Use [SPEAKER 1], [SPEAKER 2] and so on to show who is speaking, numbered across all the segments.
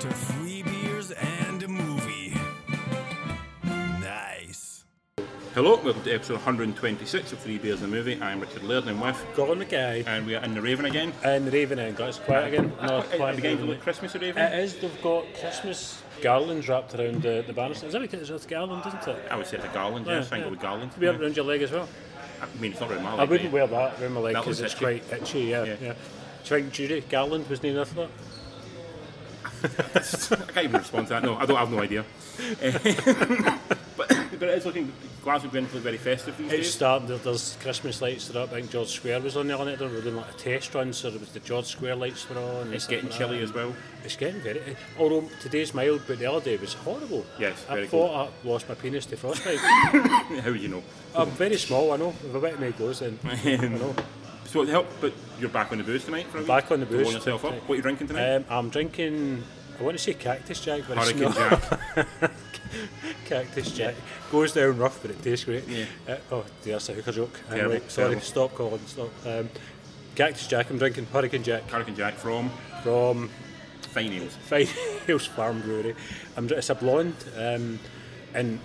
[SPEAKER 1] to free beers and a movie. Nice.
[SPEAKER 2] Hello, welcome to episode 126 of Three Bears in a Movie. I'm Richard Lerdin with,
[SPEAKER 3] Colin McKay
[SPEAKER 2] and we are in the Raven again.
[SPEAKER 3] and Raven and It's quiet again. No, it's
[SPEAKER 2] It
[SPEAKER 3] quiet
[SPEAKER 2] beginning to
[SPEAKER 3] again.
[SPEAKER 2] look Christmas, the Raven.
[SPEAKER 3] It is. They've got Christmas garlands wrapped around the, the banners. Is that what it is? It's garland, isn't it?
[SPEAKER 2] I would say it's a garland, yeah,
[SPEAKER 3] Yeah,
[SPEAKER 2] I think it
[SPEAKER 3] yeah.
[SPEAKER 2] would be garland.
[SPEAKER 3] Wear it around your leg as well.
[SPEAKER 2] I mean, it's not really my
[SPEAKER 3] I
[SPEAKER 2] leg,
[SPEAKER 3] wouldn't
[SPEAKER 2] but-
[SPEAKER 3] wear that around my leg
[SPEAKER 2] That
[SPEAKER 3] because
[SPEAKER 2] looks
[SPEAKER 3] it's
[SPEAKER 2] itchy.
[SPEAKER 3] quite itchy. Yeah,
[SPEAKER 2] Yeah.
[SPEAKER 3] yeah. Do you think Judy Garland was named after that?
[SPEAKER 2] I can't even respond to that. No, I don't I have no idea. Eh, but, but it is looking, Glasgow going to look very festive these
[SPEAKER 3] It's
[SPEAKER 2] days.
[SPEAKER 3] starting. there- There's Christmas lights that are up. I think George Square was on the other night. They were doing like a test run, so there was the George Square lights were on. and
[SPEAKER 2] It's
[SPEAKER 3] stuff
[SPEAKER 2] getting
[SPEAKER 3] like
[SPEAKER 2] chilly
[SPEAKER 3] that.
[SPEAKER 2] as well.
[SPEAKER 3] It's getting very. Although today's mild, but the other day was horrible.
[SPEAKER 2] Yes,
[SPEAKER 3] I
[SPEAKER 2] very
[SPEAKER 3] thought I lost my penis to frostbite.
[SPEAKER 2] How do you know?
[SPEAKER 3] I'm very small, I know. If I wet my clothes, then I know.
[SPEAKER 2] So it helped, but you're back on the booze tonight for a week.
[SPEAKER 3] Back on the
[SPEAKER 2] To warm
[SPEAKER 3] booze.
[SPEAKER 2] yourself up. What are you drinking tonight?
[SPEAKER 3] Um, I'm drinking. I want to say Cactus Jack, but
[SPEAKER 2] Hurricane
[SPEAKER 3] it's not.
[SPEAKER 2] Jack.
[SPEAKER 3] Cactus Jack goes down rough, but it tastes great.
[SPEAKER 2] Yeah.
[SPEAKER 3] Uh, oh, dear, that's a hooker joke. I'm
[SPEAKER 2] Terrible,
[SPEAKER 3] right, sorry,
[SPEAKER 2] terrible.
[SPEAKER 3] stop calling. Stop. Um, Cactus Jack. I'm drinking Hurricane Jack
[SPEAKER 2] Hurricane Jack from
[SPEAKER 3] from
[SPEAKER 2] Fine Ales.
[SPEAKER 3] Five Hills Farm Brewery. I'm, dr- it's a blonde, um, and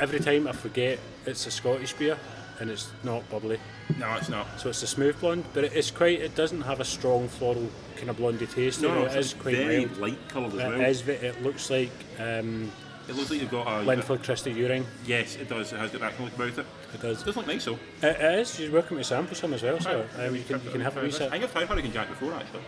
[SPEAKER 3] every time I forget it's a Scottish beer and it's not bubbly.
[SPEAKER 2] No, it's not.
[SPEAKER 3] So it's a smooth blonde, but it's quite. It doesn't have a strong floral kind of blondy taste.
[SPEAKER 2] No,
[SPEAKER 3] to
[SPEAKER 2] no,
[SPEAKER 3] it
[SPEAKER 2] it's
[SPEAKER 3] is quite
[SPEAKER 2] very
[SPEAKER 3] mild.
[SPEAKER 2] light coloured as well.
[SPEAKER 3] It is. ve- It looks like um,
[SPEAKER 2] It looks like you've got a.
[SPEAKER 3] Linfield Christie Uring.
[SPEAKER 2] Yes, it does. It has got that look about it.
[SPEAKER 3] It does.
[SPEAKER 2] It does look nice though.
[SPEAKER 3] It is. You're welcome to sample some as well, so
[SPEAKER 2] Right.
[SPEAKER 3] um, you can you can have a
[SPEAKER 2] I
[SPEAKER 3] wee
[SPEAKER 2] think
[SPEAKER 3] sip.
[SPEAKER 2] I've tried Hurricane Jack before actually.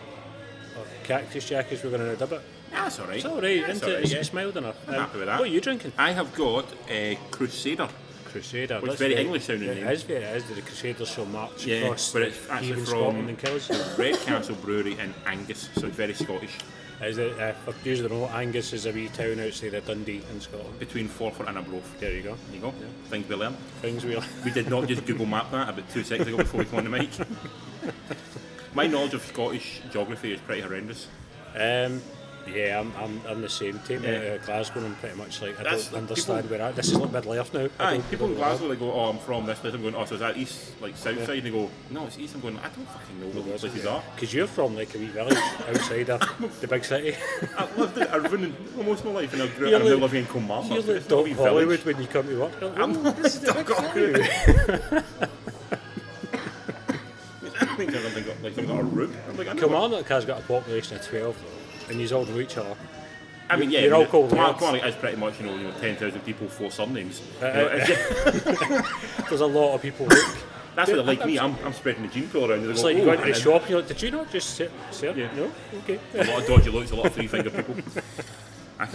[SPEAKER 3] Cactus Jack is we're going to dub it.
[SPEAKER 2] Ah, that's alright.
[SPEAKER 3] It's all right,
[SPEAKER 2] That's
[SPEAKER 3] isn't
[SPEAKER 2] all
[SPEAKER 3] it?
[SPEAKER 2] right,
[SPEAKER 3] It's,
[SPEAKER 2] yeah.
[SPEAKER 3] it's mild enough. Uh,
[SPEAKER 2] I'm happy with that.
[SPEAKER 3] What are you drinking?
[SPEAKER 2] I have got a Crusader.
[SPEAKER 3] Crusader.
[SPEAKER 2] Well, it's
[SPEAKER 3] that's
[SPEAKER 2] very English sounding
[SPEAKER 3] It
[SPEAKER 2] name.
[SPEAKER 3] is. Very, it is. The Crusaders so march
[SPEAKER 2] Yeah,
[SPEAKER 3] across
[SPEAKER 2] but it's actually
[SPEAKER 3] even
[SPEAKER 2] from-
[SPEAKER 3] Scotland and Kills.
[SPEAKER 2] Redcastle Brewery in Angus, so it's very Scottish.
[SPEAKER 3] is it? Uh, for those that don't know, Angus is a wee town outside of Dundee in Scotland.
[SPEAKER 2] Between Forfar and Arbroath.
[SPEAKER 3] There you go.
[SPEAKER 2] There you go. Things we learn.
[SPEAKER 3] Things we.
[SPEAKER 2] We did not just Google map that about two seconds ago before we came on the mic. My knowledge of Scottish geography is pretty horrendous.
[SPEAKER 3] Um, yeah, I'm, I'm, I'm the same team.
[SPEAKER 2] Yeah.
[SPEAKER 3] Uh, Glasgow, I'm pretty much like, I
[SPEAKER 2] That's-
[SPEAKER 3] don't understand
[SPEAKER 2] people-
[SPEAKER 3] where I This is like mid life now. I
[SPEAKER 2] Aye,
[SPEAKER 3] don't-
[SPEAKER 2] people in
[SPEAKER 3] don't know.
[SPEAKER 2] Glasgow they go, oh, I'm from this place. I'm going, oh, so is that east, like south side? And they go, no, it's east. I'm going, I don't fucking know where these places are.
[SPEAKER 3] Because you're from like a wee village outside of the big city.
[SPEAKER 2] I've lived in Irvine almost my life, and I've grew
[SPEAKER 3] You're
[SPEAKER 2] up and I'm now
[SPEAKER 3] like-
[SPEAKER 2] living in Kilmarnock.
[SPEAKER 3] You're
[SPEAKER 2] so it's not a
[SPEAKER 3] like Doc
[SPEAKER 2] Oh, wee
[SPEAKER 3] Hollywood
[SPEAKER 2] village.
[SPEAKER 3] when you come to work. You're like,
[SPEAKER 2] I'm
[SPEAKER 3] "Ooh,
[SPEAKER 2] not
[SPEAKER 3] this is the big
[SPEAKER 2] Doc
[SPEAKER 3] city."
[SPEAKER 2] I think I've got, like, I've got a root. I'm like, I know what-
[SPEAKER 3] Kilmarnock has got a population of 12 though, and you all know each other.
[SPEAKER 2] I mean, yeah,
[SPEAKER 3] You're
[SPEAKER 2] I mean,
[SPEAKER 3] all called
[SPEAKER 2] Kilmarnock
[SPEAKER 3] lads.
[SPEAKER 2] Kilmarnock is pretty much, you know, you know 10,000 people, four surnames. You
[SPEAKER 3] Uh,
[SPEAKER 2] know, it's-
[SPEAKER 3] There's a lot of people. Like,
[SPEAKER 2] That's what they like me. I'm, I'm spreading the gene pool around. They're
[SPEAKER 3] it's like
[SPEAKER 2] going,
[SPEAKER 3] you go
[SPEAKER 2] "Oh,
[SPEAKER 3] into the
[SPEAKER 2] and
[SPEAKER 3] shop and you're like, did you not just sit? sit?
[SPEAKER 2] Yeah.
[SPEAKER 3] No? Okay.
[SPEAKER 2] A lot of dodgy looks, a lot of three finger people. um,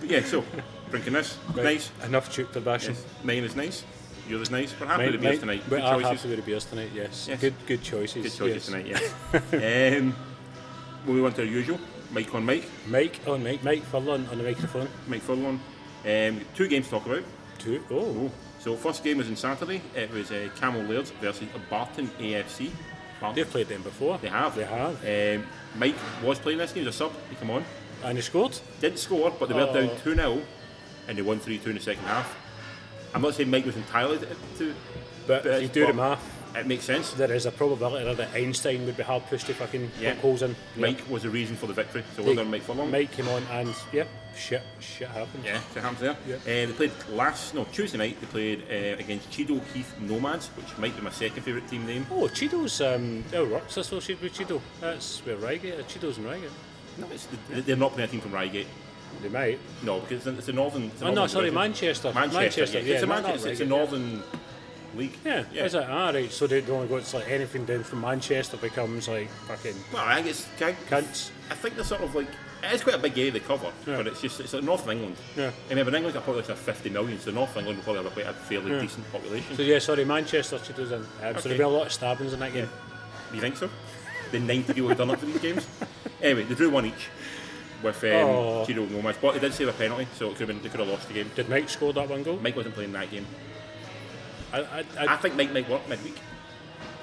[SPEAKER 2] but yeah, so drinking this, nice.
[SPEAKER 3] Enough chukter bashing.
[SPEAKER 2] Mine is nice. Yours is nice. We're happy
[SPEAKER 3] Mine-
[SPEAKER 2] with the beers
[SPEAKER 3] mine-
[SPEAKER 2] tonight.
[SPEAKER 3] We
[SPEAKER 2] Good
[SPEAKER 3] are
[SPEAKER 2] choices.
[SPEAKER 3] happy with the beers tonight, yes.
[SPEAKER 2] Yes.
[SPEAKER 3] Good good choices.
[SPEAKER 2] Good choices
[SPEAKER 3] yes.
[SPEAKER 2] tonight. Yeah. um, we'll move on to our usual. Mike on Mike.
[SPEAKER 3] Mike on Mike, Mike Furlan on the microphone.
[SPEAKER 2] Mike Furlong. Um, two games to talk about.
[SPEAKER 3] Two. Oh,
[SPEAKER 2] So first game was on Saturday. It was uh, Camel Lairds versus Barton AFC. Barton-
[SPEAKER 3] they've played them before.
[SPEAKER 2] They have.
[SPEAKER 3] They have.
[SPEAKER 2] Um, Mike was playing this game. He was a sub. He come on.
[SPEAKER 3] And he scored.
[SPEAKER 2] Did score, but they were down
[SPEAKER 3] Oh.
[SPEAKER 2] 2 0 and they won 3 2 in the second half. I'm not saying Mike was entirely to. to
[SPEAKER 3] But if you do the math,
[SPEAKER 2] It makes sense.
[SPEAKER 3] there is a probability that Einstein would be hard pushed to fucking
[SPEAKER 2] Yeah.
[SPEAKER 3] yeah. holes in.
[SPEAKER 2] Mike was the reason for the victory, so well
[SPEAKER 3] They-
[SPEAKER 2] done, Mike Furlong.
[SPEAKER 3] Mike came on and, yeah, shit, shit happened.
[SPEAKER 2] Yeah, so Ham's there.
[SPEAKER 3] Yeah.
[SPEAKER 2] Uh, they played last, no, Tuesday night, they played uh, against Cheadle Heath Nomads, which might be my second favourite team name.
[SPEAKER 3] Oh, Cheeto's, um, oh, Rock's associated with Cheeto. That's where Reigate, uh, Cheeto's in Reigate.
[SPEAKER 2] No, it's, they- they're not playing a team from Reigate.
[SPEAKER 3] They might.
[SPEAKER 2] No, because it's a northern. It's a
[SPEAKER 3] Oh, no,
[SPEAKER 2] northern
[SPEAKER 3] sorry,
[SPEAKER 2] division.
[SPEAKER 3] Manchester.
[SPEAKER 2] Manchester.
[SPEAKER 3] Manchester,
[SPEAKER 2] yeah.
[SPEAKER 3] yeah,
[SPEAKER 2] it's a,
[SPEAKER 3] no, not
[SPEAKER 2] Manchester, it's a
[SPEAKER 3] Reigate,
[SPEAKER 2] northern league.
[SPEAKER 3] Yeah,
[SPEAKER 2] yeah.
[SPEAKER 3] is it? Ah, right, so they only go, it's like anything down from Manchester becomes like fucking
[SPEAKER 2] Well, I guess I,
[SPEAKER 3] cunts.
[SPEAKER 2] I think they're sort of like it's quite a big area they cover,
[SPEAKER 3] Yeah.
[SPEAKER 2] but it's just it's like North of England.
[SPEAKER 3] Yeah.
[SPEAKER 2] I mean, but England's got probably like 50 million, so North of England will probably have quite a fairly decent population.
[SPEAKER 3] So, yeah, sorry, Manchester, Cheeto's in. Um, So
[SPEAKER 2] Okay.
[SPEAKER 3] there'll be a lot of stabbings in that game.
[SPEAKER 2] Do you think so? the 90 people have done up for these games. Anyway, they drew one each with um,
[SPEAKER 3] Oh.
[SPEAKER 2] Tiro Gomez, but they did save a penalty, so it could have been, they could have lost the game.
[SPEAKER 3] Did Mike score that one goal?
[SPEAKER 2] Mike wasn't playing that game.
[SPEAKER 3] I, I, I,
[SPEAKER 2] I think Mike might work midweek.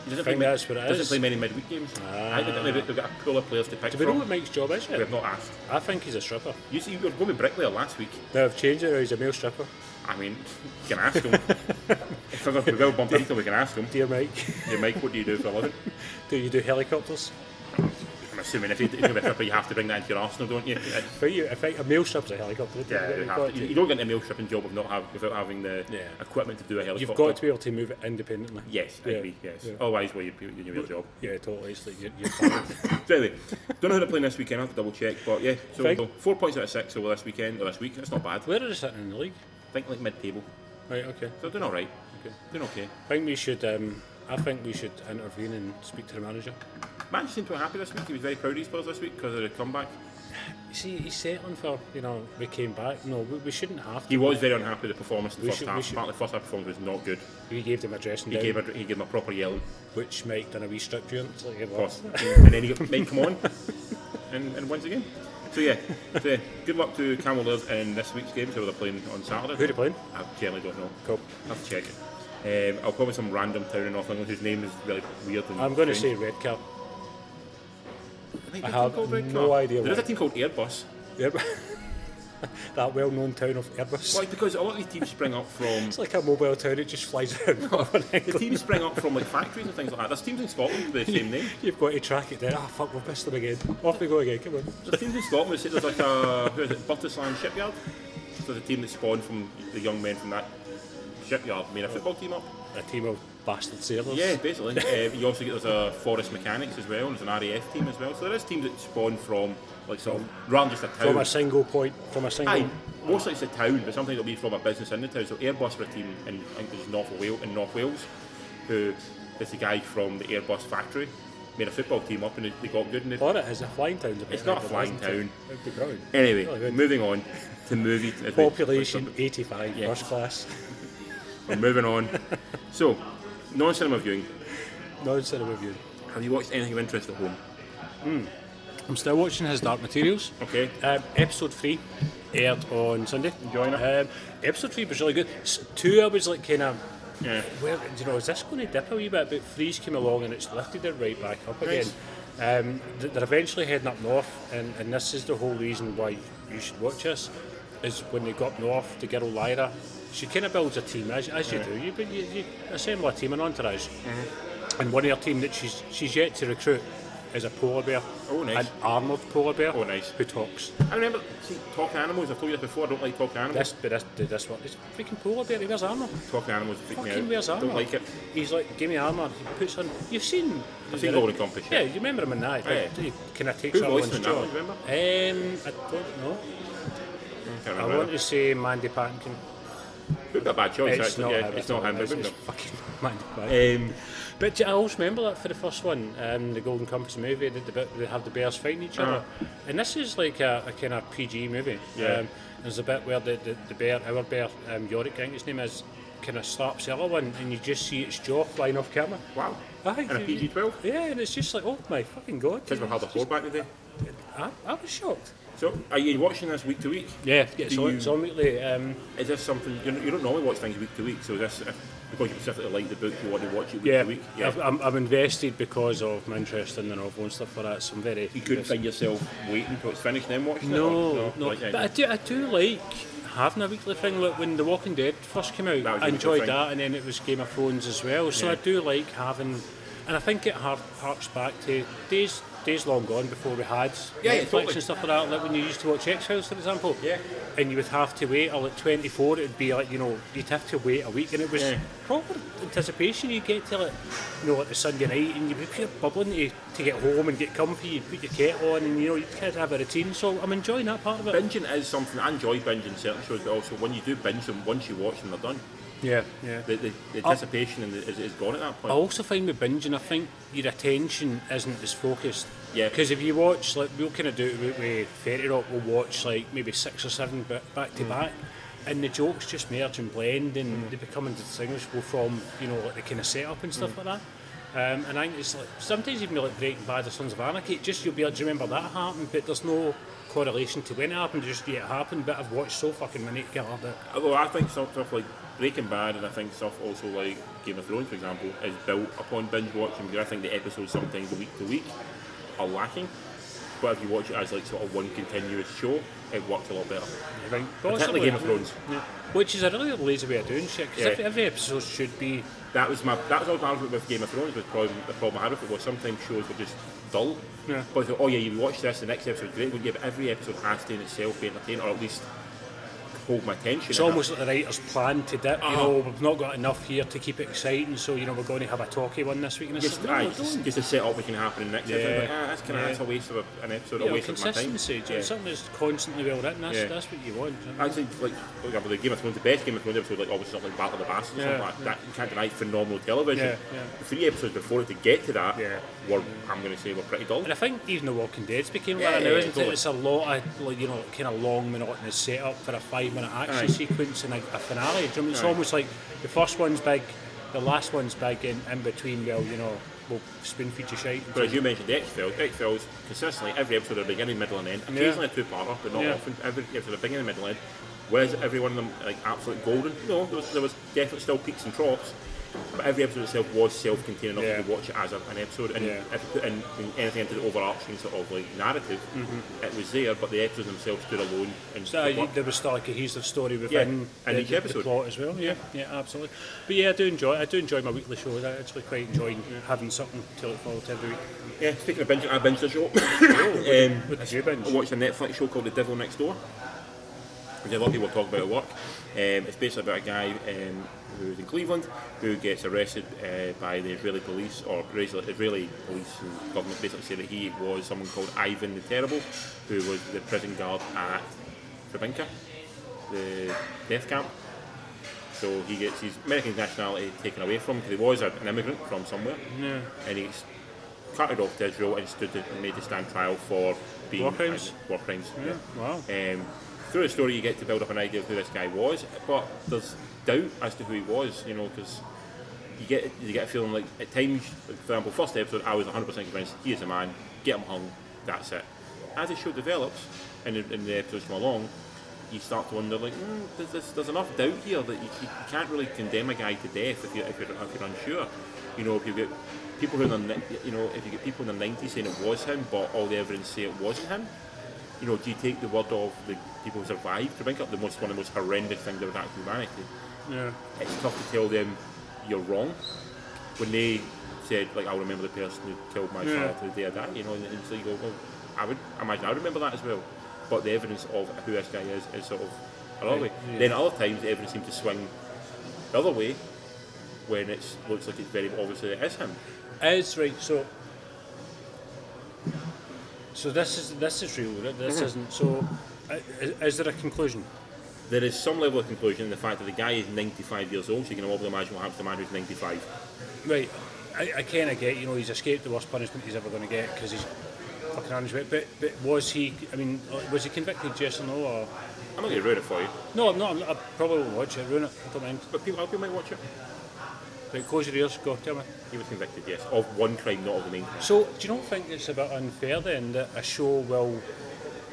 [SPEAKER 2] He doesn't, play,
[SPEAKER 3] Think
[SPEAKER 2] many-
[SPEAKER 3] that's what it
[SPEAKER 2] doesn't
[SPEAKER 3] is? Ah.
[SPEAKER 2] play many midweek games. I think they've they've got a pool of players to pick
[SPEAKER 3] do we know
[SPEAKER 2] from.
[SPEAKER 3] what Mike's job is
[SPEAKER 2] We
[SPEAKER 3] yet?
[SPEAKER 2] have not asked.
[SPEAKER 3] I think he's a stripper.
[SPEAKER 2] You see, you were going with Bricklayer last week.
[SPEAKER 3] No, I've changed it now, he's a male stripper.
[SPEAKER 2] I mean, you can ask him. if we're going to bump into him, we can ask him.
[SPEAKER 3] Dear Mike,
[SPEAKER 2] Hey, Mike, what do you do for a living?
[SPEAKER 3] do you do helicopters?
[SPEAKER 2] I I'm assuming if you if you're a Pippa, you have to bring that into your arsenal, don't you? It's-
[SPEAKER 3] But you, if I, a meal strip's a helicopter. don't you?
[SPEAKER 2] Yeah, you,
[SPEAKER 3] you've,
[SPEAKER 2] have
[SPEAKER 3] got
[SPEAKER 2] to. You,
[SPEAKER 3] to,
[SPEAKER 2] you don't get a meal shipping job of not have, without having the
[SPEAKER 3] Yeah.
[SPEAKER 2] equipment to do a helicopter.
[SPEAKER 3] you've got to be able to move it independently.
[SPEAKER 2] Yes, I
[SPEAKER 3] Yeah,
[SPEAKER 2] agree. Yes.
[SPEAKER 3] yeah.
[SPEAKER 2] Otherwise, well, you, you knew your job.
[SPEAKER 3] Yeah, totally. It's like you're, you're covered.
[SPEAKER 2] So anyway, don't know who they're playing this weekend. I have to double check, but yeah. So
[SPEAKER 3] Fine.
[SPEAKER 2] so four points out of six over this weekend or this week. That's not bad. I
[SPEAKER 3] Where are they sitting in the league?
[SPEAKER 2] think like mid-table.
[SPEAKER 3] Right, okay.
[SPEAKER 2] So doing all right. Doing okay.
[SPEAKER 3] I think we should. Um, I think we should intervene and speak to the manager.
[SPEAKER 2] Manchester seemed quite happy this week. He was very proud of his players this week because of the comeback.
[SPEAKER 3] You see, he's settling for you know we came back. No, we, we shouldn't have to.
[SPEAKER 2] He was very unhappy with the performance in the
[SPEAKER 3] We
[SPEAKER 2] first
[SPEAKER 3] should- we
[SPEAKER 2] half.
[SPEAKER 3] should-
[SPEAKER 2] Apparently, the first half performance was not good.
[SPEAKER 3] We gave them a dressing
[SPEAKER 2] He
[SPEAKER 3] down,
[SPEAKER 2] gave a, he gave him a proper yelling.
[SPEAKER 3] which Mike done a wee strip during. It's like, yeah, well,
[SPEAKER 2] course. and then he got made come on and, and wins again. So yeah, so, yeah, good luck to Camel in this week's game. So they're playing on Saturday.
[SPEAKER 3] Who are they playing?
[SPEAKER 2] I generally don't know.
[SPEAKER 3] Cool.
[SPEAKER 2] I'll have to check it. Um, I'll probably some random town in North England whose name is really weird. And
[SPEAKER 3] I'm going to say
[SPEAKER 2] strange.
[SPEAKER 3] red cap.
[SPEAKER 2] I, think
[SPEAKER 3] I
[SPEAKER 2] there's a team
[SPEAKER 3] have
[SPEAKER 2] called Red
[SPEAKER 3] no
[SPEAKER 2] Car.
[SPEAKER 3] idea
[SPEAKER 2] There is
[SPEAKER 3] why.
[SPEAKER 2] a team called Airbus.
[SPEAKER 3] Yep. that well-known town of Airbus.
[SPEAKER 2] Like because a lot of these teams spring up from
[SPEAKER 3] It's like a mobile town. It just flies around. on
[SPEAKER 2] the
[SPEAKER 3] England.
[SPEAKER 2] teams spring up from like factories and things like that. There's teams in Scotland with the same name.
[SPEAKER 3] You've got to track it down. Ah, fuck, we've missed them again. Off we go again. Come on.
[SPEAKER 2] There's teams in Scotland that say there's like a who is it, Burtisland Shipyard. So the team that spawned from the young men from that shipyard made a football team up.
[SPEAKER 3] A team of bastard sailors.
[SPEAKER 2] Yeah, basically. uh, you also get there's a Forest Mechanics as well, and there's an RAF team as well. So there is teams that spawn from like sort of rather than just a town.
[SPEAKER 3] From a single point. From a single.
[SPEAKER 2] Aye, mostly it's a town, but something that'll be from a business in the town. So Airbus were a team in I think it was North Wales in North Wales, who is the guy from the Airbus factory made a football team up and they, they got good. And they,
[SPEAKER 3] Or it is a flying town. to be
[SPEAKER 2] It's not a
[SPEAKER 3] frank,
[SPEAKER 2] flying
[SPEAKER 3] isn't it?
[SPEAKER 2] town.
[SPEAKER 3] It'd be growing.
[SPEAKER 2] anyway,
[SPEAKER 3] Really good.
[SPEAKER 2] moving on to movie as we-
[SPEAKER 3] Population 85,
[SPEAKER 2] Yeah.
[SPEAKER 3] first class.
[SPEAKER 2] We're moving on. So, non-cinema viewing.
[SPEAKER 3] Non-cinema view.
[SPEAKER 2] Have you watched anything of interest at home?
[SPEAKER 3] I'm still watching his Dark Materials.
[SPEAKER 2] Okay.
[SPEAKER 3] Um, episode three aired on Sunday.
[SPEAKER 2] Enjoying it?
[SPEAKER 3] Um, episode three was really good. S- two, I was like kind of,
[SPEAKER 2] Yeah.
[SPEAKER 3] well, you know, is this going to dip a wee bit? But threes came along and it's lifted it right back up again.
[SPEAKER 2] Nice.
[SPEAKER 3] Um, th- they're eventually heading up north, and, and this is the whole reason why you should watch this. Is when they go up north, the girl Lyra, she kind of builds a team as, as you do. You, but you, you assemble a team and entourage.
[SPEAKER 2] Mm-hmm.
[SPEAKER 3] And one of her team that she's she's yet to recruit is a polar bear.
[SPEAKER 2] Oh, nice.
[SPEAKER 3] An armoured polar bear.
[SPEAKER 2] Oh, nice.
[SPEAKER 3] Who talks.
[SPEAKER 2] I remember see, talking animals. I've told you this before. I don't like talking animals.
[SPEAKER 3] This, but this, dude, this one, it's freaking polar bear. He wears armour.
[SPEAKER 2] Talking animals freak me out.
[SPEAKER 3] Fucking wears armour.
[SPEAKER 2] Don't like it.
[SPEAKER 3] He's like, give me armour. He puts on. You've seen.
[SPEAKER 2] I've seen Golden Compass,
[SPEAKER 3] Yeah,
[SPEAKER 2] yeah.
[SPEAKER 3] you remember him in that?
[SPEAKER 2] Yeah.
[SPEAKER 3] Like, He kind of takes
[SPEAKER 2] Who
[SPEAKER 3] everyone's
[SPEAKER 2] voiced him in that
[SPEAKER 3] job.
[SPEAKER 2] one, do you remember?
[SPEAKER 3] Um, I don't know.
[SPEAKER 2] Can't
[SPEAKER 3] I
[SPEAKER 2] remember.
[SPEAKER 3] want to say Mandy Patinkin.
[SPEAKER 2] Would be a bad choice,
[SPEAKER 3] It's,
[SPEAKER 2] actually.
[SPEAKER 3] not
[SPEAKER 2] yeah,
[SPEAKER 3] him.
[SPEAKER 2] it's not him.
[SPEAKER 3] It's,
[SPEAKER 2] It's,
[SPEAKER 3] it's
[SPEAKER 2] it's,
[SPEAKER 3] fucking Mandy Patinkin.
[SPEAKER 2] um,
[SPEAKER 3] But do you- I always remember that for the first one, um, the Golden Compass movie, they, the bit where they have the bears fighting each other. And this is like a, a kind of PG movie.
[SPEAKER 2] Uh-huh. Yeah.
[SPEAKER 3] Um, there's a bit where the, the, the bear, our bear, um, Yorick, I think his name is, kind of slaps the other one, and you just see its jaw flying off camera.
[SPEAKER 2] wow.
[SPEAKER 3] Aye,
[SPEAKER 2] and a
[SPEAKER 3] you-
[SPEAKER 2] PG-12?
[SPEAKER 3] Yeah, and it's just like, oh my fucking god.
[SPEAKER 2] Kids were hard to
[SPEAKER 3] It's just-
[SPEAKER 2] hold back today.
[SPEAKER 3] I, I was shocked.
[SPEAKER 2] So, are you watching this week to week?
[SPEAKER 3] Yeah, it's
[SPEAKER 2] Do
[SPEAKER 3] on,
[SPEAKER 2] you-
[SPEAKER 3] it's on weekly. Um,
[SPEAKER 2] Is this something... You don't, you don't normally watch things week to week, so is this... If, because you specifically like the book, you want to watch it week
[SPEAKER 3] yeah,
[SPEAKER 2] to week?
[SPEAKER 3] I've, I'm, I'm invested because of my interest in the novel and stuff like that, so I'm very...
[SPEAKER 2] You couldn't find yourself waiting until it's finished and then watching it?
[SPEAKER 3] No,
[SPEAKER 2] or-
[SPEAKER 3] no.
[SPEAKER 2] like, yeah,
[SPEAKER 3] But I do, I do like having a weekly thing. Like when The Walking Dead first came
[SPEAKER 2] That was
[SPEAKER 3] out,
[SPEAKER 2] a
[SPEAKER 3] I
[SPEAKER 2] weekly
[SPEAKER 3] enjoyed
[SPEAKER 2] thing.
[SPEAKER 3] that, and then it was Game of Thrones as well. So
[SPEAKER 2] Yeah.
[SPEAKER 3] I do like having, and I think it har- harks back to days days long gone before we had
[SPEAKER 2] Yeah, yeah,
[SPEAKER 3] Netflix
[SPEAKER 2] totally.
[SPEAKER 3] and stuff like that. Like when you used to watch X Files, for example.
[SPEAKER 2] Yeah.
[SPEAKER 3] And you would have to wait. Or like 24, it would be like you know you'd have to wait a week, and it was
[SPEAKER 2] Yeah.
[SPEAKER 3] proper anticipation. You get to like you know like the Sunday night, and you'd be pure bubbling to, to get home and get comfy. You'd put your kettle on, and you know you'd kind of have a routine. So I'm enjoying that part of it.
[SPEAKER 2] Binging is something... I enjoy binging certain shows, but also when you do binge them, once you watch them, they're done.
[SPEAKER 3] Yeah, yeah.
[SPEAKER 2] The, the, the anticipation and the, is, is gone at that
[SPEAKER 3] I
[SPEAKER 2] point.
[SPEAKER 3] also find with binging, I think your attention isn't as focused.
[SPEAKER 2] Yeah.
[SPEAKER 3] Because if you watch, like, we'll kind of do it with, with 30 Rock, we'll watch, like, maybe six or seven ba- back to back, and the jokes just merge and blend, and they become indistinguishable from, you know, like the kind of setup and stuff like that. Um, and I think it's like, sometimes even like Breaking Bad or Sons of Anarchy, it just you'll be like, do you remember that happened? But there's no correlation to when it happened, just yeah, it happened, but I've watched so fucking many to get over it.
[SPEAKER 2] Although I think some stuff like Breaking Bad and I think stuff also like Game of Thrones, for example, is built upon binge watching because I think the episodes sometimes week to week are lacking. But if you watch it as like sort of one continuous show, it worked a lot better.
[SPEAKER 3] I think.
[SPEAKER 2] Particularly Game of Thrones.
[SPEAKER 3] Yeah. Which is a really lazy way of doing shit, because
[SPEAKER 2] Yeah.
[SPEAKER 3] every, every episode should be
[SPEAKER 2] That was my that was all my argument with Game of Thrones was problem the problem I had with it was sometimes shows were just dull.
[SPEAKER 3] Yeah.
[SPEAKER 2] But I thought, oh yeah, you watch this, the next episode's great, we'll give every episode has to in itself be entertaining or at least hold my attention.
[SPEAKER 3] It's
[SPEAKER 2] And I-
[SPEAKER 3] almost like the writers planned to dip. You
[SPEAKER 2] Uh-huh.
[SPEAKER 3] know, we've not got enough here to keep it exciting, so you know we're going to have a talkie one this week. And it's
[SPEAKER 2] just,
[SPEAKER 3] like,
[SPEAKER 2] aye,
[SPEAKER 3] no,
[SPEAKER 2] just,
[SPEAKER 3] don't.
[SPEAKER 2] just to set up what can happen in the next episode.
[SPEAKER 3] Yeah.
[SPEAKER 2] Like, ah, that's kind of
[SPEAKER 3] Yeah.
[SPEAKER 2] that's a waste of a, an episode,
[SPEAKER 3] You
[SPEAKER 2] a
[SPEAKER 3] know,
[SPEAKER 2] waste of my time.
[SPEAKER 3] consistency, yeah. something that's constantly well written. That's,
[SPEAKER 2] Yeah.
[SPEAKER 3] that's what you want. you know.
[SPEAKER 2] Actually, like for example, the Game of Thrones, the best Game of Thrones episode, like obviously something like Battle of the Bastards, or something
[SPEAKER 3] Yeah,
[SPEAKER 2] like that. You can't deny phenomenal television.
[SPEAKER 3] Yeah, yeah.
[SPEAKER 2] The three episodes before it to get to that
[SPEAKER 3] Yeah.
[SPEAKER 2] were, I'm going to say, were pretty dull.
[SPEAKER 3] And I think even The Walking Dead's became
[SPEAKER 2] Yeah,
[SPEAKER 3] like that now,
[SPEAKER 2] yeah,
[SPEAKER 3] isn't
[SPEAKER 2] totally.
[SPEAKER 3] it? It's a lot of like, you know kind of long monotonous setup for a five minute action
[SPEAKER 2] Aye.
[SPEAKER 3] sequence and a, a finale. Do you know, what I mean? it's
[SPEAKER 2] Aye.
[SPEAKER 3] almost like the first one's big, the last one's big, and in between, well, you know, we'll spoon feed you shite.
[SPEAKER 2] But as you mentioned, the X Files, X Files consistently every episode are beginning, middle, and end.
[SPEAKER 3] Yeah.
[SPEAKER 2] Occasionally a two parter, but not
[SPEAKER 3] Yeah.
[SPEAKER 2] often. Every episode a beginning, middle, and end. Was every one of them like absolute golden? No, there was, there was definitely still peaks and troughs. But every episode itself was self-contained enough
[SPEAKER 3] Yeah.
[SPEAKER 2] to watch it as a, an episode, and
[SPEAKER 3] Yeah.
[SPEAKER 2] if you put in anything into the overarching sort of like narrative, it was there. But the episodes themselves stood alone. And
[SPEAKER 3] Mm-hmm. So
[SPEAKER 2] it
[SPEAKER 3] you,
[SPEAKER 2] worked.
[SPEAKER 3] Uh, there was still a cohesive story within
[SPEAKER 2] and
[SPEAKER 3] the,
[SPEAKER 2] each
[SPEAKER 3] the-
[SPEAKER 2] episode.
[SPEAKER 3] the plot as well. Yeah, yeah, absolutely. But yeah, I do enjoy. I do enjoy my weekly shows. I actually quite enjoy having something to look forward to every week.
[SPEAKER 2] yeah, speaking of binge, I binged the show. um,
[SPEAKER 3] What did you binge?
[SPEAKER 2] I watched a Netflix show called The Devil Next Door, which a lot of people talk about at work. Um, it's basically about a guy um, who's in Cleveland who gets arrested uh, by the Israeli police, or Israeli, Israeli police and government basically say that he was someone called Ivan the Terrible, who was the prison guard at Trebinka, the death camp. So he gets his American nationality taken away from him because he was a- an immigrant from somewhere. And he's carted off to Israel and stood and made to stand trial for being
[SPEAKER 3] War crimes?
[SPEAKER 2] war crimes.
[SPEAKER 3] Yeah, wow.
[SPEAKER 2] Um, through the story, you get to build up an idea of who this guy was, but there's doubt as to who he was, you know, because you get you get a feeling like at times, like, for example, first episode, I was 100% convinced he is a man, get him hung, that's it. As the show develops and, the- and the episodes come along, you start to wonder like, mm, there's, there's, there's enough doubt here that you, you can't really condemn a guy to death if you're, if you're, if you're unsure. You know, if you get people who are in the, ni- you know, if you get people in the 90s saying it was him, but all the evidence say it wasn't him, you know, do you take the word of the people who survived to bring up the most one of the most horrendous things about humanity?
[SPEAKER 3] Yeah,
[SPEAKER 2] It's tough to tell them you're wrong when they said like I remember the person who killed my
[SPEAKER 3] Yeah.
[SPEAKER 2] father the day I died, you know, and, and so you go, well, I would I imagine I would remember that as well. But the evidence of who this guy is is sort of another way.
[SPEAKER 3] Yeah.
[SPEAKER 2] Then at other times the evidence seems to swing the other way when it looks like it's very obviously it is him.
[SPEAKER 3] it's right. So, so this is this is real. right?
[SPEAKER 2] Mm-hmm.
[SPEAKER 3] This isn't. So, i- i- is there a conclusion?
[SPEAKER 2] There is some level of conclusion in the fact that the guy is 95 years old, so you can probably imagine what happens to a man who's 95.
[SPEAKER 3] Right, I, I kind of get, you know, he's escaped the worst punishment he's ever going to get because he's fucking on his way. But, but was he, I mean, uh, was he convicted, yes or no? Or?
[SPEAKER 2] I'm not going to ruin it for you,
[SPEAKER 3] No, I'm not, I'm not, I probably won't watch it, ruin it, I don't mind.
[SPEAKER 2] but people, people might watch it.
[SPEAKER 3] Right, close your ears, go, tell me.
[SPEAKER 2] He was convicted, yes, of one crime, not of the main crime.
[SPEAKER 3] So, do you not think it's a bit unfair then that a show will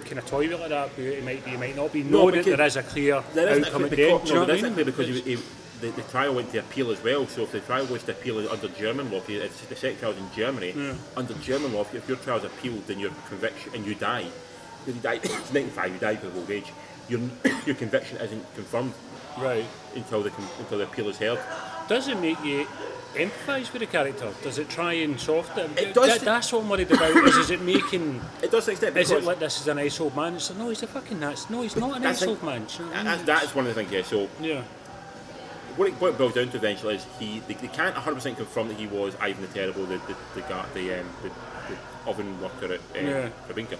[SPEAKER 3] kind of toy with it like that, but it might be, it might not be,
[SPEAKER 2] No,
[SPEAKER 3] no, that
[SPEAKER 2] because
[SPEAKER 3] there is a clear
[SPEAKER 2] There isn't
[SPEAKER 3] outcome
[SPEAKER 2] a
[SPEAKER 3] at
[SPEAKER 2] clear
[SPEAKER 3] the
[SPEAKER 2] because,
[SPEAKER 3] end, do you
[SPEAKER 2] no,
[SPEAKER 3] know
[SPEAKER 2] there
[SPEAKER 3] what I
[SPEAKER 2] isn't
[SPEAKER 3] mean?
[SPEAKER 2] a clear because he, he, the, the trial went to appeal as well. So if the trial was to appeal under German law, if you- it's the second trial's in Germany, under German law, if your trial's appealed, then your conviction and you die. If you die, it's 95, you die of old age. Your your conviction isn't confirmed
[SPEAKER 3] Right.
[SPEAKER 2] until the con- until the appeal is heard.
[SPEAKER 3] Does it make you empathise with the character? Does it try and soft it?
[SPEAKER 2] It does
[SPEAKER 3] That-
[SPEAKER 2] to-
[SPEAKER 3] that's what I'm worried about, is, is it making...
[SPEAKER 2] It does extend
[SPEAKER 3] Is
[SPEAKER 2] because
[SPEAKER 3] it like this is a nice old man? It's like, no, he's a fucking nuts. No, he's not a
[SPEAKER 2] That's
[SPEAKER 3] nice
[SPEAKER 2] like-
[SPEAKER 3] old man. do you know what I
[SPEAKER 2] that,
[SPEAKER 3] mean?
[SPEAKER 2] that is one of the things. Yeah. So
[SPEAKER 3] yeah.
[SPEAKER 2] what it, what it boils down to eventually is he they, they can't 100 percent confirm that he was Ivan the Terrible, the the the, guy, the, um, the, the oven worker at um,
[SPEAKER 3] Yeah.
[SPEAKER 2] Trebinka.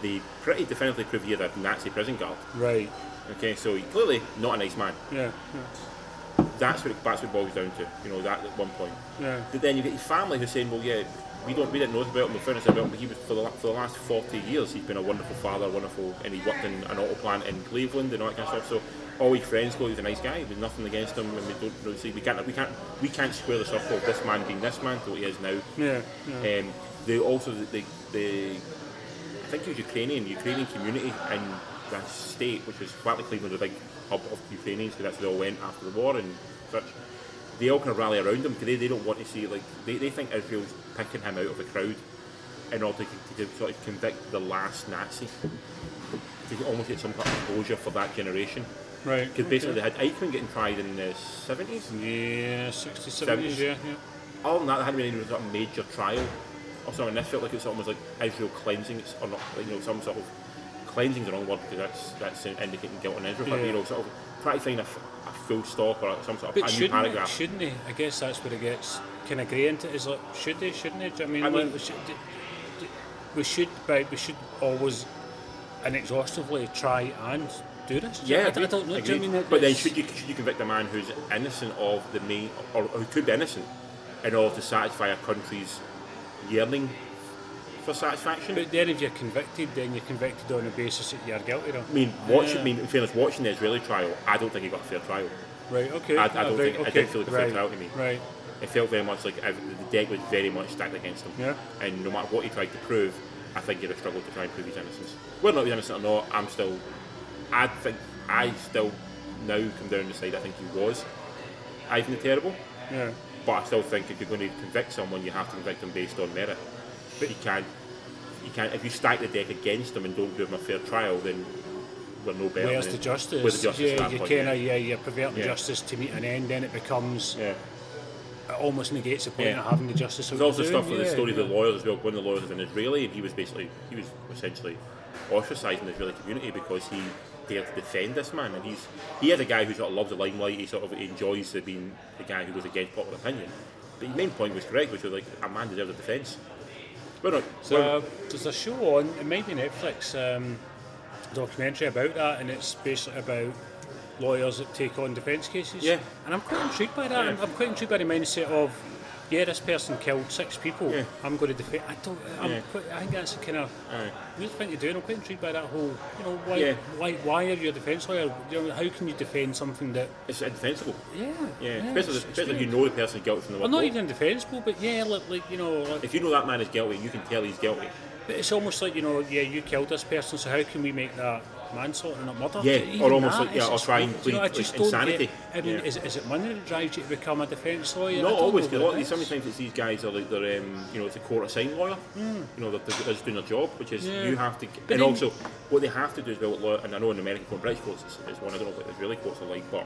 [SPEAKER 2] They pretty definitively prove he had a Nazi prison guard.
[SPEAKER 3] Right.
[SPEAKER 2] Okay, so he clearly not a nice man.
[SPEAKER 3] Yeah.
[SPEAKER 2] That's what it, that's what it boils down to. You know that at one point.
[SPEAKER 3] Yeah.
[SPEAKER 2] But then you get your family who's saying, well, yeah, we don't we didn't know about him. We found out about him, but he was for the, la- for the last 40 years he's been a wonderful father, wonderful, and he worked in an auto plant in Cleveland and all that kind of stuff. So all his friends go, he's a nice guy. There's nothing against him, and we don't really see we can't we can't we can't square the circle of this man being this man to what he is now.
[SPEAKER 3] Yeah.
[SPEAKER 2] Um, they also the, the I think it was Ukrainian Ukrainian community in that state, which was partly Cleveland, the big hub of Ukrainians, because that's where they all went after the war and such. They all kind of rally around him because they, they don't want to see like they, they think Israel's picking him out of the crowd in order to, to sort of convict the last Nazi. To almost get some kind of closure for that generation.
[SPEAKER 3] Right.
[SPEAKER 2] Because basically they had Eichmann getting tried in the 70s.
[SPEAKER 3] Yeah, 60, 70s, yeah, yeah.
[SPEAKER 2] Other than that, there hadn't been any sort of major trial or something. This felt like it was almost like Israel cleansing, it's- or not, like, you know, some sort of cleansing's the wrong word because that's that's indicating guilt on Israel. But
[SPEAKER 3] Yeah.
[SPEAKER 2] you know, sort of try to find a, f- a full stop or some sort of
[SPEAKER 3] But
[SPEAKER 2] a new
[SPEAKER 3] shouldn't, they,
[SPEAKER 2] paragraph.
[SPEAKER 3] shouldn't they? I guess that's where it gets kind of grey into. it, Is like, should they? Shouldn't they? Do you know what I
[SPEAKER 2] I
[SPEAKER 3] mean, like,
[SPEAKER 2] mean-
[SPEAKER 3] we should, d- d- we should, right, we should always inexhaustively try and do this. Do you know-
[SPEAKER 2] yeah,
[SPEAKER 3] I, don't- I don't know. Do you know
[SPEAKER 2] agreed.
[SPEAKER 3] what I mean?
[SPEAKER 2] but then
[SPEAKER 3] It's-
[SPEAKER 2] should you should you convict a man who's innocent of the main or, or who could be innocent in order to satisfy a country's yearning for satisfaction?
[SPEAKER 3] But then, if you're convicted, then you're convicted on the basis that you're guilty. Though.
[SPEAKER 2] I mean, watch, I mean, in fairness, watching the Israeli trial, I don't think he got a fair trial.
[SPEAKER 3] right? Okay.
[SPEAKER 2] I- I don't
[SPEAKER 3] right,
[SPEAKER 2] think- I
[SPEAKER 3] okay,
[SPEAKER 2] didn't feel it was
[SPEAKER 3] right,
[SPEAKER 2] filtered out to me.
[SPEAKER 3] Right.
[SPEAKER 2] It felt very much like ev the deck was very much stacked against him.
[SPEAKER 3] Yeah.
[SPEAKER 2] And no matter what he tried to prove, I think he'd have struggled to try and prove his innocence. Whether or not he's innocent or not, I'm still. I think I still now come down the side. I think he was. I think it's terrible,
[SPEAKER 3] Yeah.
[SPEAKER 2] but I still think if you're going to convict someone, you have to convict them based on merit. But you can't. You can't. If you stack the deck against them and don't give them a fair trial, then we're no better.
[SPEAKER 3] Where's
[SPEAKER 2] than-
[SPEAKER 3] the justice?
[SPEAKER 2] Where's the justice? at
[SPEAKER 3] yeah,
[SPEAKER 2] that
[SPEAKER 3] you
[SPEAKER 2] point,
[SPEAKER 3] kind
[SPEAKER 2] yeah.
[SPEAKER 3] of yeah, you're perverting
[SPEAKER 2] Yeah.
[SPEAKER 3] justice to meet an end. Then it becomes
[SPEAKER 2] Yeah.
[SPEAKER 3] it almost negates the point
[SPEAKER 2] Yeah.
[SPEAKER 3] of having the justice.
[SPEAKER 2] There's also stuff with the story of the lawyers as well. One of the lawyers was an Israeli, and he was basically he was essentially ostracised in the Israeli community because he dared to defend this man. And he's he is a guy who sort of loves the limelight. He sort of enjoys the being the guy who goes against popular opinion. But his main point was correct, which was like a man deserves a defence. Well, not
[SPEAKER 3] So uh, there's a show on, it might be Netflix, um, documentary about that, and it's basically about lawyers that take on defence cases.
[SPEAKER 2] Yeah.
[SPEAKER 3] And I'm quite intrigued by that. I'm,
[SPEAKER 2] Yeah.
[SPEAKER 3] I'm quite intrigued by the mindset of, yeah, this person killed six people.
[SPEAKER 2] Yeah.
[SPEAKER 3] I'm going to defend. I don't. I'm
[SPEAKER 2] Yeah.
[SPEAKER 3] quite, I think that's a kind of
[SPEAKER 2] Aye.
[SPEAKER 3] weird thing to do, and I'm quite intrigued by that whole. You know, why?
[SPEAKER 2] Yeah.
[SPEAKER 3] Why? Why are you a defence lawyer? You know, how can you defend something that?
[SPEAKER 2] it's indefensible.
[SPEAKER 3] Yeah.
[SPEAKER 2] Yeah,
[SPEAKER 3] it's-
[SPEAKER 2] especially,
[SPEAKER 3] it's
[SPEAKER 2] especially if you
[SPEAKER 3] weird.
[SPEAKER 2] know the person is guilty from the
[SPEAKER 3] Well,
[SPEAKER 2] word
[SPEAKER 3] not
[SPEAKER 2] go.
[SPEAKER 3] even indefensible, but yeah, like, like you know, like,
[SPEAKER 2] If you know that man is guilty, you can tell he's guilty.
[SPEAKER 3] But it's almost like you know, yeah, you killed this person, so how can we make that manslaughter and not murder?
[SPEAKER 2] Yeah,
[SPEAKER 3] Even
[SPEAKER 2] or almost
[SPEAKER 3] that
[SPEAKER 2] like, yeah,
[SPEAKER 3] is-
[SPEAKER 2] or try and
[SPEAKER 3] you know, I
[SPEAKER 2] plead,
[SPEAKER 3] just
[SPEAKER 2] like,
[SPEAKER 3] don't get-
[SPEAKER 2] insanity.
[SPEAKER 3] I mean,
[SPEAKER 2] Yeah.
[SPEAKER 3] is, is it money that drives you to become a defence lawyer? I
[SPEAKER 2] Not
[SPEAKER 3] don't
[SPEAKER 2] always,
[SPEAKER 3] know
[SPEAKER 2] because a
[SPEAKER 3] what
[SPEAKER 2] lot of
[SPEAKER 3] it
[SPEAKER 2] these,
[SPEAKER 3] is.
[SPEAKER 2] sometimes it's these guys are like they're, um, you know, it's a court assigned lawyer. You know, they're, they're just doing their job, which is
[SPEAKER 3] Hmm. Yeah.
[SPEAKER 2] you have to.
[SPEAKER 3] But
[SPEAKER 2] and
[SPEAKER 3] then-
[SPEAKER 2] also, what they have to do as well, with lawyer, and I know in American court, British courts is, is one. I don't know what the Israeli courts are like, but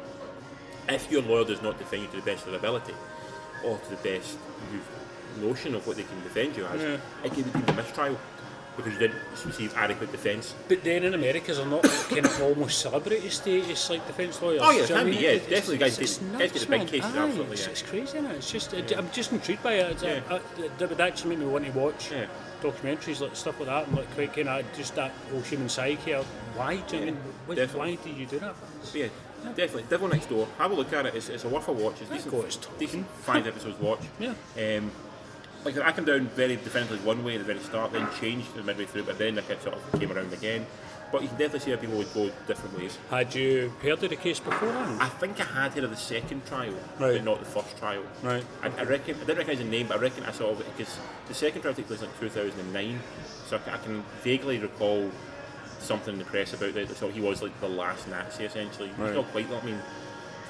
[SPEAKER 2] if your lawyer does not defend you to the best of their ability, or to the best you've notion of what they can defend you as,
[SPEAKER 3] Yeah.
[SPEAKER 2] it can be deemed a mistrial because you didn't receive adequate defence.
[SPEAKER 3] But then in America, they're not kind of almost celebrity status like defence lawyers.
[SPEAKER 2] Oh, yeah,
[SPEAKER 3] do you know
[SPEAKER 2] can
[SPEAKER 3] what I
[SPEAKER 2] be,
[SPEAKER 3] mean?
[SPEAKER 2] yeah,
[SPEAKER 3] It's-
[SPEAKER 2] definitely
[SPEAKER 3] it's-
[SPEAKER 2] guys
[SPEAKER 3] it's
[SPEAKER 2] get-
[SPEAKER 3] nuts,
[SPEAKER 2] guys get the big
[SPEAKER 3] man.
[SPEAKER 2] cases,
[SPEAKER 3] Aye,
[SPEAKER 2] absolutely,
[SPEAKER 3] it's,
[SPEAKER 2] yeah.
[SPEAKER 3] it's crazy, isn't it? It's just, it- I'm just intrigued by it. It's, uh,
[SPEAKER 2] Yeah.
[SPEAKER 3] uh, that would actually make me want to watch
[SPEAKER 2] Yeah.
[SPEAKER 3] documentaries like stuff like that and like quite kind of just that whole human psyche. Of why do you
[SPEAKER 2] Yeah,
[SPEAKER 3] mean, why,
[SPEAKER 2] definitely.
[SPEAKER 3] why do you do that? It's-
[SPEAKER 2] But yeah, definitely. Devil Next Door. Have a look at it. It's, it's a worth a watch. It's decent.
[SPEAKER 3] God, it's Tolkien.
[SPEAKER 2] decent five episodes watch.
[SPEAKER 3] Yeah.
[SPEAKER 2] Um, like I came down very definitively one way at the very start, then changed the midway through, but then I kept sort of came around again. But you can definitely see how people would go different ways.
[SPEAKER 3] Had you heard of the case beforehand?
[SPEAKER 2] I think I had heard of the second trial,
[SPEAKER 3] Right.
[SPEAKER 2] but not the first trial.
[SPEAKER 3] Right.
[SPEAKER 2] I, I reckon I didn't recognise the name, but I reckon I saw it because the second trial took place in like 2009, so I, ca- I can vaguely recall something in the press about that. So he was like the last Nazi essentially. He's
[SPEAKER 3] Right.
[SPEAKER 2] Not quite. I mean,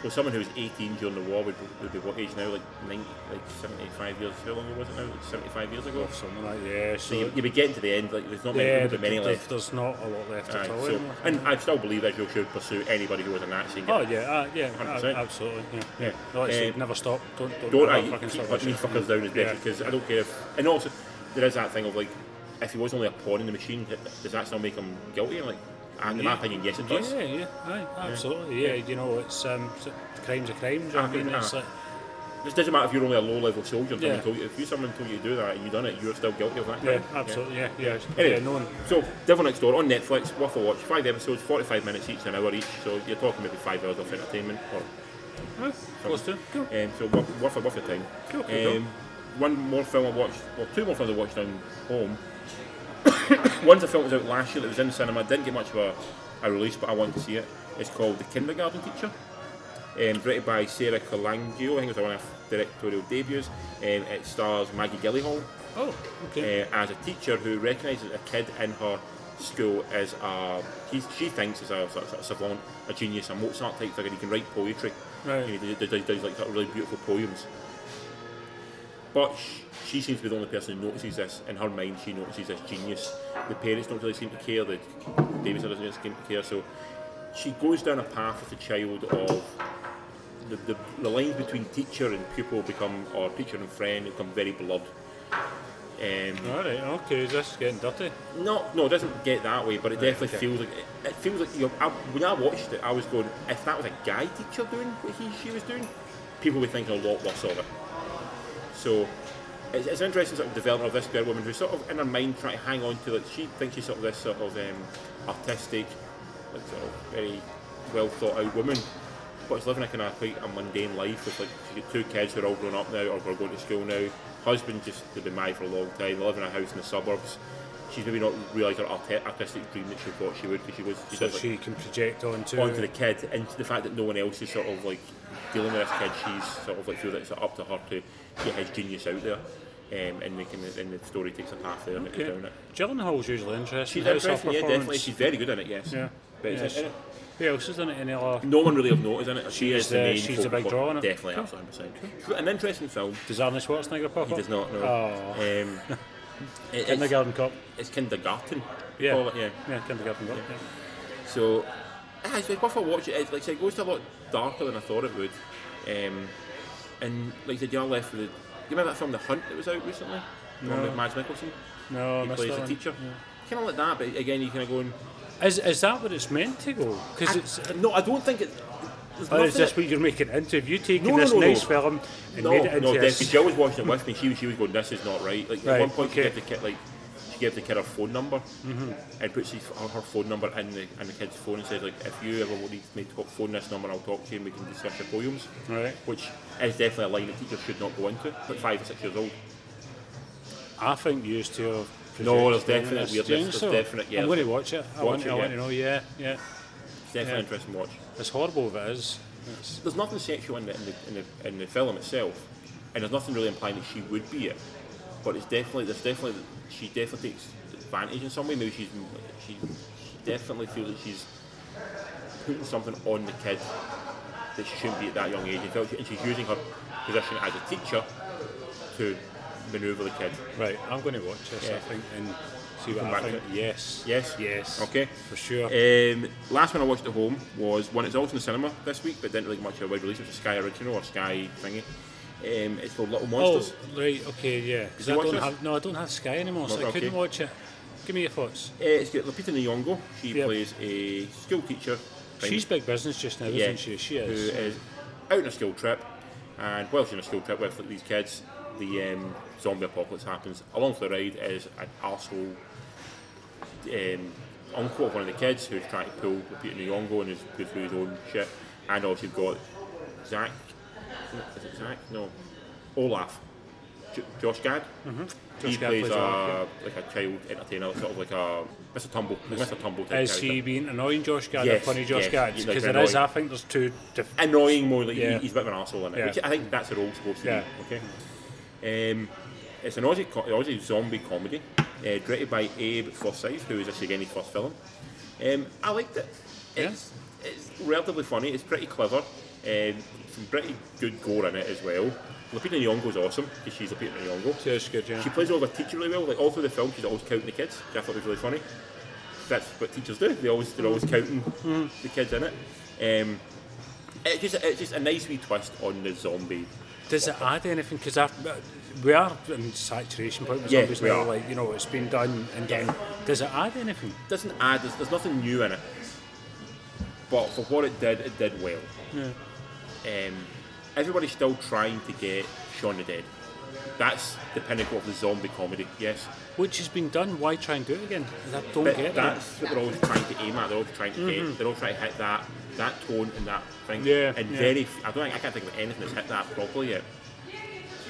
[SPEAKER 2] so someone who was 18 during the war would, be- would be what age now? Like 90, like 75 years. How long ago was it now? Like 75 years ago.
[SPEAKER 3] Something like yeah.
[SPEAKER 2] So you,
[SPEAKER 3] So
[SPEAKER 2] you'd be getting to the end. Like there's not many,
[SPEAKER 3] yeah,
[SPEAKER 2] there'd be many
[SPEAKER 3] there's,
[SPEAKER 2] left.
[SPEAKER 3] there's not a lot left
[SPEAKER 2] Aye,
[SPEAKER 3] at all.
[SPEAKER 2] so,
[SPEAKER 3] anymore.
[SPEAKER 2] and I still believe Israel should pursue anybody who was a Nazi. and get
[SPEAKER 3] oh yeah, uh, yeah,
[SPEAKER 2] 100%.
[SPEAKER 3] uh, absolutely. Yeah, yeah.
[SPEAKER 2] Yeah.
[SPEAKER 3] No, it's,
[SPEAKER 2] Eh,
[SPEAKER 3] like, never stop. Don't don't,
[SPEAKER 2] don't
[SPEAKER 3] never
[SPEAKER 2] I
[SPEAKER 3] fucking
[SPEAKER 2] keep
[SPEAKER 3] stop
[SPEAKER 2] putting these
[SPEAKER 3] watching.
[SPEAKER 2] fuckers down as
[SPEAKER 3] Yeah.
[SPEAKER 2] because I don't care if and also there is that thing of like if he was only a pawn in the machine does that still make him guilty like and in my opinion yes it does
[SPEAKER 3] Yeah, yeah, aye, absolutely. Yeah, you know, it's um, so crimes are crimes. you know what I
[SPEAKER 2] Aye,
[SPEAKER 3] mean, it's
[SPEAKER 2] aye.
[SPEAKER 3] like,
[SPEAKER 2] it doesn't matter if you're only a low level soldier and
[SPEAKER 3] Yeah.
[SPEAKER 2] someone told you, if you someone told you to do that and you done it you're still guilty of that
[SPEAKER 3] yeah,
[SPEAKER 2] crime.
[SPEAKER 3] absolutely. Yeah, yeah, yeah.
[SPEAKER 2] Anyway,
[SPEAKER 3] no one.
[SPEAKER 2] so Devil Next Door on Netflix, worth a watch. Five episodes, 45 minutes each, an hour each. So you're talking maybe five hours of entertainment or
[SPEAKER 3] Huh? Close to. Cool.
[SPEAKER 2] Um, so worth, worth, worth your time.
[SPEAKER 3] Cool, cool, cool.
[SPEAKER 2] Um, One more film I watched, well, two more films I watched down home. One's a film that was out last year that was in the cinema, didn't get much of a, a release, but I wanted to see it. It's called The Kindergarten Teacher, um, directed by Sarah Colangio. I think it's one of her directorial debuts. Um, it stars Maggie Gyllenhaal
[SPEAKER 3] Oh, okay.
[SPEAKER 2] uh, as a teacher who recognises a kid in her school as a he, she thinks is a sort of, sort of savant, a genius, a Mozart type figure. He can write poetry.
[SPEAKER 3] Right.
[SPEAKER 2] You know, he does, does, does like sort of really beautiful poems. But sh- she seems to be the only person who notices this. In her mind, she notices this genius. The parents don't really seem to care. The Davidson doesn't really seem to care. So she goes down a path with the child of the, the, the lines between teacher and pupil become, or teacher and friend become very blurred. Um,
[SPEAKER 3] Alright, okay, is this getting dirty?
[SPEAKER 2] no, no, it doesn't get that way, but it definitely feels like it, it feels like you know, I, when I watched it, I was going, if that was a guy teacher doing what he she was doing, people would think a lot worse of it. So it's, it's an interesting sort of development of this girl woman who's sort of in her mind trying to hang on to like she thinks she's sort of this sort of um, artistic, like sort of very well thought out woman, but she's living a kind of quite a mundane life with like she's got two kids who are all grown up now or who are going to school now. Husband just they've been married for a long time. They live in a house in the suburbs. She's maybe not realised her arti- artistic dream that she thought she would because she was she
[SPEAKER 3] So
[SPEAKER 2] does, like,
[SPEAKER 3] she can project onto,
[SPEAKER 2] onto the kid and the fact that no one else is sort of like dealing with this kid she's sort of like feels that it's up to her to get his genius out there um, and, they can, and the story takes a path there and it goes down
[SPEAKER 3] Okay.
[SPEAKER 2] it
[SPEAKER 3] Gyllenhaal's usually interesting.
[SPEAKER 2] she's
[SPEAKER 3] How's her
[SPEAKER 2] interesting yeah definitely
[SPEAKER 3] performance?
[SPEAKER 2] she's very good in it yes
[SPEAKER 3] Yeah.
[SPEAKER 2] but it's-
[SPEAKER 3] Yes. Who else has done it in LR?
[SPEAKER 2] no one really have noticed in it she
[SPEAKER 3] She's
[SPEAKER 2] is the
[SPEAKER 3] the-
[SPEAKER 2] main
[SPEAKER 3] she's
[SPEAKER 2] focal
[SPEAKER 3] the big
[SPEAKER 2] point.
[SPEAKER 3] draw in it.
[SPEAKER 2] definitely absolutely 100% an interesting film
[SPEAKER 3] Does Arnold Schwarzenegger pop
[SPEAKER 2] he
[SPEAKER 3] up?
[SPEAKER 2] does not know
[SPEAKER 3] Oh.
[SPEAKER 2] um, it, it's,
[SPEAKER 3] Kindergarten Cop.
[SPEAKER 2] it's kindergarten
[SPEAKER 3] Yeah.
[SPEAKER 2] call it, yeah
[SPEAKER 3] Yeah, Kindergarten Cop. Yeah.
[SPEAKER 2] So, ah, it's worth a watch. It, like I said, it goes to a lot darker than I thought it would. Um, and like I said, you are left with. The, you remember that film, The Hunt, that was out recently? The one
[SPEAKER 3] No.
[SPEAKER 2] with Mads Mikkelsen?
[SPEAKER 3] No, I
[SPEAKER 2] He
[SPEAKER 3] missed
[SPEAKER 2] plays
[SPEAKER 3] that
[SPEAKER 2] a
[SPEAKER 3] one.
[SPEAKER 2] teacher. Kind of like that, but again, you kind of going.
[SPEAKER 3] Is, is that what it's meant to go? Because it's.
[SPEAKER 2] I, no, I don't think it. there's
[SPEAKER 3] Or is
[SPEAKER 2] nothing-
[SPEAKER 3] this what you're making it into? Have you taken
[SPEAKER 2] No, no,
[SPEAKER 3] this
[SPEAKER 2] no, no.
[SPEAKER 3] nice film and
[SPEAKER 2] No,
[SPEAKER 3] made it into
[SPEAKER 2] no,
[SPEAKER 3] a
[SPEAKER 2] Debbie Jill was watching it with me. She, was- she was going, "This is not right." Like at
[SPEAKER 3] Right,
[SPEAKER 2] one point, she
[SPEAKER 3] okay. Mm-hmm.
[SPEAKER 2] gave the kid like she gave the kid her phone number and puts his, her, her phone number in the in the kid's phone and says, "Like if you ever need me to talk, phone this number, and I'll talk to you and we can discuss your poems."
[SPEAKER 3] Right.
[SPEAKER 2] Which is definitely a line that teachers should not go into. But five or six years old.
[SPEAKER 3] I think you used to have.
[SPEAKER 2] No, there's
[SPEAKER 3] projected on
[SPEAKER 2] definite
[SPEAKER 3] this.
[SPEAKER 2] weirdness,
[SPEAKER 3] Do you
[SPEAKER 2] there's
[SPEAKER 3] think so?
[SPEAKER 2] definite, yeah.
[SPEAKER 3] I'm going to watch it.
[SPEAKER 2] Watch
[SPEAKER 3] I, want,
[SPEAKER 2] it,
[SPEAKER 3] I want
[SPEAKER 2] yeah.
[SPEAKER 3] to know, yeah, yeah.
[SPEAKER 2] It's definitely
[SPEAKER 3] Yeah.
[SPEAKER 2] an interesting watch.
[SPEAKER 3] It's horrible if it is. It's,
[SPEAKER 2] There's nothing sexual in the, in the in the in the film itself, and there's nothing really implying that she would be it. But it's definitely there's definitely she definitely takes advantage in some way. Maybe she's she, she definitely feels that she's putting something on the kid that she shouldn't be at that young age, and felt- and she's using her position as a teacher to manoeuvre the kid.
[SPEAKER 3] right, I'm going to watch this,
[SPEAKER 2] Yeah.
[SPEAKER 3] I think, and see what
[SPEAKER 2] Come
[SPEAKER 3] I
[SPEAKER 2] back
[SPEAKER 3] think.
[SPEAKER 2] to
[SPEAKER 3] Yes.
[SPEAKER 2] Yes?
[SPEAKER 3] Yes.
[SPEAKER 2] Okay.
[SPEAKER 3] For sure.
[SPEAKER 2] Um, last one I watched at home was one that's also in the cinema this week, but didn't really get much of a wide release. It was a Sky original or Sky thingy. Um, it's called Little
[SPEAKER 3] oh,
[SPEAKER 2] Monsters.
[SPEAKER 3] right, okay, yeah. 'Cause
[SPEAKER 2] you
[SPEAKER 3] I
[SPEAKER 2] watch
[SPEAKER 3] don't
[SPEAKER 2] this?
[SPEAKER 3] have, no, I don't have Sky anymore, so
[SPEAKER 2] No,
[SPEAKER 3] I couldn't
[SPEAKER 2] okay.
[SPEAKER 3] watch it. Give me your thoughts.
[SPEAKER 2] Uh, it's got Lupita Nyong'o. She
[SPEAKER 3] Yep.
[SPEAKER 2] plays a school teacher.
[SPEAKER 3] She's big business just now,
[SPEAKER 2] yeah,
[SPEAKER 3] isn't she? She is.
[SPEAKER 2] who uh, is out on a school trip, and while she's on a school trip with these kids, the um, zombie apocalypse happens. Along for the ride is an arsehole um, uncle of one of the kids who's trying to pull Lupita Nyong'o and is good through his own shit, and also you've got Zach. Is it Zach? No, Olaf. J- Josh Gad. Mm-hmm. he
[SPEAKER 3] Josh Gad
[SPEAKER 2] plays,
[SPEAKER 3] plays
[SPEAKER 2] a,
[SPEAKER 3] Olaf,
[SPEAKER 2] like a child entertainer, sort of like a Mr. Tumble, Mr. Tumble type
[SPEAKER 3] Is
[SPEAKER 2] character.
[SPEAKER 3] he being annoying Josh Gad
[SPEAKER 2] Yes,
[SPEAKER 3] or funny Josh
[SPEAKER 2] yes,
[SPEAKER 3] Gad?
[SPEAKER 2] he's like
[SPEAKER 3] Because there is,
[SPEAKER 2] annoying.
[SPEAKER 3] I think there's two different
[SPEAKER 2] annoying more like he-
[SPEAKER 3] Yeah.
[SPEAKER 2] he's a bit of an asshole in it,
[SPEAKER 3] Yeah.
[SPEAKER 2] which I think that's the role it's supposed to
[SPEAKER 3] Yeah.
[SPEAKER 2] be. Okay, um, it's an Aussie, co- Aussie zombie comedy uh, directed by Abe Forsyth, who is this again his first film. Um, I liked it. It's, it's relatively funny. It's pretty clever. Um, some pretty good gore in it as well. Lupita Nyong'o's awesome because she's Lupita Nyong'o.
[SPEAKER 3] She is good, yeah.
[SPEAKER 2] She plays all the teacher really well. Like all through the film, she's always counting the kids, which I thought was really funny. That's what teachers do. They always they're always counting the kids in it. Um, it's just it's just a nice wee twist on the zombie.
[SPEAKER 3] Does it add anything? Because we are in saturation point. with
[SPEAKER 2] Yeah,
[SPEAKER 3] zombies
[SPEAKER 2] we
[SPEAKER 3] now,
[SPEAKER 2] are.
[SPEAKER 3] Like you know, it's been done and done. Does it add anything?
[SPEAKER 2] Doesn't add. There's, there's nothing new in it, but for what it did, it did well. Um, everybody's still trying to get Shaun the Dead. That's the pinnacle of the zombie comedy. Yes.
[SPEAKER 3] Which has been done. Why try and do it again? I don't
[SPEAKER 2] But
[SPEAKER 3] get that.
[SPEAKER 2] that's what they're always trying to aim at. They're always trying to hit. They're always trying to hit that that tone and that thing.
[SPEAKER 3] Mm-hmm. Yeah,
[SPEAKER 2] And
[SPEAKER 3] yeah.
[SPEAKER 2] very. f- I don't think I can't think of anything that's hit that properly yet.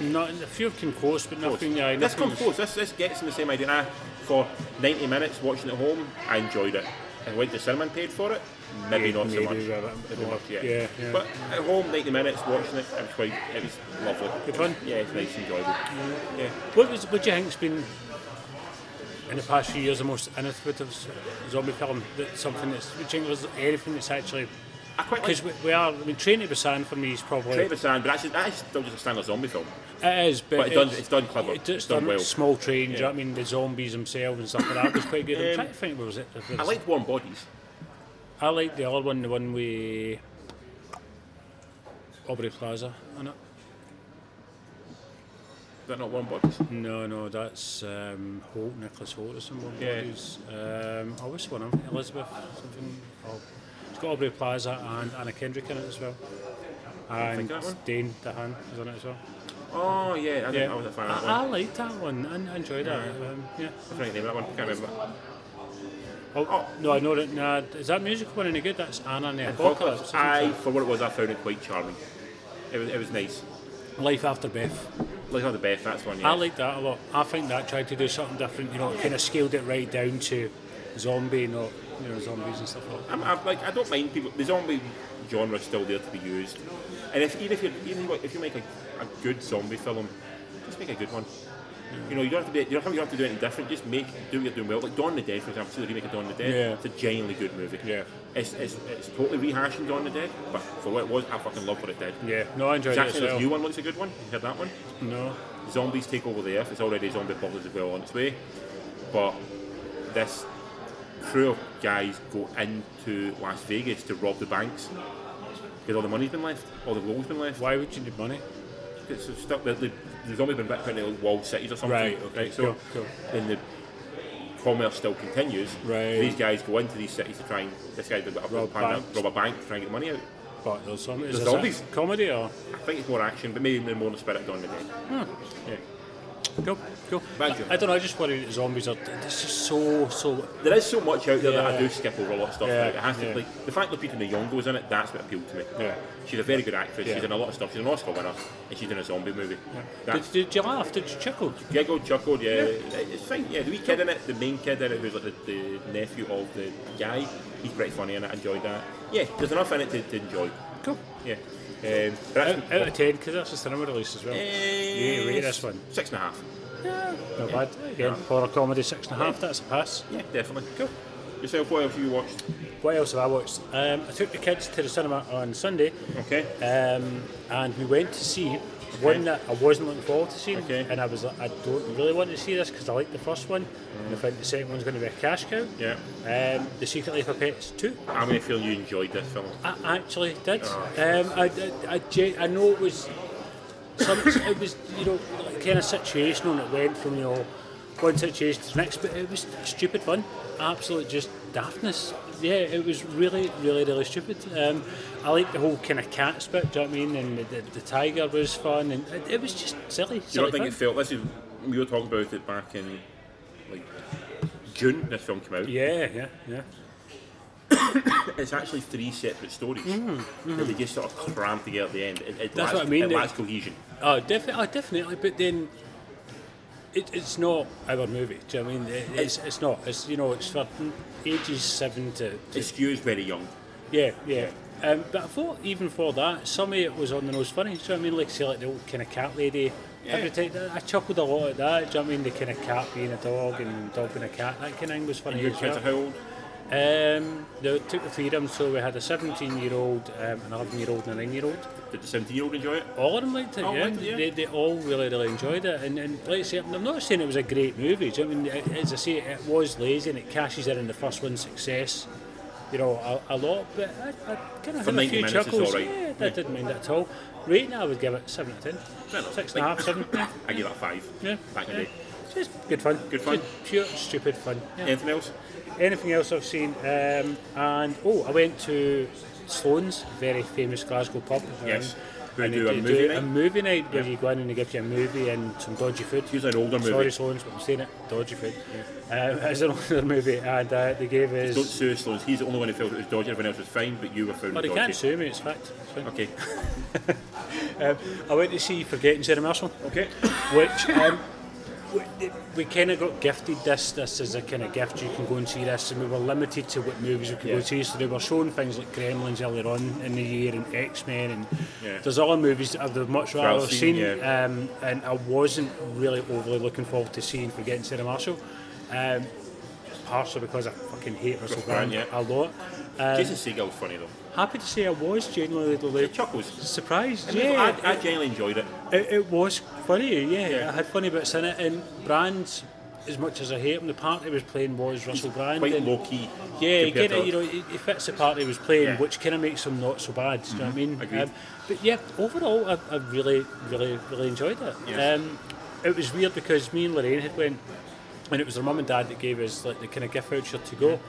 [SPEAKER 3] Not a few have come close, but
[SPEAKER 2] Close.
[SPEAKER 3] nothing. Yeah,
[SPEAKER 2] this
[SPEAKER 3] nothing
[SPEAKER 2] comes close. This this gets in the same idea. I, for 90 minutes watching at home, I enjoyed it. I went to cinema and paid for it. Maybe not so
[SPEAKER 3] maybe
[SPEAKER 2] much.
[SPEAKER 3] a bit
[SPEAKER 2] Maybe
[SPEAKER 3] more.
[SPEAKER 2] not, yeah.
[SPEAKER 3] Yeah, yeah.
[SPEAKER 2] But at home, 90 minutes watching it, it was quite. It was lovely.
[SPEAKER 3] Good fun.
[SPEAKER 2] Yeah, it's nice, and enjoyable. Yeah.
[SPEAKER 3] What was? What do you think's been in the past few years the most innovative s- zombie film? That something that's. Do you think there's anything that's actually?
[SPEAKER 2] I quite like
[SPEAKER 3] Because we, we are. I mean, Train to Busan for me is probably.
[SPEAKER 2] Trey Bassan, but that's, that's still just a standard zombie film.
[SPEAKER 3] It is, but,
[SPEAKER 2] But it done- it's done clever.
[SPEAKER 3] It's,
[SPEAKER 2] It's
[SPEAKER 3] done,
[SPEAKER 2] done well.
[SPEAKER 3] small train. Do you know
[SPEAKER 2] Yeah.
[SPEAKER 3] what I mean? The zombies themselves and stuff like that was quite good. I'm
[SPEAKER 2] Um,
[SPEAKER 3] trying to think. What was it?
[SPEAKER 2] I liked Warm Bodies.
[SPEAKER 3] I like the other one, the one with Aubrey Plaza on it.
[SPEAKER 2] Is that not Warm Bodies?
[SPEAKER 3] No, no, that's um, Holt, Nicholas Holt or someone.
[SPEAKER 2] Yeah.
[SPEAKER 3] Um, oh, what's the one? of- Elizabeth something. Oh, it's got Aubrey Plaza and Anna Kendrick in it as well. And
[SPEAKER 2] think of that one.
[SPEAKER 3] Dane DeHaan is on it as well.
[SPEAKER 2] Oh, yeah, I, yeah.
[SPEAKER 3] Yeah.
[SPEAKER 2] I was a fan of that
[SPEAKER 3] I, I
[SPEAKER 2] one.
[SPEAKER 3] liked that one. I, I enjoyed that. Um, yeah.
[SPEAKER 2] I forget the name of that one, I can't remember.
[SPEAKER 3] Oh,
[SPEAKER 2] Oh.
[SPEAKER 3] no, I know that. Nah, is that musical one any good? That's Anna and the Apocalypse.
[SPEAKER 2] Apocalypse.
[SPEAKER 3] isn't
[SPEAKER 2] I,
[SPEAKER 3] it?
[SPEAKER 2] for what it was, I found it quite charming. It was, it was nice.
[SPEAKER 3] Life After Beth.
[SPEAKER 2] Like not the best, that's one. Yeah.
[SPEAKER 3] I like that a lot. I think that tried to do something different, you know, kind of scaled it right down to zombie, not, you know, zombies and stuff like that.
[SPEAKER 2] I'm, I'm like I don't mind people. The zombie genre is still there to be used, and if even if you even if you make a, a good zombie film, just make a good one. You know, you don't have to be. You don't have, you don't have to do anything different. Just make do what you're doing well. Like Dawn of the Dead, for example, see the remake of Dawn of the Dead.
[SPEAKER 3] Yeah.
[SPEAKER 2] It's a genuinely good movie.
[SPEAKER 3] Yeah.
[SPEAKER 2] It's, it's, it's totally rehashing Dawn of the Dead, but for what it was, I fucking love what it did.
[SPEAKER 3] Yeah, no, I enjoyed
[SPEAKER 2] Zack
[SPEAKER 3] it as
[SPEAKER 2] Snyder's
[SPEAKER 3] well.
[SPEAKER 2] new one looks a good one. You heard that one?
[SPEAKER 3] No.
[SPEAKER 2] Zombies take over the earth. It's already a zombie apocalypse as well on its way, but this crew of guys go into Las Vegas to rob the banks because all the money's been left, all the gold's been left.
[SPEAKER 3] Why would you need money?
[SPEAKER 2] It's just stuck. The, the, the zombie been back in the walled cities or something.
[SPEAKER 3] Right, okay,
[SPEAKER 2] so
[SPEAKER 3] cool, cool.
[SPEAKER 2] then the commerce still continues.
[SPEAKER 3] Right.
[SPEAKER 2] These guys go into these cities to try and this guy did up rob,
[SPEAKER 3] Rob
[SPEAKER 2] rob
[SPEAKER 3] banks.
[SPEAKER 2] a bank, try and get money out.
[SPEAKER 3] But there's some. Is
[SPEAKER 2] The
[SPEAKER 3] this a
[SPEAKER 2] zombies.
[SPEAKER 3] Comedy or?
[SPEAKER 2] I think it's more action, but maybe more in the spirit of Dawn of the Dead. Yeah.
[SPEAKER 3] Cool, cool.
[SPEAKER 2] Thank you.
[SPEAKER 3] I, I don't know, I just worry that zombies are. It's just so, so.
[SPEAKER 2] There is so much out there that I
[SPEAKER 3] Yeah.
[SPEAKER 2] do skip over a lot of stuff.
[SPEAKER 3] Yeah,
[SPEAKER 2] Like, it has to,
[SPEAKER 3] yeah.
[SPEAKER 2] like, the fact Lupita Nyong'o's in it, that's what appealed to me.
[SPEAKER 3] Yeah.
[SPEAKER 2] She's a very good actress.
[SPEAKER 3] Yeah.
[SPEAKER 2] She's in a lot of stuff. She's an Oscar winner, and she's in a zombie movie.
[SPEAKER 3] Did,
[SPEAKER 2] That's
[SPEAKER 3] did you laugh? Did you chuckle?
[SPEAKER 2] giggled, chuckled. Yeah, it's fine. Yeah, the wee kid in it, the main kid in it, who's like the, the nephew of the guy, he's pretty funny in it. I enjoyed that. Yeah, there's enough in it to, to enjoy.
[SPEAKER 3] Cool.
[SPEAKER 2] Yeah. Um, but that's,
[SPEAKER 3] Out, out of 10, because that's a cinema release as well.
[SPEAKER 2] Eh.
[SPEAKER 3] yeah, rate this one.
[SPEAKER 2] Six and a half.
[SPEAKER 3] Not bad. Again, horror comedy, six and a half, that's a pass.
[SPEAKER 2] Yeah, definitely. Cool. Yourself, what else have you watched?
[SPEAKER 3] What else have I watched? Um, I took the kids to the cinema on Sunday.
[SPEAKER 2] Okay.
[SPEAKER 3] um, and we went to see one that I wasn't looking forward to seeing,
[SPEAKER 2] Okay.
[SPEAKER 3] and I was like, I don't really want to see this because I liked the first one, and I think the second one's going to be a cash cow.
[SPEAKER 2] Yeah.
[SPEAKER 3] Um, the Secret Life of Pets two.
[SPEAKER 2] I'm gonna feel you enjoyed this film.
[SPEAKER 3] I actually did. Um, I, I, I, gen- I know it was some, it was you know like kind of situational, and it went from you know one situation to the next, but it was stupid fun, absolute just daftness. Yeah, it was really, really, really stupid. Um, I liked the whole kind of cats bit. Do you know what I mean? And the, the, the tiger was fun, and it, it was just silly.
[SPEAKER 2] Do you
[SPEAKER 3] silly
[SPEAKER 2] not think
[SPEAKER 3] fun.
[SPEAKER 2] it felt? This is we were talking about it back in like June. This film came out.
[SPEAKER 3] yeah, yeah, yeah.
[SPEAKER 2] It's actually three separate stories that they just sort of crammed together at the end. It, it
[SPEAKER 3] Mm, mm-hmm. That's
[SPEAKER 2] lacks,
[SPEAKER 3] what I mean,
[SPEAKER 2] It
[SPEAKER 3] they-
[SPEAKER 2] lacks cohesion.
[SPEAKER 3] Oh, definitely, oh, definitely. But then, it, it's not our movie. Do you know what I mean? It- It's, it's not. It's you know, it's for ages seven to.
[SPEAKER 2] It skews very young.
[SPEAKER 3] Yeah, yeah. Um, but I thought even for that, some of it was on the nose funny. So I mean, like say like the old kind of cat lady. Every time I chuckled a lot at that. Do you know what I mean? The kind of cat being a dog and dog being a cat. That kind of thing was funny.
[SPEAKER 2] Your
[SPEAKER 3] as
[SPEAKER 2] kids
[SPEAKER 3] well.
[SPEAKER 2] are how old?
[SPEAKER 3] Um, they took the freedom, so we had a 17-year-old, um, an 11-year-old, and a 9-year-old.
[SPEAKER 2] Did the seventeen-year-old enjoy it?
[SPEAKER 3] All of them liked it,
[SPEAKER 2] All
[SPEAKER 3] yeah.
[SPEAKER 2] liked it, yeah.
[SPEAKER 3] They, they all really, really enjoyed it. And, and like I say, I'm not saying it was a great movie. do you know what I mean, as I say, it was lazy and it cashes in in the first one's success, you know, a, a lot. But I, I kind
[SPEAKER 2] For
[SPEAKER 3] of had a
[SPEAKER 2] 90
[SPEAKER 3] few
[SPEAKER 2] minutes, it's
[SPEAKER 3] chuckles.
[SPEAKER 2] all right.
[SPEAKER 3] Yeah, I
[SPEAKER 2] Yeah.
[SPEAKER 3] didn't mind it at all. Rating, I would give it 7 out of 10.
[SPEAKER 2] Fair enough.
[SPEAKER 3] Six and a half, seven. Yeah.
[SPEAKER 2] I give that a five.
[SPEAKER 3] yeah.
[SPEAKER 2] Back in
[SPEAKER 3] yeah.
[SPEAKER 2] the day.
[SPEAKER 3] Just good fun.
[SPEAKER 2] Good fun.
[SPEAKER 3] pure, stupid fun. Yeah.
[SPEAKER 2] Anything else?
[SPEAKER 3] Anything else I've seen? Um, and oh, I went to Sloan's, very famous Glasgow pub. um,
[SPEAKER 2] Yes. Who
[SPEAKER 3] and
[SPEAKER 2] do
[SPEAKER 3] they
[SPEAKER 2] a movie night?
[SPEAKER 3] a movie night where you go in and they give you a movie and some dodgy food.
[SPEAKER 2] Usually an older
[SPEAKER 3] Sorry,
[SPEAKER 2] movie.
[SPEAKER 3] Sloan's, but I'm saying it, dodgy food. Um, it's an older movie, and uh, they gave
[SPEAKER 2] Don't
[SPEAKER 3] us.
[SPEAKER 2] sue Sloan. He's the only one who felt it was dodgy. Everyone else was fine, but you were found
[SPEAKER 3] But they
[SPEAKER 2] dodgy.
[SPEAKER 3] can't sue me. It's fact. It's fine.
[SPEAKER 2] Okay.
[SPEAKER 3] Um, I went to see Forgetting Sarah Marshall.
[SPEAKER 2] Okay.
[SPEAKER 3] which um, we, we kind of got gifted this. This is a kind of gift you can go and see this, and we were limited to what movies we could go
[SPEAKER 2] Yeah.
[SPEAKER 3] and see. So they were showing things like Gremlins earlier on in the year, and X Men, and
[SPEAKER 2] Yeah.
[SPEAKER 3] there's other movies that I would much rather have
[SPEAKER 2] seen,
[SPEAKER 3] seen.
[SPEAKER 2] yeah.
[SPEAKER 3] Um, and I wasn't really overly looking forward to seeing Forgetting Sarah Marshall. Um, partially because I fucking hate Russell
[SPEAKER 2] Russell Brand,
[SPEAKER 3] Brand a lot,
[SPEAKER 2] Jason
[SPEAKER 3] Um,
[SPEAKER 2] Segel's funny though.
[SPEAKER 3] Happy to say I was genuinely
[SPEAKER 2] The
[SPEAKER 3] like,
[SPEAKER 2] chuckles.
[SPEAKER 3] surprised.
[SPEAKER 2] And
[SPEAKER 3] Yeah,
[SPEAKER 2] I, I genuinely enjoyed it.
[SPEAKER 3] It, it was funny, yeah.
[SPEAKER 2] Yeah.
[SPEAKER 3] It had funny bits in it, and Brand, as much as I hate him, the part he was playing was Russell Brand.
[SPEAKER 2] Quite
[SPEAKER 3] and-
[SPEAKER 2] low key.
[SPEAKER 3] Yeah, you
[SPEAKER 2] compared
[SPEAKER 3] get it.
[SPEAKER 2] to-
[SPEAKER 3] You know, he, he fits the part he was playing,
[SPEAKER 2] Yeah.
[SPEAKER 3] which kind of makes him not so bad. Do you know what I mean? Um,
[SPEAKER 2] Agreed.
[SPEAKER 3] but yeah, overall, I, I really, really, really enjoyed it.
[SPEAKER 2] Yes.
[SPEAKER 3] Um, it was weird because me and Lorraine had went, and it was their mum and dad that gave us like the kind of gift voucher to go,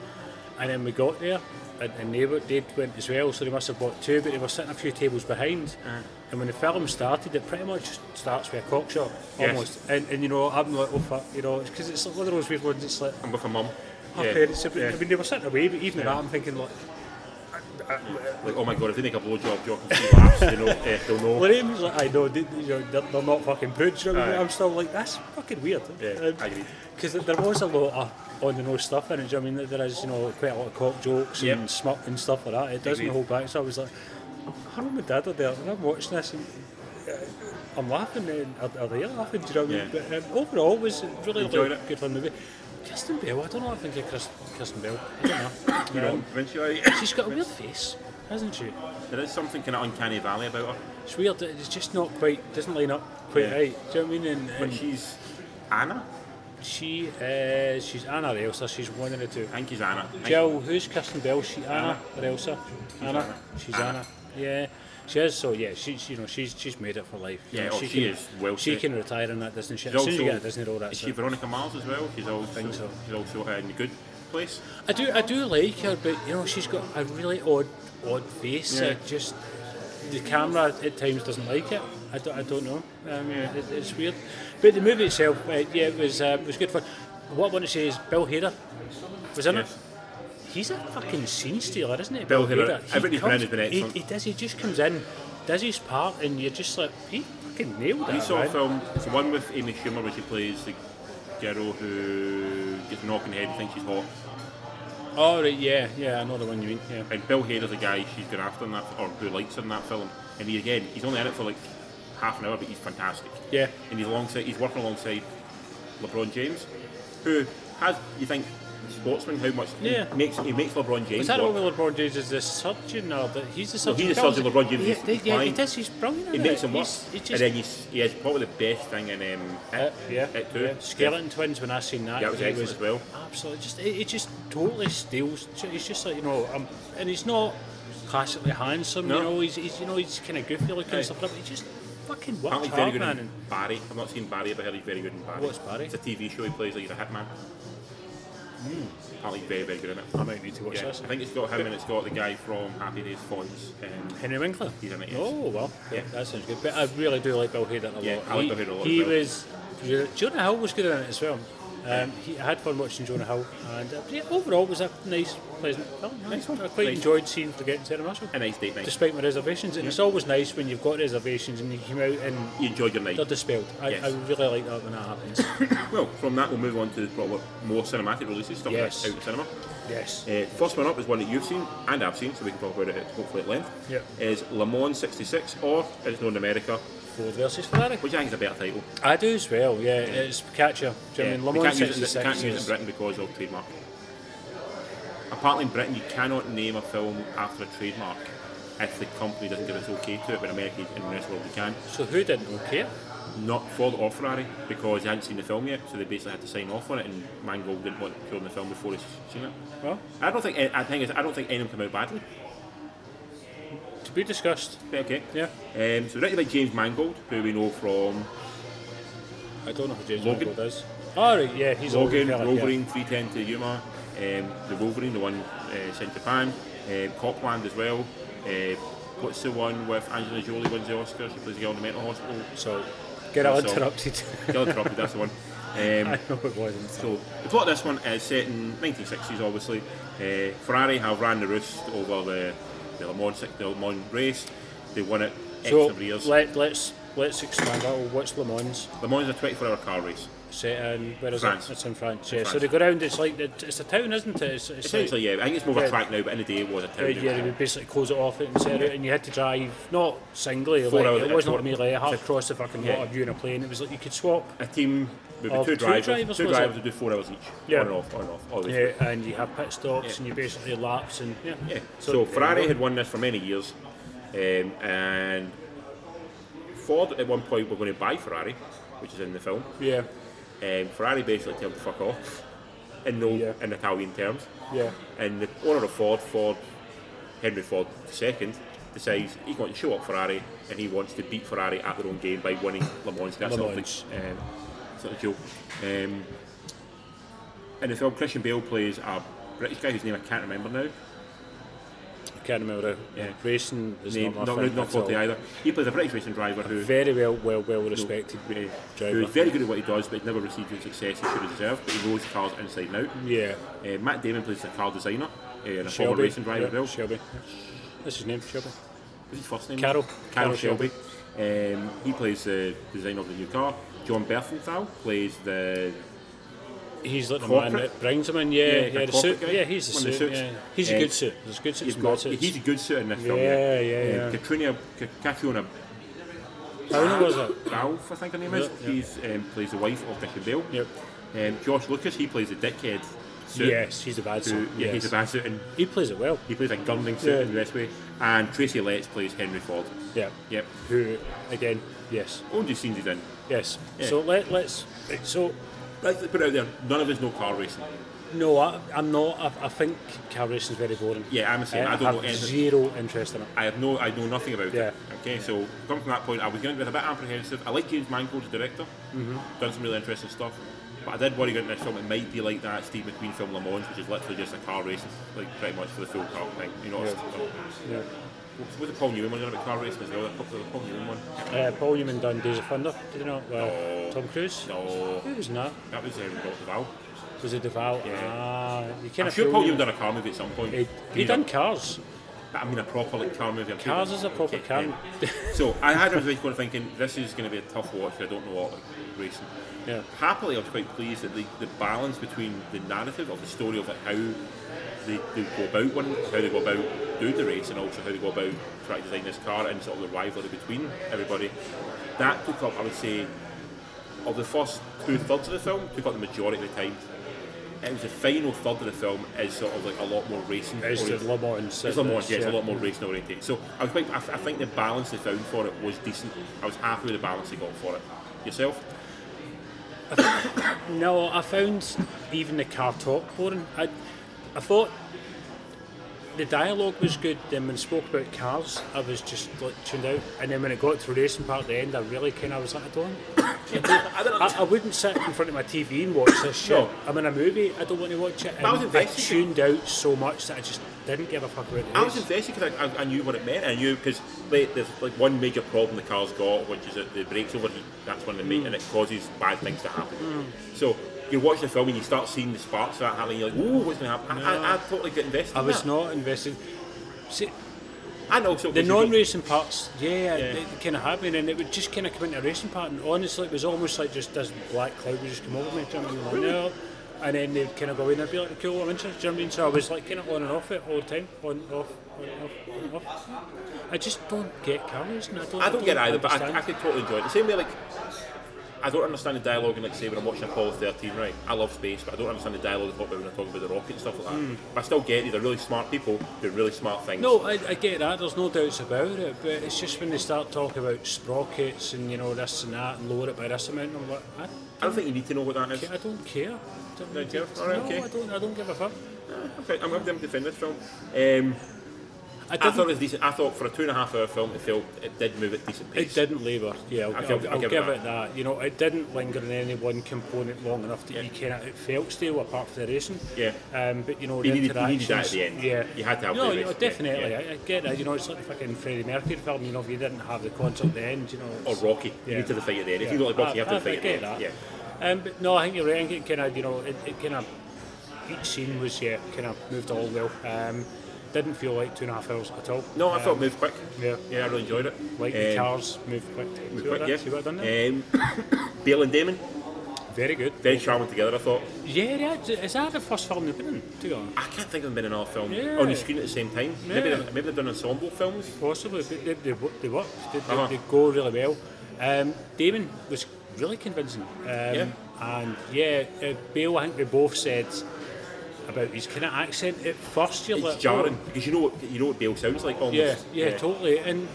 [SPEAKER 3] and then we got there, and, and they were, they went as well, so they must have bought two, but they were sitting a few tables behind.
[SPEAKER 2] Uh.
[SPEAKER 3] And when the film started, it pretty much starts with a cock shot
[SPEAKER 2] Yes.
[SPEAKER 3] almost, and, and you know, I'm like, oh fuck, you know, because it's one of those weird ones. It's like
[SPEAKER 2] I'm with my mum.
[SPEAKER 3] our
[SPEAKER 2] Yeah.
[SPEAKER 3] parents. have been-
[SPEAKER 2] Yeah.
[SPEAKER 3] I mean, they were sitting away, but even at that, I'm thinking, like,
[SPEAKER 2] Like, oh my god, if they make a blowjob joke in three laps, they know, eh, they'll know.
[SPEAKER 3] Liam was like, I know, they, you know they're, they're not fucking prudes. You know, what I mean?
[SPEAKER 2] Aye.
[SPEAKER 3] I'm still like, that's fucking weird.
[SPEAKER 2] Yeah, I agree.
[SPEAKER 3] Because there was a lot of on the nose stuff in it. Do you know what I mean? There is, you know, quite a lot of cock jokes
[SPEAKER 2] Yep.
[SPEAKER 3] and smut and stuff like that. It doesn't
[SPEAKER 2] Agreed.
[SPEAKER 3] hold back. So I was like, her mum and dad are there, and I'm watching this. And, uh, I'm laughing, eh, and are, are they laughing? Do you know what I mean?
[SPEAKER 2] Yeah.
[SPEAKER 3] But um, overall, it was really
[SPEAKER 2] Enjoyed
[SPEAKER 3] like,
[SPEAKER 2] it.
[SPEAKER 3] good fun movie. Kristen Bell, I don't know. I think of Chris, Kristen Bell. I don't know.
[SPEAKER 2] You know,
[SPEAKER 3] Um,
[SPEAKER 2] eventually,
[SPEAKER 3] she's got a weird face, hasn't she?
[SPEAKER 2] there is something kind of uncanny valley about her.
[SPEAKER 3] It's weird. that It's just not quite. Doesn't line up quite
[SPEAKER 2] Yeah.
[SPEAKER 3] right. Do you know what I mean? And,
[SPEAKER 2] But
[SPEAKER 3] and
[SPEAKER 2] she's Anna.
[SPEAKER 3] she is. She's Anna or Elsa. She's one of the two.
[SPEAKER 2] I think she's Anna. I think-
[SPEAKER 3] Jill, who's Kirsten Bell? She Anna, or Elsa? Anna.
[SPEAKER 2] Anna.
[SPEAKER 3] She's Anna.
[SPEAKER 2] Anna.
[SPEAKER 3] Yeah. She is. So yeah, she's you know she's she's made it for life. You
[SPEAKER 2] Yeah,
[SPEAKER 3] know,
[SPEAKER 2] oh, she
[SPEAKER 3] can,
[SPEAKER 2] is well
[SPEAKER 3] She
[SPEAKER 2] set.
[SPEAKER 3] can retire in that Disney shit.
[SPEAKER 2] She's
[SPEAKER 3] As soon as you
[SPEAKER 2] also-
[SPEAKER 3] get a Disney role,
[SPEAKER 2] Is
[SPEAKER 3] that's
[SPEAKER 2] she
[SPEAKER 3] it.
[SPEAKER 2] Veronica Mars as well? She's also,
[SPEAKER 3] think so.
[SPEAKER 2] she's also uh, in the good place.
[SPEAKER 3] I do I do like her, but you know she's got a really odd odd face.
[SPEAKER 2] Yeah.
[SPEAKER 3] It just the camera at times doesn't like it. I don't, I don't know. Um, it, it's weird. But the movie itself, uh, yeah, it was uh, it was good fun. What I want to say is Bill Hader was in
[SPEAKER 2] Yes.
[SPEAKER 3] it. He's a fucking scene stealer, isn't he?
[SPEAKER 2] Bill Hader. Everything
[SPEAKER 3] He
[SPEAKER 2] he's been in
[SPEAKER 3] comes-
[SPEAKER 2] has been
[SPEAKER 3] he-
[SPEAKER 2] excellent.
[SPEAKER 3] He, does. He just comes in, does his part, and you're just like, he fucking nailed it.
[SPEAKER 2] We saw a
[SPEAKER 3] man.
[SPEAKER 2] film, it's the one with Amy Schumer where she plays the girl who gets knocked in the head and thinks she's hot.
[SPEAKER 3] Oh right, yeah, yeah, I know the one you mean. Yeah.
[SPEAKER 2] And Bill Hader's a guy she's going after in that, or who likes her in that film. And he again, he's only in it for like half an hour, but he's fantastic.
[SPEAKER 3] Yeah.
[SPEAKER 2] And he's alongside, he's working alongside LeBron James, who has you think sportsman how much he
[SPEAKER 3] Yeah.
[SPEAKER 2] makes he makes LeBron James.
[SPEAKER 3] Is that
[SPEAKER 2] work.
[SPEAKER 3] only LeBron James is the surgeon now? That he's the surgeon.
[SPEAKER 2] he's the
[SPEAKER 3] Bill's-
[SPEAKER 2] surgeon, LeBron James
[SPEAKER 3] Yeah,
[SPEAKER 2] is-
[SPEAKER 3] they-
[SPEAKER 2] is
[SPEAKER 3] yeah, he
[SPEAKER 2] fine.
[SPEAKER 3] does. He's brilliant.
[SPEAKER 2] It
[SPEAKER 3] in
[SPEAKER 2] makes
[SPEAKER 3] it.
[SPEAKER 2] him work,
[SPEAKER 3] He's- he
[SPEAKER 2] and
[SPEAKER 3] just,
[SPEAKER 2] then he's, he has probably the best thing in um, it,
[SPEAKER 3] uh, yeah,
[SPEAKER 2] it too.
[SPEAKER 3] yeah. Skeleton Twins. When I seen that,
[SPEAKER 2] Yeah, it was
[SPEAKER 3] he
[SPEAKER 2] excellent as well.
[SPEAKER 3] Absolutely, just it, it just totally steals. He's just like you know, um, and he's not classically handsome. You
[SPEAKER 2] No.
[SPEAKER 3] know, he's, he's you know he's kind of goofy looking
[SPEAKER 2] Aye.
[SPEAKER 3] and stuff. But he just fucking works
[SPEAKER 2] Apparently he's very
[SPEAKER 3] hard,
[SPEAKER 2] good
[SPEAKER 3] man.
[SPEAKER 2] in
[SPEAKER 3] And
[SPEAKER 2] Barry. I've not seen Barry, but I heard he's very good in Barry.
[SPEAKER 3] What's Barry?
[SPEAKER 2] It's
[SPEAKER 3] Hmm.
[SPEAKER 2] a TV show he plays, like he's a hitman. Apparently he's very, very good in it.
[SPEAKER 3] I might need to watch
[SPEAKER 2] Yeah. I
[SPEAKER 3] this.
[SPEAKER 2] think it's got him and it's got the guy from Happy Days Fonz. Um,
[SPEAKER 3] Henry Winkler.
[SPEAKER 2] He's in it, yes.
[SPEAKER 3] Oh well,
[SPEAKER 2] Yeah.
[SPEAKER 3] that sounds good. But I really do like Bill Hader a
[SPEAKER 2] Yeah,
[SPEAKER 3] lot.
[SPEAKER 2] I like
[SPEAKER 3] he,
[SPEAKER 2] Bill Hader a lot
[SPEAKER 3] He
[SPEAKER 2] as well.
[SPEAKER 3] was Jonah Hill was good in it as well. Um, he, I had fun watching Jonah Hill, and uh, yeah, overall it was a nice, pleasant film.
[SPEAKER 2] Nice one.
[SPEAKER 3] I quite
[SPEAKER 2] Nice.
[SPEAKER 3] enjoyed seeing Forgetting Sarah Marshall,
[SPEAKER 2] a nice date night.
[SPEAKER 3] despite my reservations. And it's always nice when you've got reservations and you come out and
[SPEAKER 2] you enjoyed your
[SPEAKER 3] they're
[SPEAKER 2] night.
[SPEAKER 3] dispelled. I,
[SPEAKER 2] Yes.
[SPEAKER 3] I really like that when that happens.
[SPEAKER 2] Well, from that we'll move on to probably more cinematic releases, stuff
[SPEAKER 3] Yes.
[SPEAKER 2] that's out in cinema.
[SPEAKER 3] yes.
[SPEAKER 2] Uh, first one up is one that you've seen and I've seen, so we can talk about it hopefully at length.
[SPEAKER 3] Yeah.
[SPEAKER 2] Is Le Mans 66, or as it's known in America,
[SPEAKER 3] Ford versus Ferrari.
[SPEAKER 2] which I think is a better title.
[SPEAKER 3] I do as well. Yeah, it's Catcher. Do you
[SPEAKER 2] Yeah,
[SPEAKER 3] know what
[SPEAKER 2] we
[SPEAKER 3] I mean? Le Mans
[SPEAKER 2] can't use, it,
[SPEAKER 3] 66
[SPEAKER 2] we can't use it in
[SPEAKER 3] is-
[SPEAKER 2] Britain because of trademark. Apparently, in Britain, you cannot name a film after a trademark if the company doesn't give its okay to it. But in America and the rest of the world, you can.
[SPEAKER 3] So who didn't care?
[SPEAKER 2] Not Ford or Ferrari because they hadn't seen the film yet, so they basically had to sign off on it. And Mangold didn't want to show them the film before he's seen it.
[SPEAKER 3] Well,
[SPEAKER 2] I don't think. I think. it's- I don't think any of them come out badly.
[SPEAKER 3] to be discussed.
[SPEAKER 2] But okay.
[SPEAKER 3] Yeah.
[SPEAKER 2] Um, so directed by James Mangold, who we know from
[SPEAKER 3] I don't know who James
[SPEAKER 2] Logan?
[SPEAKER 3] Mangold is. Oh, right, yeah, he's a
[SPEAKER 2] Logan,
[SPEAKER 3] fella,
[SPEAKER 2] Wolverine, 310 to Yuma, um, the Wolverine, the one uh, sent to Japan, um, Copland as well. Uh, what's the one with Angelina Jolie wins the Oscar? She plays the girl in the mental hospital.
[SPEAKER 3] Yeah. So, get all
[SPEAKER 2] So-
[SPEAKER 3] interrupted.
[SPEAKER 2] Girl interrupted, that's the one. Um,
[SPEAKER 3] I know it wasn't.
[SPEAKER 2] so the plot of this one is set in 1960s, obviously. Uh, Ferrari have ran the roost over the, the, Le Mans, the Le Mans race. They won it X
[SPEAKER 3] So,
[SPEAKER 2] number of years.
[SPEAKER 3] let, let's let's expand that. What's Le Mans?
[SPEAKER 2] Le Mans is a 24 hour car race.
[SPEAKER 3] set in where is
[SPEAKER 2] France.
[SPEAKER 3] it? It's in France. Yeah. So
[SPEAKER 2] France.
[SPEAKER 3] they go round. It's like the, it's a town, isn't it? It's, it's like,
[SPEAKER 2] Essentially, yeah. I think it's more of
[SPEAKER 3] Yeah.
[SPEAKER 2] a track now, but in the day it was a town.
[SPEAKER 3] yeah, yeah, they would basically close it off and set it, and you had to drive not singly.
[SPEAKER 2] Four
[SPEAKER 3] like,
[SPEAKER 2] hours
[SPEAKER 3] it
[SPEAKER 2] at a
[SPEAKER 3] wasn't like
[SPEAKER 2] time.
[SPEAKER 3] me like half across the fucking
[SPEAKER 2] Yeah.
[SPEAKER 3] water view in a plane. It was like you could swap.
[SPEAKER 2] A team would be
[SPEAKER 3] Of
[SPEAKER 2] two
[SPEAKER 3] two
[SPEAKER 2] drivers.
[SPEAKER 3] drivers,
[SPEAKER 2] two
[SPEAKER 3] was
[SPEAKER 2] drivers
[SPEAKER 3] it?
[SPEAKER 2] would do four hours each.
[SPEAKER 3] Yeah.
[SPEAKER 2] On and off, on and off, always.
[SPEAKER 3] Yeah, and you have pit stops
[SPEAKER 2] Yeah.
[SPEAKER 3] and you basically laps and yeah.
[SPEAKER 2] Yeah. So, Ferrari had won this for many years, um, and Ford at one point were going to buy Ferrari, which is in the film.
[SPEAKER 3] Yeah,
[SPEAKER 2] Um, Ferrari basically told them to fuck off, in no
[SPEAKER 3] Yeah.
[SPEAKER 2] in Italian terms.
[SPEAKER 3] yeah,
[SPEAKER 2] And the owner of Ford, Ford Henry Ford II, decides he's going to show up Ferrari and he wants to beat Ferrari at their own game by winning Le Mans. That's
[SPEAKER 3] Le
[SPEAKER 2] something.
[SPEAKER 3] Mans.
[SPEAKER 2] Um, it's not a joke. Um, in the film, Christian Bale plays a British guy whose name I can't remember now.
[SPEAKER 3] I can't remember. the-
[SPEAKER 2] Yeah.
[SPEAKER 3] Racing is
[SPEAKER 2] Name,
[SPEAKER 3] not
[SPEAKER 2] not
[SPEAKER 3] my
[SPEAKER 2] not,
[SPEAKER 3] thing
[SPEAKER 2] not
[SPEAKER 3] at all.
[SPEAKER 2] Forte either. He plays a British racing driver who uh,
[SPEAKER 3] Very well, well, well respected
[SPEAKER 2] who- who
[SPEAKER 3] driver.
[SPEAKER 2] is very good at what he does, but he's never received the success he should have deserved. But he knows the cars inside and out.
[SPEAKER 3] yeah,
[SPEAKER 2] Uh, Matt Damon plays a car designer uh, and a former
[SPEAKER 3] Shelby.
[SPEAKER 2] racing driver. as
[SPEAKER 3] yeah,
[SPEAKER 2] well.
[SPEAKER 3] Shelby. That's his name, Shelby.
[SPEAKER 2] What's his first name?
[SPEAKER 3] Carol.
[SPEAKER 2] Carol
[SPEAKER 3] Carol
[SPEAKER 2] Shelby. Um, he plays the design of the new car. John Berthenthal plays the
[SPEAKER 3] He's like the
[SPEAKER 2] Corporate?
[SPEAKER 3] man that brings him in. Yeah,
[SPEAKER 2] Yeah,
[SPEAKER 3] yeah,
[SPEAKER 2] the
[SPEAKER 3] the suit.
[SPEAKER 2] corporate guy.
[SPEAKER 3] Yeah, he's
[SPEAKER 2] One
[SPEAKER 3] the
[SPEAKER 2] of the
[SPEAKER 3] suit.
[SPEAKER 2] suits.
[SPEAKER 3] Yeah. He's
[SPEAKER 2] Uh,
[SPEAKER 3] a good suit. There's good suits
[SPEAKER 2] he's
[SPEAKER 3] and bad
[SPEAKER 2] got,
[SPEAKER 3] suits.
[SPEAKER 2] he's a good suit in this film.
[SPEAKER 3] Yeah, yeah,
[SPEAKER 2] Um,
[SPEAKER 3] yeah.
[SPEAKER 2] Katrina K- Catriona
[SPEAKER 3] How was it?
[SPEAKER 2] Ralph, I think her name is.
[SPEAKER 3] Yeah, yeah.
[SPEAKER 2] He's um, plays the wife of Christian Bale.
[SPEAKER 3] Yep.
[SPEAKER 2] Um, Josh Lucas, he plays the dickhead. Suit,
[SPEAKER 3] Yes, he's a bad
[SPEAKER 2] who-
[SPEAKER 3] suit.
[SPEAKER 2] yeah, he's a
[SPEAKER 3] yes.
[SPEAKER 2] bad suit, and
[SPEAKER 3] He plays it well.
[SPEAKER 2] he plays a gunning suit
[SPEAKER 3] Yeah.
[SPEAKER 2] in the best way. And Tracy Letts plays Henry Ford.
[SPEAKER 3] Yeah.
[SPEAKER 2] Yep.
[SPEAKER 3] Who again? Yes.
[SPEAKER 2] All these scenes he's in.
[SPEAKER 3] Yes.
[SPEAKER 2] Yeah.
[SPEAKER 3] So let let's. So
[SPEAKER 2] Let's put it out there. None of us know car racing.
[SPEAKER 3] no, I, I'm not. I, I think car racing is very boring.
[SPEAKER 2] Yeah, I'm the same. I don't
[SPEAKER 3] have
[SPEAKER 2] know anything.
[SPEAKER 3] zero interest in it.
[SPEAKER 2] I have no, I know nothing about
[SPEAKER 3] Yeah.
[SPEAKER 2] it. Okay, so come from that point, I was going to be a bit apprehensive. I like James Mangold as director,
[SPEAKER 3] Mm-hmm.
[SPEAKER 2] done some really interesting stuff, but I did worry going into this film. It might be like that Steve McQueen film Le Mans, which is literally just a car race, like pretty much for the full car thing. You know, it's-
[SPEAKER 3] Yeah.
[SPEAKER 2] what was the Paul Newman one about car racing as well? The Paul- the Paul Newman one.
[SPEAKER 3] Uh, Paul Newman done Days of Thunder. Did you know? Uh,
[SPEAKER 2] No.
[SPEAKER 3] Tom Cruise.
[SPEAKER 2] No,
[SPEAKER 3] Who was in that?
[SPEAKER 2] that was um, Dr. Val.
[SPEAKER 3] Was it Devout?
[SPEAKER 2] Yeah.
[SPEAKER 3] Ah, you can't.
[SPEAKER 2] I'm sure Paul Newman done a car movie at some point.
[SPEAKER 3] He, he
[SPEAKER 2] You
[SPEAKER 3] done
[SPEAKER 2] know,
[SPEAKER 3] cars.
[SPEAKER 2] but I mean a proper like car movie. I'm
[SPEAKER 3] Cars
[SPEAKER 2] thinking,
[SPEAKER 3] is a proper
[SPEAKER 2] okay,
[SPEAKER 3] car.
[SPEAKER 2] yeah. So I had I was basically thinking this is going to be a tough watch. I don't know what like racing.
[SPEAKER 3] Yeah.
[SPEAKER 2] Happily, I was quite pleased at the, the balance between the narrative of the story of like how they, they go about one, how they go about doing the race, and also how they go about trying to design this car and sort of the rivalry between everybody. That took up, I would say, of the first two thirds of the film, took up the majority of the time. It was the final third of the film is sort of like a lot more racing.
[SPEAKER 3] It's the
[SPEAKER 2] oriented.
[SPEAKER 3] Le
[SPEAKER 2] It's
[SPEAKER 3] Mans.
[SPEAKER 2] a lot more, yeah, it's a lot more racing orientated. So I was quite, I, th- I think the balance they found for it was decent. I was happy with the balance they got for it. Yourself?
[SPEAKER 3] No, I found even the car talk boring. I, I thought the dialogue was good. Then when it spoke about cars, I was just like tuned out. And then when it got to the racing part at the end, I really kind of was like, I don't.
[SPEAKER 2] I don't
[SPEAKER 3] I, I wouldn't sit in front of my TV and watch this shit.
[SPEAKER 2] No.
[SPEAKER 3] I'm in a movie. I don't want to watch it. And
[SPEAKER 2] I was
[SPEAKER 3] I
[SPEAKER 2] invested.
[SPEAKER 3] tuned out so much that I just didn't give a fuck about the
[SPEAKER 2] I was
[SPEAKER 3] race.
[SPEAKER 2] invested because I, I, I knew what it meant. I knew because there's like one major problem the car's got, which is that the brakes overheat. That's one of the main, and it
[SPEAKER 3] Mm.
[SPEAKER 2] causes bad things to happen. So you're watching the film and you start seeing the sparks of that happening. You're like, "Ooh, what's going to happen?" I, I, I totally get invested.
[SPEAKER 3] I
[SPEAKER 2] in
[SPEAKER 3] was
[SPEAKER 2] that.
[SPEAKER 3] not invested. See,
[SPEAKER 2] And also
[SPEAKER 3] The
[SPEAKER 2] because you don't-
[SPEAKER 3] non-racing parts, yeah,
[SPEAKER 2] Yeah.
[SPEAKER 3] It, kind of happened, and it would just kind of come into a racing part, and honestly, it was almost like just this black cloud would just come over me, do you know what I mean? Like, no. And then they'd kind of go in and I'd be like, cool, I'm interested, do you know what I mean? So I was like kind of on and off it all the time, on, off, on, off, on, off. I just don't get car racing. I don't,
[SPEAKER 2] I don't get it either, but I, I
[SPEAKER 3] understand.
[SPEAKER 2] could totally enjoy it. The same way, like, I don't understand the dialogue in, like, say, when I'm watching Apollo 13, right? I love space, but I don't understand the dialogue they talk about when they're talking about the rocket and stuff like that. But I still get it. They're really smart people doing really smart things.
[SPEAKER 3] Hmm. No, I, I get that. There's no doubts about it, but it's just when they start talking about sprockets and you know this and that and lower it by this amount, I'm like, I,
[SPEAKER 2] I don't think you need to know what that is.
[SPEAKER 3] I don't care. I don't,
[SPEAKER 2] Don't care? All right,
[SPEAKER 3] no,
[SPEAKER 2] okay.
[SPEAKER 3] I don't. I don't give a fuck.
[SPEAKER 2] Eh, Okay, I'm going to defend this film. Um,
[SPEAKER 3] I
[SPEAKER 2] I
[SPEAKER 3] didn't
[SPEAKER 2] thought it was decent. I thought for a two and a half hour film, it felt it did move at decent pace.
[SPEAKER 3] It didn't labour. Yeah, I'll,
[SPEAKER 2] I'll
[SPEAKER 3] I'll,
[SPEAKER 2] give-
[SPEAKER 3] I'll,
[SPEAKER 2] I'll
[SPEAKER 3] give, it that. You know, it didn't linger in any one component long enough that
[SPEAKER 2] Yeah.
[SPEAKER 3] you kind of it felt stale apart from the racing.
[SPEAKER 2] Yeah.
[SPEAKER 3] Um, but you know,
[SPEAKER 2] You needed- you
[SPEAKER 3] the
[SPEAKER 2] needed that at the
[SPEAKER 3] interactions-
[SPEAKER 2] end.
[SPEAKER 3] Yeah.
[SPEAKER 2] You had to have
[SPEAKER 3] No,
[SPEAKER 2] the
[SPEAKER 3] you know,
[SPEAKER 2] racing, yeah,
[SPEAKER 3] definitely.
[SPEAKER 2] yeah.
[SPEAKER 3] I, I get that. You know, it's like the fucking Freddie Mercury film. You know, if you didn't have the concert at the end, you know.
[SPEAKER 2] Or
[SPEAKER 3] it's-
[SPEAKER 2] Rocky. You
[SPEAKER 3] Yeah.
[SPEAKER 2] need to the fight at the end. If
[SPEAKER 3] yeah.
[SPEAKER 2] you don't like Rocky, you have
[SPEAKER 3] I,
[SPEAKER 2] to
[SPEAKER 3] I,
[SPEAKER 2] the fight
[SPEAKER 3] I
[SPEAKER 2] at
[SPEAKER 3] get
[SPEAKER 2] the end.
[SPEAKER 3] that.
[SPEAKER 2] Yeah.
[SPEAKER 3] Um, but no, I think you're right. I think it kind of, you know, it, it kind of each scene was yeah, kind of moved along well. Um, didn't feel like two and a half hours at all.
[SPEAKER 2] No, I
[SPEAKER 3] um,
[SPEAKER 2] thought it moved quick.
[SPEAKER 3] yeah.
[SPEAKER 2] Yeah, I really enjoyed it.
[SPEAKER 3] like the
[SPEAKER 2] Um,
[SPEAKER 3] cars moved quick. See
[SPEAKER 2] Moved
[SPEAKER 3] what I
[SPEAKER 2] quick,
[SPEAKER 3] done- See what I done there?
[SPEAKER 2] yeah. Um, Bale and Damon.
[SPEAKER 3] very good.
[SPEAKER 2] Very charming together, I thought.
[SPEAKER 3] Yeah, yeah, d- is that the first film they've been in? To be honest?
[SPEAKER 2] I can't think of them being in our film
[SPEAKER 3] Yeah.
[SPEAKER 2] on the screen at the same time. Maybe,
[SPEAKER 3] Yeah.
[SPEAKER 2] they've, maybe they've done ensemble films.
[SPEAKER 3] Possibly, but they, they, wo- they work. They, they,
[SPEAKER 2] Uh-huh.
[SPEAKER 3] they go really well. Um, Damon was really convincing. Um,
[SPEAKER 2] Yeah.
[SPEAKER 3] And yeah, uh, Bale, I think we both said about his kind of accent at first. You're
[SPEAKER 2] It's
[SPEAKER 3] like,
[SPEAKER 2] jarring
[SPEAKER 3] "Oh,
[SPEAKER 2] because you know what you know what Bale sounds like almost.
[SPEAKER 3] yeah, yeah, totally. And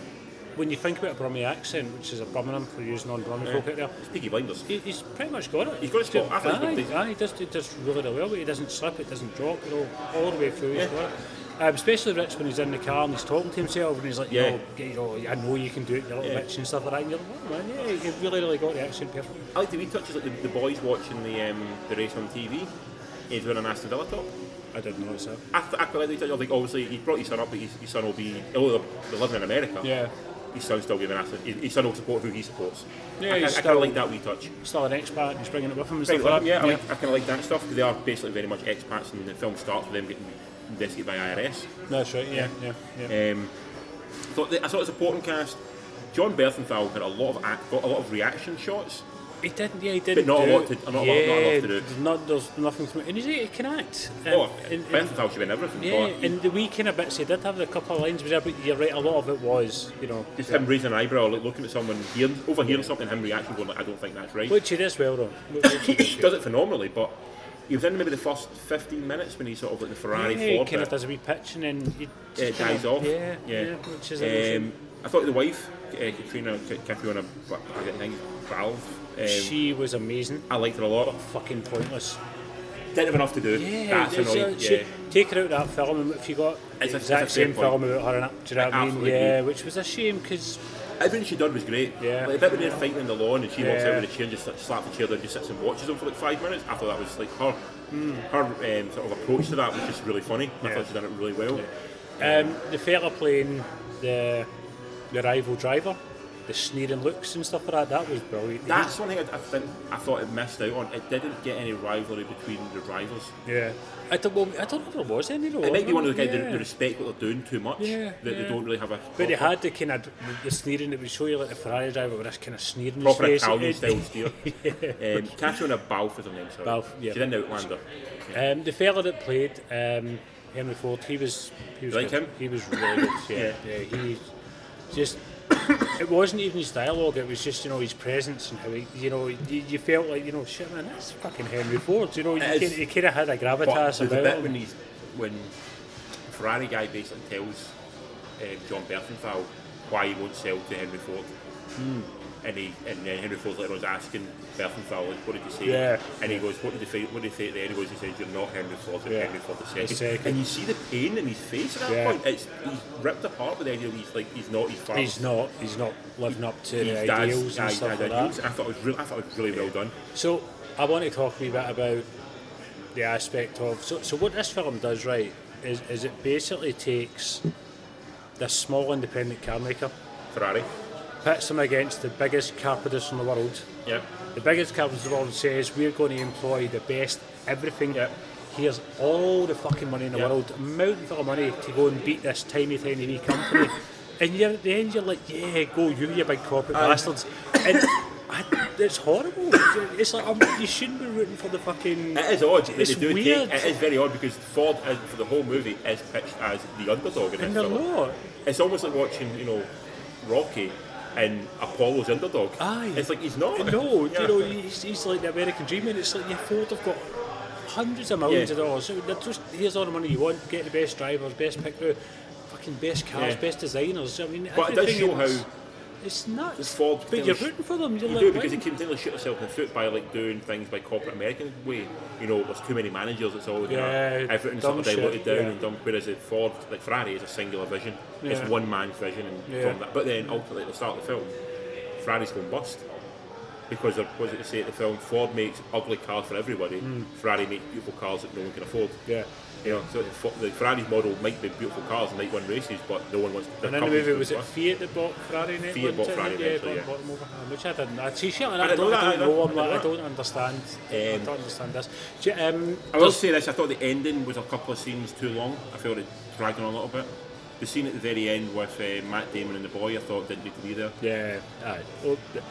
[SPEAKER 3] when you think about a Brummie accent, which is a Birmingham for using non Brummie folk out there,
[SPEAKER 2] It's Peaky Blinders.
[SPEAKER 3] he, he's pretty much got it.
[SPEAKER 2] He's got his spot. I think he's got
[SPEAKER 3] aye,
[SPEAKER 2] these-
[SPEAKER 3] aye, he does, he does really, really well, but he doesn't slip, it doesn't drop, you know, all the way through. He's got it. Um, especially Rich when he's in the car and he's talking to himself and he's like,
[SPEAKER 2] Yeah.
[SPEAKER 3] you, know, "Yeah, you know, I know you can do it, you little
[SPEAKER 2] Yeah.
[SPEAKER 3] bitch and stuff like that. And you're like, oh, man, yeah, he really, really got the accent perfect.
[SPEAKER 2] I like the wee touches like the, the boys watching the um, the race on TV. He's wearing an Aston Villa top.
[SPEAKER 3] I didn't notice that.
[SPEAKER 2] I, th- I quite like the wee touch. I think obviously he brought his son up, but his, his son will be. Although they're living in America,
[SPEAKER 3] Yeah.
[SPEAKER 2] his son's still giving Aston. His, his son will support who he supports.
[SPEAKER 3] Yeah,
[SPEAKER 2] I,
[SPEAKER 3] he's
[SPEAKER 2] I, I kind
[SPEAKER 3] still-
[SPEAKER 2] of like that wee touch.
[SPEAKER 3] Still an expat and he's bringing it with him and
[SPEAKER 2] Right,
[SPEAKER 3] stuff like that.
[SPEAKER 2] yeah, I, Like, I kind of like that stuff because they are basically very much expats, and the film starts with them getting investigated by IRS.
[SPEAKER 3] That's right, yeah, yeah, yeah.
[SPEAKER 2] Um, thought the, I thought it was a supporting cast. John Berthenfall had a lot of act, got a lot of reaction shots.
[SPEAKER 3] He didn't, yeah, he didn't.
[SPEAKER 2] not a
[SPEAKER 3] do
[SPEAKER 2] lot to- not a
[SPEAKER 3] it.
[SPEAKER 2] lot- not
[SPEAKER 3] yeah,
[SPEAKER 2] a lot to do.
[SPEAKER 3] There's, not, there's nothing from it. And he's, he can act. Um,
[SPEAKER 2] oh,
[SPEAKER 3] and- and-
[SPEAKER 2] Berthenfall should have been everything.
[SPEAKER 3] Yeah,
[SPEAKER 2] but
[SPEAKER 3] and the wee kind of bits he did have a couple of lines was there, but you're right, a lot of it was, you know.
[SPEAKER 2] just him raising an eyebrow, like looking at someone, hearing, overhearing something, him reaction, going, like, "I don't think that's right."
[SPEAKER 3] Which it is well though. Which it is
[SPEAKER 2] he does it phenomenally, but he was in maybe the first 15 minutes when he sort of like the Ferrari
[SPEAKER 3] yeah,
[SPEAKER 2] Ford
[SPEAKER 3] kind of
[SPEAKER 2] bit,
[SPEAKER 3] does a wee pitch and then it
[SPEAKER 2] it
[SPEAKER 3] just
[SPEAKER 2] dies
[SPEAKER 3] kinda-
[SPEAKER 2] off.
[SPEAKER 3] Yeah, yeah, which is a
[SPEAKER 2] um, I thought the wife, uh, Katrina K- Capuana, Ba- I think Valve. Um,
[SPEAKER 3] She was amazing.
[SPEAKER 2] I liked her a lot.
[SPEAKER 3] Fucking pointless.
[SPEAKER 2] Didn't have enough to do.
[SPEAKER 3] Yeah,
[SPEAKER 2] that's
[SPEAKER 3] it's, uh,
[SPEAKER 2] annoying.
[SPEAKER 3] she-
[SPEAKER 2] yeah.
[SPEAKER 3] Take her out of that film, and if you got the
[SPEAKER 2] It's a-
[SPEAKER 3] exact
[SPEAKER 2] it's a fair
[SPEAKER 3] same
[SPEAKER 2] point.
[SPEAKER 3] film about her, in it, do you know what I mean?
[SPEAKER 2] Absolutely
[SPEAKER 3] Yeah, which was a shame because
[SPEAKER 2] Everything she done was great.
[SPEAKER 3] Yeah.
[SPEAKER 2] Like, the bit when they're fighting in the lawn and she walks
[SPEAKER 3] Yeah.
[SPEAKER 2] out with a chair and just like, slaps the chair down and just sits and watches them for like five minutes. I thought that was like her, her um, sort of approach to that was just really funny. I
[SPEAKER 3] Yeah.
[SPEAKER 2] thought she done it really well.
[SPEAKER 3] Um, the fella playing the the rival driver, the sneering looks and stuff like that, that was brilliant.
[SPEAKER 2] That's one thing I, I think I thought it missed out on. It didn't get any rivalry between the rivals.
[SPEAKER 3] yeah. I don't, well, I don't know if there was any though.
[SPEAKER 2] It might be one of the
[SPEAKER 3] Oh, yeah.
[SPEAKER 2] guys that they respect what they're doing too much.
[SPEAKER 3] Yeah,
[SPEAKER 2] that they
[SPEAKER 3] yeah.
[SPEAKER 2] don't really have a.
[SPEAKER 3] But they had the kind of the sneering that would show you like the Ferrari driver with this kind of sneering in his
[SPEAKER 2] proper
[SPEAKER 3] face.
[SPEAKER 2] Italian
[SPEAKER 3] It-
[SPEAKER 2] style steer. um, Catriona Balfe is her name. Sorry,
[SPEAKER 3] Balfe, yeah.
[SPEAKER 2] she's in Outlander.
[SPEAKER 3] Um, the fella that played um, Henry Ford, he was he was
[SPEAKER 2] You like
[SPEAKER 3] good.
[SPEAKER 2] him?
[SPEAKER 3] He was really good. Yeah, yeah. he just it wasn't even his dialogue. It was just you know his presence and how he you know you, you felt like you know shit man, that's fucking Henry Ford. You know
[SPEAKER 2] It
[SPEAKER 3] he,
[SPEAKER 2] is.
[SPEAKER 3] he kind of had a
[SPEAKER 2] But
[SPEAKER 3] gravitas
[SPEAKER 2] there's a
[SPEAKER 3] about
[SPEAKER 2] bit
[SPEAKER 3] him.
[SPEAKER 2] when he's when Ferrari guy basically tells um, John Berthenfall why he won't sell to Henry Ford.
[SPEAKER 3] Hmm.
[SPEAKER 2] And he and then Henry Ford later was asking Berthenfall, like, what did you say?
[SPEAKER 3] Yeah.
[SPEAKER 2] And he goes, What did they say what did they say at the end? He goes, he says, You're not Henry Ford, you're
[SPEAKER 3] Yeah.
[SPEAKER 2] Henry Ford the
[SPEAKER 3] The
[SPEAKER 2] second.
[SPEAKER 3] second.
[SPEAKER 2] And you see the pain in his face at that
[SPEAKER 3] Yeah.
[SPEAKER 2] point. It's he's ripped apart with the idea that he's like he's not his father.
[SPEAKER 3] He's not he's not living up to
[SPEAKER 2] His
[SPEAKER 3] the
[SPEAKER 2] dad's-
[SPEAKER 3] ideals
[SPEAKER 2] aye,
[SPEAKER 3] and
[SPEAKER 2] his
[SPEAKER 3] stuff
[SPEAKER 2] dad's
[SPEAKER 3] like that.
[SPEAKER 2] ideals. I thought it was really I thought it was really well done.
[SPEAKER 3] So I want to talk a wee bit about the aspect of so, so what this film does right is, is it basically takes this small independent car maker,
[SPEAKER 2] Ferrari.
[SPEAKER 3] pits him against the biggest car producer in the world.
[SPEAKER 2] Yeah.
[SPEAKER 3] The biggest car producer in the world says we're going to employ the best everything.
[SPEAKER 2] Yeah.
[SPEAKER 3] Here's all the fucking money in the
[SPEAKER 2] Yeah.
[SPEAKER 3] world, a mountain full of money to go and beat this tiny, tiny wee company. and you're, at the end, you're like, yeah, go you, you big corporate bastards. And I, it's horrible. It's like, um, you shouldn't be rooting for the fucking.
[SPEAKER 2] It is odd. that
[SPEAKER 3] It's
[SPEAKER 2] they do
[SPEAKER 3] weird.
[SPEAKER 2] Take, it is very odd because Ford, is, for the whole movie, is pitched as the underdog in
[SPEAKER 3] And
[SPEAKER 2] this
[SPEAKER 3] they're
[SPEAKER 2] film.
[SPEAKER 3] not.
[SPEAKER 2] It's almost like watching, you know, Rocky and Apollo's underdog.
[SPEAKER 3] Aye.
[SPEAKER 2] It's like he's not.
[SPEAKER 3] No,
[SPEAKER 2] Yeah.
[SPEAKER 3] you know, he's, he's like the American dream, and it's like, yeah, Ford have got hundreds of millions
[SPEAKER 2] Yeah.
[SPEAKER 3] of dollars. So they're just, here's all the money you want, get the best drivers, best pick crew, fucking best cars,
[SPEAKER 2] Yeah.
[SPEAKER 3] best designers. I mean,
[SPEAKER 2] But it does
[SPEAKER 3] everything
[SPEAKER 2] show
[SPEAKER 3] is-
[SPEAKER 2] how
[SPEAKER 3] It's nuts.
[SPEAKER 2] it's Ford
[SPEAKER 3] but
[SPEAKER 2] really
[SPEAKER 3] you're
[SPEAKER 2] sh-
[SPEAKER 3] rooting for them. You're
[SPEAKER 2] You
[SPEAKER 3] like,
[SPEAKER 2] do because he
[SPEAKER 3] why-
[SPEAKER 2] continually shoot himself in the foot by like doing things by corporate American way. You know, there's too many managers. It's all you know,
[SPEAKER 3] Yeah,
[SPEAKER 2] everything's sort of
[SPEAKER 3] dumb
[SPEAKER 2] diluted
[SPEAKER 3] shit,
[SPEAKER 2] down
[SPEAKER 3] yeah.
[SPEAKER 2] and dumb. Whereas at Ford, like Ferrari, is a singular vision.
[SPEAKER 3] Yeah.
[SPEAKER 2] It's one man's vision, and
[SPEAKER 3] Yeah.
[SPEAKER 2] from that. But then ultimately, at the start of the film, Ferrari's going bust because of, was it to say at the film? Ford makes ugly cars for everybody. Ferrari makes beautiful cars that no one can afford.
[SPEAKER 3] Hmm. Yeah.
[SPEAKER 2] You know, so the, Fo- the Ferrari model might be beautiful cars and might win races, but no one wants.
[SPEAKER 3] And then the movie was it Fiat that bought Ferrari in it?
[SPEAKER 2] Fiat bought Ferrari
[SPEAKER 3] yeah,
[SPEAKER 2] eventually, yeah.
[SPEAKER 3] bought them over, uh, Which I didn't. I see shit, and I,
[SPEAKER 2] I didn't
[SPEAKER 3] don't,
[SPEAKER 2] know
[SPEAKER 3] I
[SPEAKER 2] that,
[SPEAKER 3] don't know.
[SPEAKER 2] I
[SPEAKER 3] I'm like, I
[SPEAKER 2] didn't
[SPEAKER 3] don't understand. I
[SPEAKER 2] Um,
[SPEAKER 3] don't understand this. Do you, um,
[SPEAKER 2] I will say this: I thought the ending was a couple of scenes too long. I felt it dragged on a little bit. The scene at the very end with uh, Matt Damon and the boy, I thought didn't need to be there.
[SPEAKER 3] Yeah, aye. Well, th-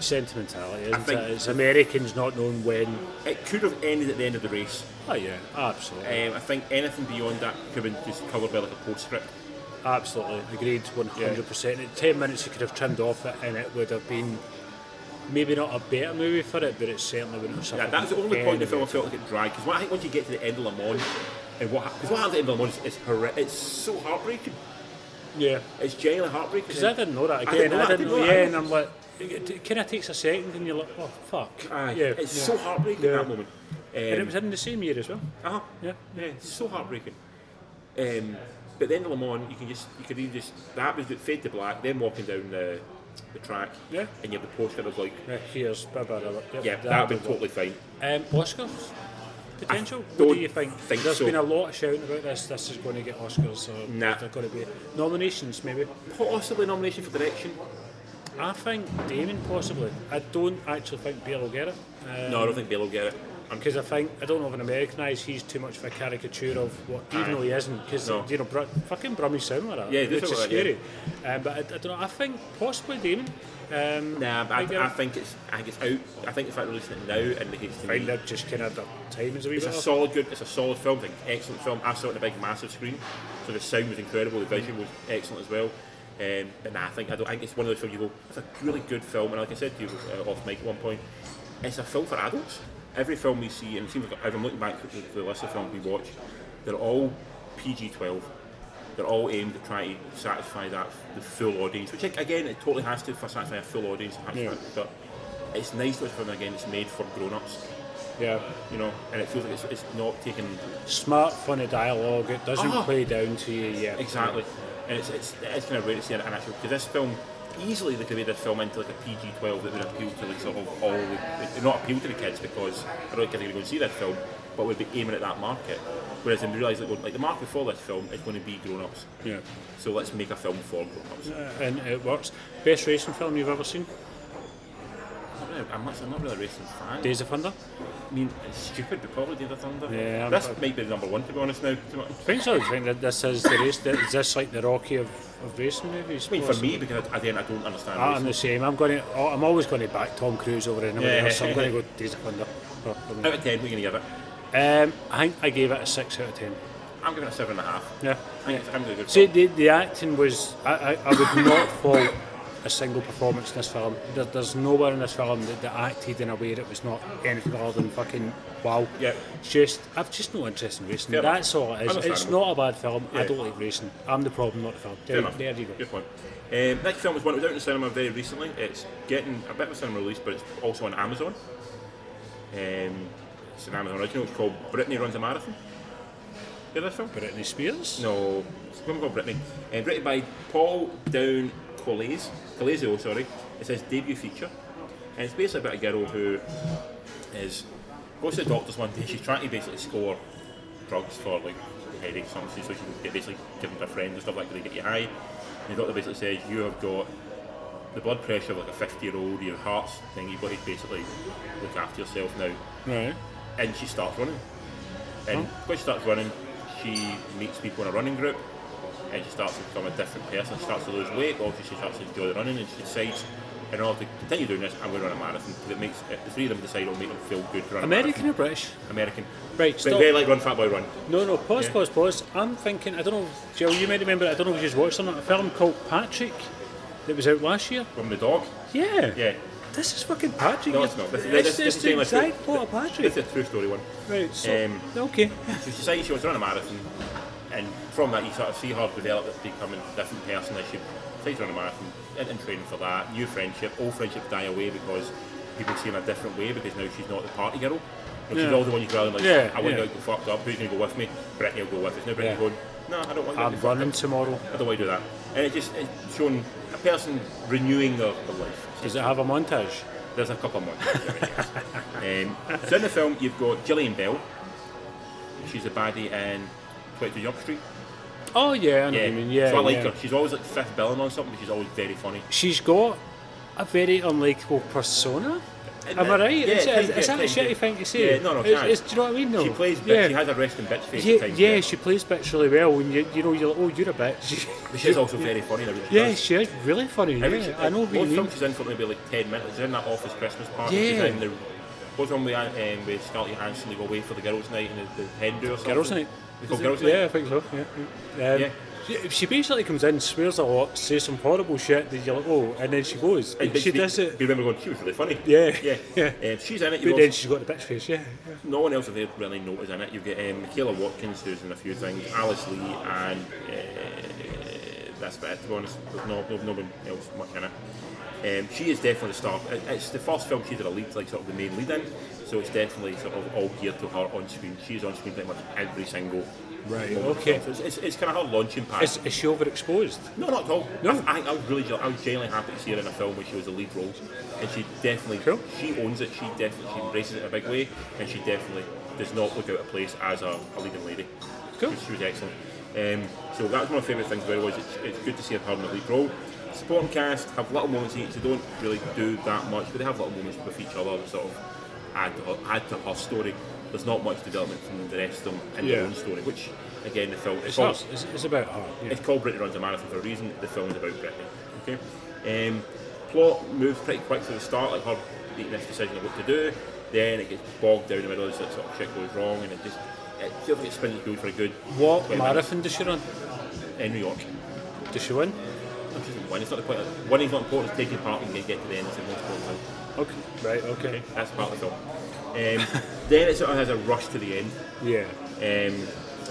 [SPEAKER 3] sentimentality, isn't
[SPEAKER 2] think-
[SPEAKER 3] it? It's Americans not knowing when.
[SPEAKER 2] It could have ended at the end of the race.
[SPEAKER 3] Oh yeah, absolutely,
[SPEAKER 2] Um, I think anything beyond that could have been just covered by like a postscript.
[SPEAKER 3] absolutely agreed, one hundred percent. At ten minutes, you could have trimmed off it, and it would have been maybe not a better movie for it, but it certainly wouldn't have
[SPEAKER 2] Yeah,
[SPEAKER 3] suffered.
[SPEAKER 2] that's the only point in the film I
[SPEAKER 3] anyway.
[SPEAKER 2] felt like it dragged. Because I think once you get to the end of Le Mans, and what because what happens at the end of Le Mans is, is horrific. It's so heartbreaking.
[SPEAKER 3] Yeah,
[SPEAKER 2] It's genuinely heartbreaking.
[SPEAKER 3] because I didn't know that
[SPEAKER 2] I
[SPEAKER 3] again.
[SPEAKER 2] didn't know that, I didn't know that.
[SPEAKER 3] Yeah, and I'm like, it, it kind of takes a second, and you're like, oh fuck.
[SPEAKER 2] Aye,
[SPEAKER 3] yeah,
[SPEAKER 2] it's
[SPEAKER 3] yeah.
[SPEAKER 2] so heartbreaking
[SPEAKER 3] Yeah.
[SPEAKER 2] at that moment.
[SPEAKER 3] And it
[SPEAKER 2] Um,
[SPEAKER 3] was in the same year as well.
[SPEAKER 2] uh-huh.
[SPEAKER 3] Yeah.
[SPEAKER 2] Yeah, it's so heartbreaking. Um, but then Le Mans, you can just you could really just that was the fade to black. Then walking down the the track,
[SPEAKER 3] Yeah.
[SPEAKER 2] and you have the postcard of like,
[SPEAKER 3] Right, here's blah, blah, blah, blah. Yep,
[SPEAKER 2] yeah, that
[SPEAKER 3] that'll
[SPEAKER 2] would
[SPEAKER 3] do.
[SPEAKER 2] be totally fine.
[SPEAKER 3] Um, Oscars potential. what
[SPEAKER 2] don't
[SPEAKER 3] do you think? There's
[SPEAKER 2] think so.
[SPEAKER 3] been a lot of shouting about this. This is going to get Oscars. Or
[SPEAKER 2] Nah.
[SPEAKER 3] They're going to be nominations, maybe.
[SPEAKER 2] Possibly nomination for direction.
[SPEAKER 3] I think Damon possibly. I don't actually think Bale will get it. Um,
[SPEAKER 2] No, I don't think Bale will get it. I'm
[SPEAKER 3] Because I think I don't know if in American eyes he's too much of a caricature of what, even
[SPEAKER 2] Aye.
[SPEAKER 3] though he isn't. Because
[SPEAKER 2] No.
[SPEAKER 3] you know, Br- fucking Brummy sound like that.
[SPEAKER 2] Yeah, he does
[SPEAKER 3] which is
[SPEAKER 2] sound like
[SPEAKER 3] scary.
[SPEAKER 2] that,
[SPEAKER 3] Um, but I, I don't know. I think possibly Damon. Um,
[SPEAKER 2] Nah, but
[SPEAKER 3] get
[SPEAKER 2] I, I
[SPEAKER 3] it.
[SPEAKER 2] think it's I think it's out. I think the fact they're releasing it now and the it's
[SPEAKER 3] I think they're just kind of their timings a wee
[SPEAKER 2] It's
[SPEAKER 3] bit
[SPEAKER 2] a
[SPEAKER 3] off.
[SPEAKER 2] solid good. It's a solid film. I think excellent film. I saw it on a big massive screen, so the sound was incredible. The vision was excellent as well. Um, but nah, I think I don't I think it's one of those films you go. It's a really good film, and like I said to you uh, off mic at one point, it's a film for adults. Every film we see, and it seems like if I'm looking back at the, the list of films we watch, they're all PG-12. They're all aimed at trying to satisfy that the full audience, which like, again it totally has to for satisfying a full audience. it has to,
[SPEAKER 3] Yeah.
[SPEAKER 2] But it's nice that it's a film again. It's made for grown-ups
[SPEAKER 3] Yeah.
[SPEAKER 2] you know, and it feels like it's, it's not taken
[SPEAKER 3] smart, funny dialogue. It doesn't
[SPEAKER 2] Ah.
[SPEAKER 3] play down to you. Yeah,
[SPEAKER 2] exactly. And it's it's, it's kind of rare to see an actual because this film easily they could have made this film into like a PG twelve that would appeal to like sort of all the not appeal to the kids because I don't think they're going to go and see this film, but would be aiming at that market. Whereas they realise like, well, like the market for this film is going to be grown ups,
[SPEAKER 3] Yeah,
[SPEAKER 2] so let's make a film for grown ups.
[SPEAKER 3] Uh, and it works. Best racing film you've ever seen?
[SPEAKER 2] I'm, not, I'm not really a racing fan.
[SPEAKER 3] Days of Thunder.
[SPEAKER 2] I mean, it's stupid, but probably Days of Thunder.
[SPEAKER 3] Yeah, I'm-
[SPEAKER 2] this might be the number one to be honest now. To be honest.
[SPEAKER 3] I think so. I think that this is the race. That, is this like the Rocky of, of racing movies?
[SPEAKER 2] I mean, for me, because I, again, I don't understand.
[SPEAKER 3] Ah,
[SPEAKER 2] racing.
[SPEAKER 3] I'm the same. I'm going to. I'm always going to back Tom Cruise over anybody
[SPEAKER 2] Yeah.
[SPEAKER 3] else. I'm going to go Days of Thunder. Oh, I mean-
[SPEAKER 2] Out of ten, we're going to give it.
[SPEAKER 3] Um, I think I gave it a six out of ten.
[SPEAKER 2] I'm giving it a seven and a half.
[SPEAKER 3] Yeah.
[SPEAKER 2] I think it's, I'm gonna go.
[SPEAKER 3] See, the, the acting was. I, I, I would not fault a single performance in this film. There, there's nowhere in this film that, that acted in a way that was not anything other than fucking wow.
[SPEAKER 2] Yeah.
[SPEAKER 3] It's just, I've just no interest in racing.
[SPEAKER 2] Fair enough.
[SPEAKER 3] That's all it is. It's
[SPEAKER 2] Understandable.
[SPEAKER 3] not a bad film. I
[SPEAKER 2] Yeah.
[SPEAKER 3] don't like racing. I'm the problem, not the film.
[SPEAKER 2] Fair
[SPEAKER 3] There,
[SPEAKER 2] enough.
[SPEAKER 3] there you go.
[SPEAKER 2] Good point. Um, next film was one that was out in the cinema very recently. It's getting a bit of a cinema release, but it's also on Amazon. Um, it's an Amazon original. It's called Brittany Runs a Marathon. You know this film?
[SPEAKER 3] Britney Spears?
[SPEAKER 2] No, it's a film called Brittany. Um, written by Paul Down Collays. Collazo, sorry. It's his debut feature. And it's basically about a girl who is goes to the doctors one day. She's trying to basically score drugs for like headaches, and something, so she can get basically give them to her friends and stuff like that to get you high. And the doctor basically says you have got the blood pressure of like a 50 year old, your heart's thing. You've got to basically look after yourself now
[SPEAKER 3] Right.
[SPEAKER 2] and she starts running. And
[SPEAKER 3] Oh.
[SPEAKER 2] when she starts running, she meets people in a running group, and she starts to become a different person. She starts to lose weight, but obviously she starts to enjoy the running, and she decides, in order to continue doing this, I'm going to run a marathon. Because it makes the three of them decide it'll make them feel good to run
[SPEAKER 3] American
[SPEAKER 2] a
[SPEAKER 3] or British?
[SPEAKER 2] marathon. American.
[SPEAKER 3] Right,
[SPEAKER 2] But
[SPEAKER 3] stop.
[SPEAKER 2] very like Run Fat Boy Run.
[SPEAKER 3] No, no, pause,
[SPEAKER 2] Yeah.
[SPEAKER 3] pause, pause. I'm thinking, I don't know, Jill, you may remember, I don't know if you just watched something, a film called Patrick that was out last year.
[SPEAKER 2] From the dog.
[SPEAKER 3] Yeah.
[SPEAKER 2] Yeah.
[SPEAKER 3] This is fucking Patrick.
[SPEAKER 2] No, it's not. This,
[SPEAKER 3] It's
[SPEAKER 2] this, this,
[SPEAKER 3] just
[SPEAKER 2] this,
[SPEAKER 3] the
[SPEAKER 2] is same as-
[SPEAKER 3] exact plot of Patrick.
[SPEAKER 2] this is a true story one.
[SPEAKER 3] Right, so,
[SPEAKER 2] Um,
[SPEAKER 3] okay.
[SPEAKER 2] So she decides she wants to run a marathon, and from that you sort of see her develop as becoming a different person as she decides to run a marathon and, and training for that. New friendship, old friendships die away because people see her in a different way because now she's not the party girl. You know, She's
[SPEAKER 3] Yeah.
[SPEAKER 2] all the one you go around like,
[SPEAKER 3] Yeah,
[SPEAKER 2] I want
[SPEAKER 3] yeah.
[SPEAKER 2] to go fucked up, who's going to go with me? Brittany will go with us. Now Brittany's
[SPEAKER 3] Yeah.
[SPEAKER 2] going, no, I don't want to
[SPEAKER 3] I'm
[SPEAKER 2] go fucked
[SPEAKER 3] running
[SPEAKER 2] up.
[SPEAKER 3] tomorrow.
[SPEAKER 2] I don't want to do that. And it just, it's showing a person renewing their, their life.
[SPEAKER 3] Does it have a montage?
[SPEAKER 2] There's a couple more. um, so in the film, you've got Gillian Bell. She's a baddie in 22 Jump Street.
[SPEAKER 3] Oh yeah, I know what you mean. Yeah,
[SPEAKER 2] so I like
[SPEAKER 3] yeah.
[SPEAKER 2] her. She's always like fifth billing on something, but she's always very funny.
[SPEAKER 3] She's got a very unlikable persona. Am I right?
[SPEAKER 2] Yeah, it
[SPEAKER 3] is, is,
[SPEAKER 2] can-
[SPEAKER 3] is
[SPEAKER 2] yeah,
[SPEAKER 3] that a
[SPEAKER 2] it can-
[SPEAKER 3] shitty thing to say?
[SPEAKER 2] Yeah, no, no, it
[SPEAKER 3] Is-
[SPEAKER 2] can.
[SPEAKER 3] is- Do you know what I mean? Though?
[SPEAKER 2] She plays bitch.
[SPEAKER 3] Yeah,
[SPEAKER 2] She has a resting bitch face
[SPEAKER 3] yeah,
[SPEAKER 2] at times.
[SPEAKER 3] yeah, she plays bitch really well, and you, you know you're like, oh, you're a bitch.
[SPEAKER 2] But she's also very funny. in everything she
[SPEAKER 3] yeah,
[SPEAKER 2] does.
[SPEAKER 3] she is really funny.
[SPEAKER 2] Every-
[SPEAKER 3] Yeah, I know what you
[SPEAKER 2] Most
[SPEAKER 3] mean.
[SPEAKER 2] films she's in for maybe like 10 minutes. She's in that office Christmas party. She's
[SPEAKER 3] Yeah.
[SPEAKER 2] in the. What's wrong with, um, with Scarlett Johansson? They go away for the girls' night and the, the hen do or something.
[SPEAKER 3] Girls' night.
[SPEAKER 2] They call
[SPEAKER 3] Is it?
[SPEAKER 2] girls'
[SPEAKER 3] Yeah, I
[SPEAKER 2] night.
[SPEAKER 3] think so. Yeah. yeah. Um,
[SPEAKER 2] Yeah.
[SPEAKER 3] She, she basically comes in, swears a lot, says some horrible shit that you're like, oh, and then she goes.
[SPEAKER 2] And
[SPEAKER 3] And she
[SPEAKER 2] they-
[SPEAKER 3] does it.
[SPEAKER 2] You remember going, she was really funny.
[SPEAKER 3] Yeah.
[SPEAKER 2] Yeah.
[SPEAKER 3] Yeah.
[SPEAKER 2] Um, she's in it.
[SPEAKER 3] But
[SPEAKER 2] You've
[SPEAKER 3] then
[SPEAKER 2] also,
[SPEAKER 3] she's got the bitch face, yeah.
[SPEAKER 2] no one else I've heard really noticed in it. You get um, Michaela Watkins, who's in a few things, Alice Lee, and uh, that's about it, to be honest. There's no, no, no one else much in it. Um, she is definitely the star. It- It's the first film she did a lead, like sort of the main lead in, so it's definitely sort of all geared to her on screen. She's on screen pretty much every single.
[SPEAKER 3] Right,
[SPEAKER 2] moment.
[SPEAKER 3] okay.
[SPEAKER 2] So it's, it's, it's kind of her launching pad.
[SPEAKER 3] Is, is she overexposed?
[SPEAKER 2] No, not at all.
[SPEAKER 3] No.
[SPEAKER 2] I, I, I was really, I was genuinely happy to see her in a film where she was the lead role, and she definitely,
[SPEAKER 3] Cool.
[SPEAKER 2] she owns it. She definitely, she embraces it in a big way, and she definitely does not look out of place as a, a leading lady.
[SPEAKER 3] Cool.
[SPEAKER 2] She, was- she was excellent. Um, so that was one of my favourite things about it was it's, it's good to see her in the lead role. Supporting cast have little moments each. They don't really do that much, but they have little moments with each other that sort of add to her, add to her story. There's not much development from the rest of them in
[SPEAKER 3] Yeah.
[SPEAKER 2] their own story, which again the film
[SPEAKER 3] It's,
[SPEAKER 2] falls-
[SPEAKER 3] not, it's, it's about her. Yeah.
[SPEAKER 2] it's called Britain Runs a Marathon for a reason. The film's about Britain. Okay. Um, plot moves pretty quick to the start, like her making this decision of what to do. Then it gets bogged down in the middle as that sort of shit goes wrong, and it just it feels like it spins its wheels for a good
[SPEAKER 3] What
[SPEAKER 2] 20
[SPEAKER 3] marathon does she run?
[SPEAKER 2] minutes in New York.
[SPEAKER 3] Does she win?
[SPEAKER 2] Which isn't one. It's not the point. Winning's not important. It's taking part and you get to the end. It's the most important thing.
[SPEAKER 3] Okay. Right, okay.
[SPEAKER 2] Okay. That's part of the film. Um, then it sort of has a rush to the end.
[SPEAKER 3] Yeah.
[SPEAKER 2] Um,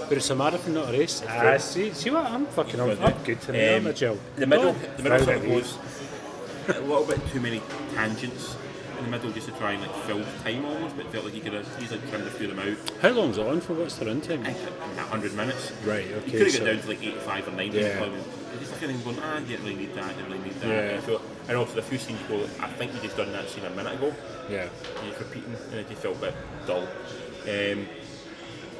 [SPEAKER 3] But it's a marathon, not a race. Ah,
[SPEAKER 2] true.
[SPEAKER 3] see, see what? I'm fucking
[SPEAKER 2] Well,
[SPEAKER 3] I'm,
[SPEAKER 2] the-
[SPEAKER 3] I'm good tonight. I'm
[SPEAKER 2] um,
[SPEAKER 3] a gel.
[SPEAKER 2] The middle,
[SPEAKER 3] Oh,
[SPEAKER 2] the middle sort of
[SPEAKER 3] right,
[SPEAKER 2] goes a little bit too many tangents in the middle just to try and like fill time almost, but it felt like he could have he's like trying to feel them out.
[SPEAKER 3] How long's it on for? What's the run time?
[SPEAKER 2] I think in a hundred minutes.
[SPEAKER 3] Right, okay,
[SPEAKER 2] He could have
[SPEAKER 3] so-
[SPEAKER 2] got down to like eighty-five or ninety.
[SPEAKER 3] Yeah.
[SPEAKER 2] Yeah. Just kind of going, ah, I didn't really need that. I didn't really need that.
[SPEAKER 3] Yeah.
[SPEAKER 2] And, I felt, and also the few scenes you go, I think you just done that scene a minute ago.
[SPEAKER 3] Yeah.
[SPEAKER 2] And it's repeating, and it just felt a bit dull. Um,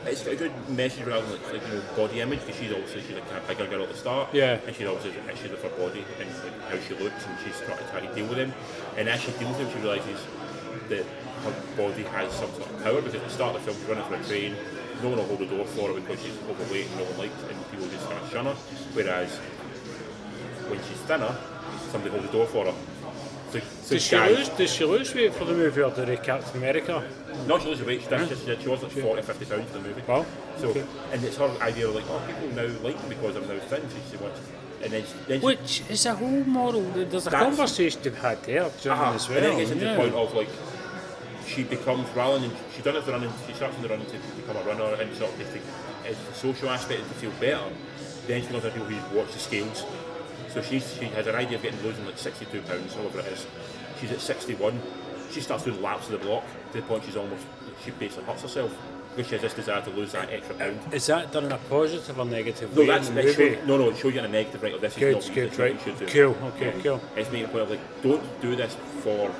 [SPEAKER 2] it's got a good message around like, like you know, body image because she's obviously she's like a bigger girl at the start.
[SPEAKER 3] Yeah.
[SPEAKER 2] And she's obviously got issues with her body and like, how she looks, and she's trying to try to deal with them. And as she deals with them, she realizes that her body has some sort of power because at the start of the film she's running for a train. No one will hold the door for her because she's overweight and no one likes, it, and people just start shun her. Whereas when she's thinner, somebody holds the door for her. So, so
[SPEAKER 3] Does she
[SPEAKER 2] guys-
[SPEAKER 3] lose? Does she lose weight for the movie, or did they Captain America?
[SPEAKER 2] No, she loses weight. She, does, she, she was like 40, 50 pounds for the movie.
[SPEAKER 3] Wow.
[SPEAKER 2] So,
[SPEAKER 3] Okay.
[SPEAKER 2] and it's her idea of like, oh, people now like me because I'm now thin. So she wants, and then she, then she,
[SPEAKER 3] Which is a whole moral. There's a
[SPEAKER 2] That's-
[SPEAKER 3] conversation to be had there, do you know what I mean,
[SPEAKER 2] uh
[SPEAKER 3] as
[SPEAKER 2] and then it
[SPEAKER 3] well.
[SPEAKER 2] gets into
[SPEAKER 3] yeah.
[SPEAKER 2] the point of like, she becomes rather than she doesn't have to run. In, she starts with the running to become a runner and sort of just to- it's the social aspect and to feel better. Then she becomes a people who watch the scales. So she's, she has an idea of getting losing like 62 pounds, however it is. She's at 61. She starts doing laps of the block to the point she's almost she basically hurts herself because she has this desire to lose that extra pound.
[SPEAKER 3] Is that done in a positive or negative
[SPEAKER 2] No,
[SPEAKER 3] way?
[SPEAKER 2] that's
[SPEAKER 3] in the
[SPEAKER 2] that's
[SPEAKER 3] movie?
[SPEAKER 2] show, no, no. It shows you in a negative right. Like, this
[SPEAKER 3] Good,
[SPEAKER 2] is not
[SPEAKER 3] good,
[SPEAKER 2] this is what you
[SPEAKER 3] right.
[SPEAKER 2] should do.
[SPEAKER 3] Cool, okay, cool.
[SPEAKER 2] It's making a point of like, don't do this for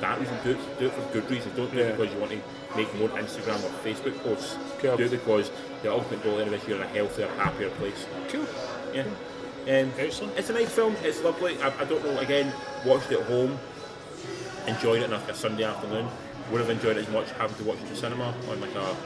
[SPEAKER 2] that reason. Do it, do it for good reasons. Don't do
[SPEAKER 3] Yeah.
[SPEAKER 2] it because you want to make more Instagram or Facebook posts.
[SPEAKER 3] Cool.
[SPEAKER 2] Do it because the ultimate goal anyway is you're in a healthier, happier place.
[SPEAKER 3] Cool.
[SPEAKER 2] Yeah. Um,
[SPEAKER 3] Excellent.
[SPEAKER 2] It's a nice film. It's lovely. I, I don't know. Again, watched it at home. Enjoyed it on like a Sunday afternoon. Would have enjoyed it as much having to watch it in the cinema on like a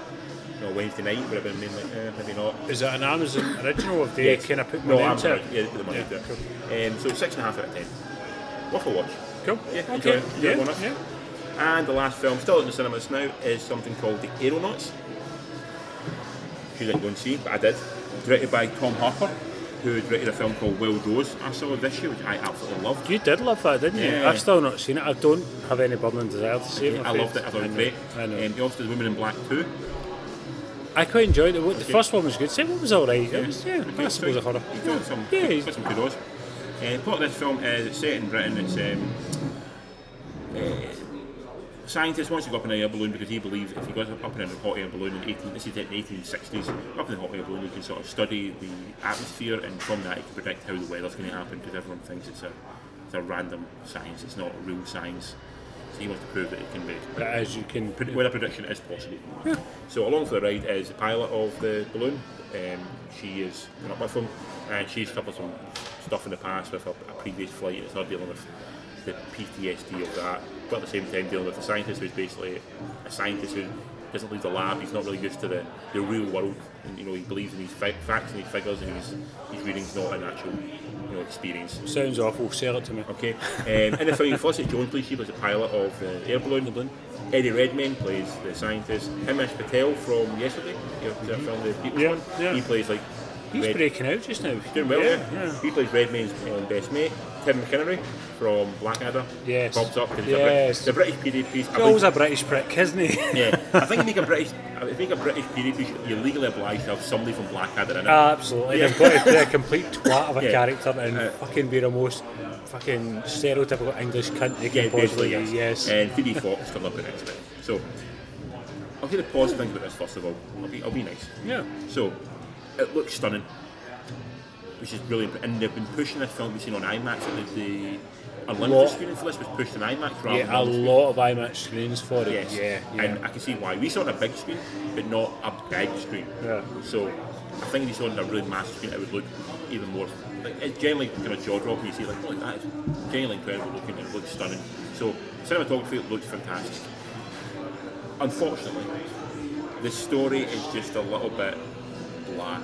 [SPEAKER 2] you know, Wednesday night. Would have been mainly eh, maybe not.
[SPEAKER 3] Is it an Amazon original? If they
[SPEAKER 2] Yes.
[SPEAKER 3] kind of put
[SPEAKER 2] no,
[SPEAKER 3] money
[SPEAKER 2] I'm
[SPEAKER 3] into
[SPEAKER 2] sorry.
[SPEAKER 3] it?
[SPEAKER 2] Yeah, they put the money
[SPEAKER 3] Yeah,
[SPEAKER 2] into it. Um, so it's six and a half out of ten. Worth a watch.
[SPEAKER 3] Cool.
[SPEAKER 2] Yeah,
[SPEAKER 3] okay.
[SPEAKER 2] enjoy it. Enjoy
[SPEAKER 3] yeah,
[SPEAKER 2] it, Jonas.
[SPEAKER 3] yeah.
[SPEAKER 2] And the last film still out in the cinemas now is something called The Aeronauts. You didn't go and see, but I did. Directed by Tom Harper, who directed a film called Wild Rose. I saw this year, which I absolutely loved.
[SPEAKER 3] You did love that, didn't you?
[SPEAKER 2] Yeah.
[SPEAKER 3] I've still not seen it. I don't have any burning desire to see it. I'm
[SPEAKER 2] I
[SPEAKER 3] afraid.
[SPEAKER 2] loved it. I thought it was
[SPEAKER 3] know,
[SPEAKER 2] great.
[SPEAKER 3] I know.
[SPEAKER 2] Um, he also did Women in Black too.
[SPEAKER 3] I quite enjoyed it. The
[SPEAKER 2] Okay.
[SPEAKER 3] first one was good. Second was alright. It was yeah,
[SPEAKER 2] He
[SPEAKER 3] passable
[SPEAKER 2] does-
[SPEAKER 3] as a horror.
[SPEAKER 2] He's done some,
[SPEAKER 3] Yeah,
[SPEAKER 2] yeah,
[SPEAKER 3] he's-
[SPEAKER 2] he's some good odds. Uh, plot of this film is it's set in Britain. It's um, uh, scientist wants to go up in an air balloon because he believes if he goes up in a hot air balloon in 18, this is in the 1860s, up in a hot air balloon, you can sort of study the atmosphere and from that you can predict how the weather's going to happen because everyone thinks it's a it's a random science. It's not real science. So he wants to prove that it can be
[SPEAKER 3] As you can,
[SPEAKER 2] pred- weather prediction is possible. So along for the ride is the pilot of the balloon. Um, she is going up with him, and she's suffered some stuff in the past with a, a previous flight. It's her dealing with the PTSD of that. but at the same time dealing with a scientist who's basically a scientist who doesn't leave the lab. He's not really used to the, the real world, and you know he believes in these fi- facts and these figures, and his his reading's not an actual you know experience.
[SPEAKER 3] Sounds awful. Sell it to me.
[SPEAKER 2] Okay. Um, in the film, Fawcett Jones plays Sheba as the pilot of the air balloon. The balloon. Eddie Redmayne plays the scientist. Himesh Patel from Yesterday, you know, that film, the Beatles
[SPEAKER 3] Mm-hmm. Yeah,
[SPEAKER 2] one.
[SPEAKER 3] yeah.
[SPEAKER 2] He plays like.
[SPEAKER 3] He's
[SPEAKER 2] Red-
[SPEAKER 3] breaking out just now.
[SPEAKER 2] Doing well,
[SPEAKER 3] yeah.
[SPEAKER 2] yeah. He plays Redmayne's um, best mate, Tim McInnery from Blackadder.
[SPEAKER 3] Yes.
[SPEAKER 2] Pops up because
[SPEAKER 3] Yes.
[SPEAKER 2] he's a British, the British period piece. I
[SPEAKER 3] He's always
[SPEAKER 2] believe-
[SPEAKER 3] a British prick, isn't he?
[SPEAKER 2] yeah, I think you make a British, I think a British period piece, you're legally obliged to have somebody from Blackadder in it.
[SPEAKER 3] Absolutely. They've got to play a complete twat of a
[SPEAKER 2] Yeah.
[SPEAKER 3] character and
[SPEAKER 2] Uh,
[SPEAKER 3] fucking be the most fucking stereotypical English cunt they can
[SPEAKER 2] Yeah,
[SPEAKER 3] possibly
[SPEAKER 2] basically, yes. Uh,
[SPEAKER 3] be. Yes.
[SPEAKER 2] And Phoebe Fox comes up with next bit. So, I'll get a positive thing about this first of all. I'll be, I'll be nice.
[SPEAKER 3] yeah.
[SPEAKER 2] So, it looks stunning, which is really, and they've been pushing this film we've seen on IMAX. The, the unlimited
[SPEAKER 3] Lot.
[SPEAKER 2] screening for this was pushed on IMAX rather than
[SPEAKER 3] Yeah, a
[SPEAKER 2] on the screen.
[SPEAKER 3] lot of IMAX screens for it.
[SPEAKER 2] Yes.
[SPEAKER 3] Yeah, yeah.
[SPEAKER 2] And I can see why. We saw it on a big screen, but not a big screen.
[SPEAKER 3] Yeah.
[SPEAKER 2] So I think if you saw it on a really massive screen, it would look even more. Like, it's generally kind of jaw dropping. You see, like, look, that is genuinely incredible looking. It looks stunning. So cinematography looks fantastic. Unfortunately, the story is just a little bit blah.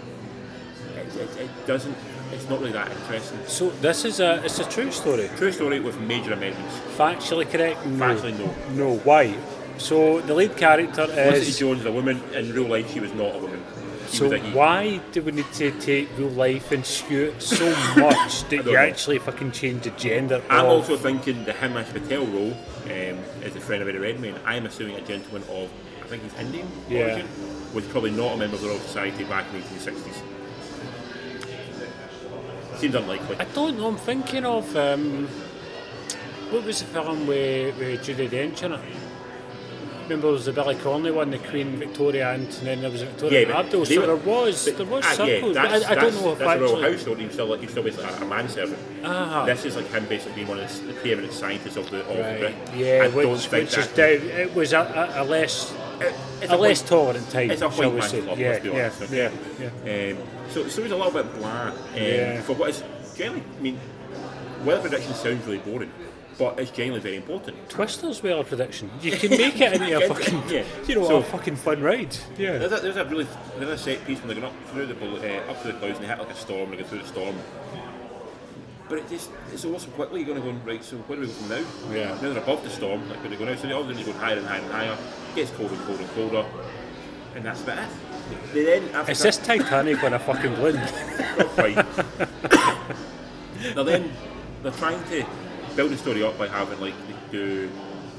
[SPEAKER 2] It, it, it doesn't. It's not really that interesting.
[SPEAKER 3] so this is a it's a true story.
[SPEAKER 2] True story with major amendments.
[SPEAKER 3] Factually correct? No.
[SPEAKER 2] Factually, no.
[SPEAKER 3] No. Why? So the lead character
[SPEAKER 2] Felicity
[SPEAKER 3] is
[SPEAKER 2] Jones is a woman. In real life, she was not a woman. She
[SPEAKER 3] So
[SPEAKER 2] was a he.
[SPEAKER 3] why do we need to take real life and skew it so much that
[SPEAKER 2] don't
[SPEAKER 3] you
[SPEAKER 2] know.
[SPEAKER 3] actually fucking change the gender?
[SPEAKER 2] I'm
[SPEAKER 3] of-
[SPEAKER 2] also thinking the Himesh Patel role um, as a friend of Eddie Redmayne. I am assuming a gentleman of, I think he's Indian
[SPEAKER 3] Yeah.
[SPEAKER 2] origin, was probably not a member of the Royal Society back in the 1860s. Seems unlikely.
[SPEAKER 3] I don't know. I'm thinking of um, what was the film with, with Judy Dench in it? Remember, there was the Billy Connolly one, the Queen Victoria, and then there was a Victoria
[SPEAKER 2] but
[SPEAKER 3] Abdul.
[SPEAKER 2] they
[SPEAKER 3] So
[SPEAKER 2] were-
[SPEAKER 3] there was,
[SPEAKER 2] but-
[SPEAKER 3] there was
[SPEAKER 2] ah,
[SPEAKER 3] circles.
[SPEAKER 2] Yeah,
[SPEAKER 3] but
[SPEAKER 2] that's,
[SPEAKER 3] I, I don't
[SPEAKER 2] that's-
[SPEAKER 3] know if
[SPEAKER 2] that's a royal
[SPEAKER 3] actually.
[SPEAKER 2] household. He's still, like, he's still basically a, a manservant.
[SPEAKER 3] Ah.
[SPEAKER 2] This is like him basically being one of the, the preeminent scientists of the of
[SPEAKER 3] Right.
[SPEAKER 2] Britain.
[SPEAKER 3] Yeah,
[SPEAKER 2] I
[SPEAKER 3] which,
[SPEAKER 2] don't think
[SPEAKER 3] which is
[SPEAKER 2] that-
[SPEAKER 3] down. It was a, a, a less
[SPEAKER 2] it- it's
[SPEAKER 3] a
[SPEAKER 2] a
[SPEAKER 3] less
[SPEAKER 2] point-
[SPEAKER 3] tolerant time,
[SPEAKER 2] It's a
[SPEAKER 3] shall
[SPEAKER 2] point
[SPEAKER 3] we
[SPEAKER 2] man
[SPEAKER 3] say?
[SPEAKER 2] club,
[SPEAKER 3] yeah,
[SPEAKER 2] let's be
[SPEAKER 3] yeah,
[SPEAKER 2] honest. okay?
[SPEAKER 3] yeah, yeah.
[SPEAKER 2] Um, so, so it's a little bit bland um,
[SPEAKER 3] Yeah.
[SPEAKER 2] for what is generally. I mean, weather prediction sounds really boring, but it's generally very important.
[SPEAKER 3] Twister's weather prediction. You can make it into a
[SPEAKER 2] Yeah,
[SPEAKER 3] fucking,
[SPEAKER 2] yeah.
[SPEAKER 3] you know,
[SPEAKER 2] So-
[SPEAKER 3] a fucking fun ride. Yeah.
[SPEAKER 2] There's a, there's a really there's a set piece when they're going up through the bal- uh, up through the clouds and they hit like a storm. They go through the storm. But it just, it's all so quickly, you're going to go, right, so where do we go from now?
[SPEAKER 3] Yeah.
[SPEAKER 2] Now they're above the storm, like where do they go now? So they're obviously going higher and higher and higher. gets colder and colder and colder. And that's about it. They then, after
[SPEAKER 3] It's
[SPEAKER 2] that-
[SPEAKER 3] this Titanic on a fucking balloon.
[SPEAKER 2] Right. now then, they're trying to build the story up by having like they do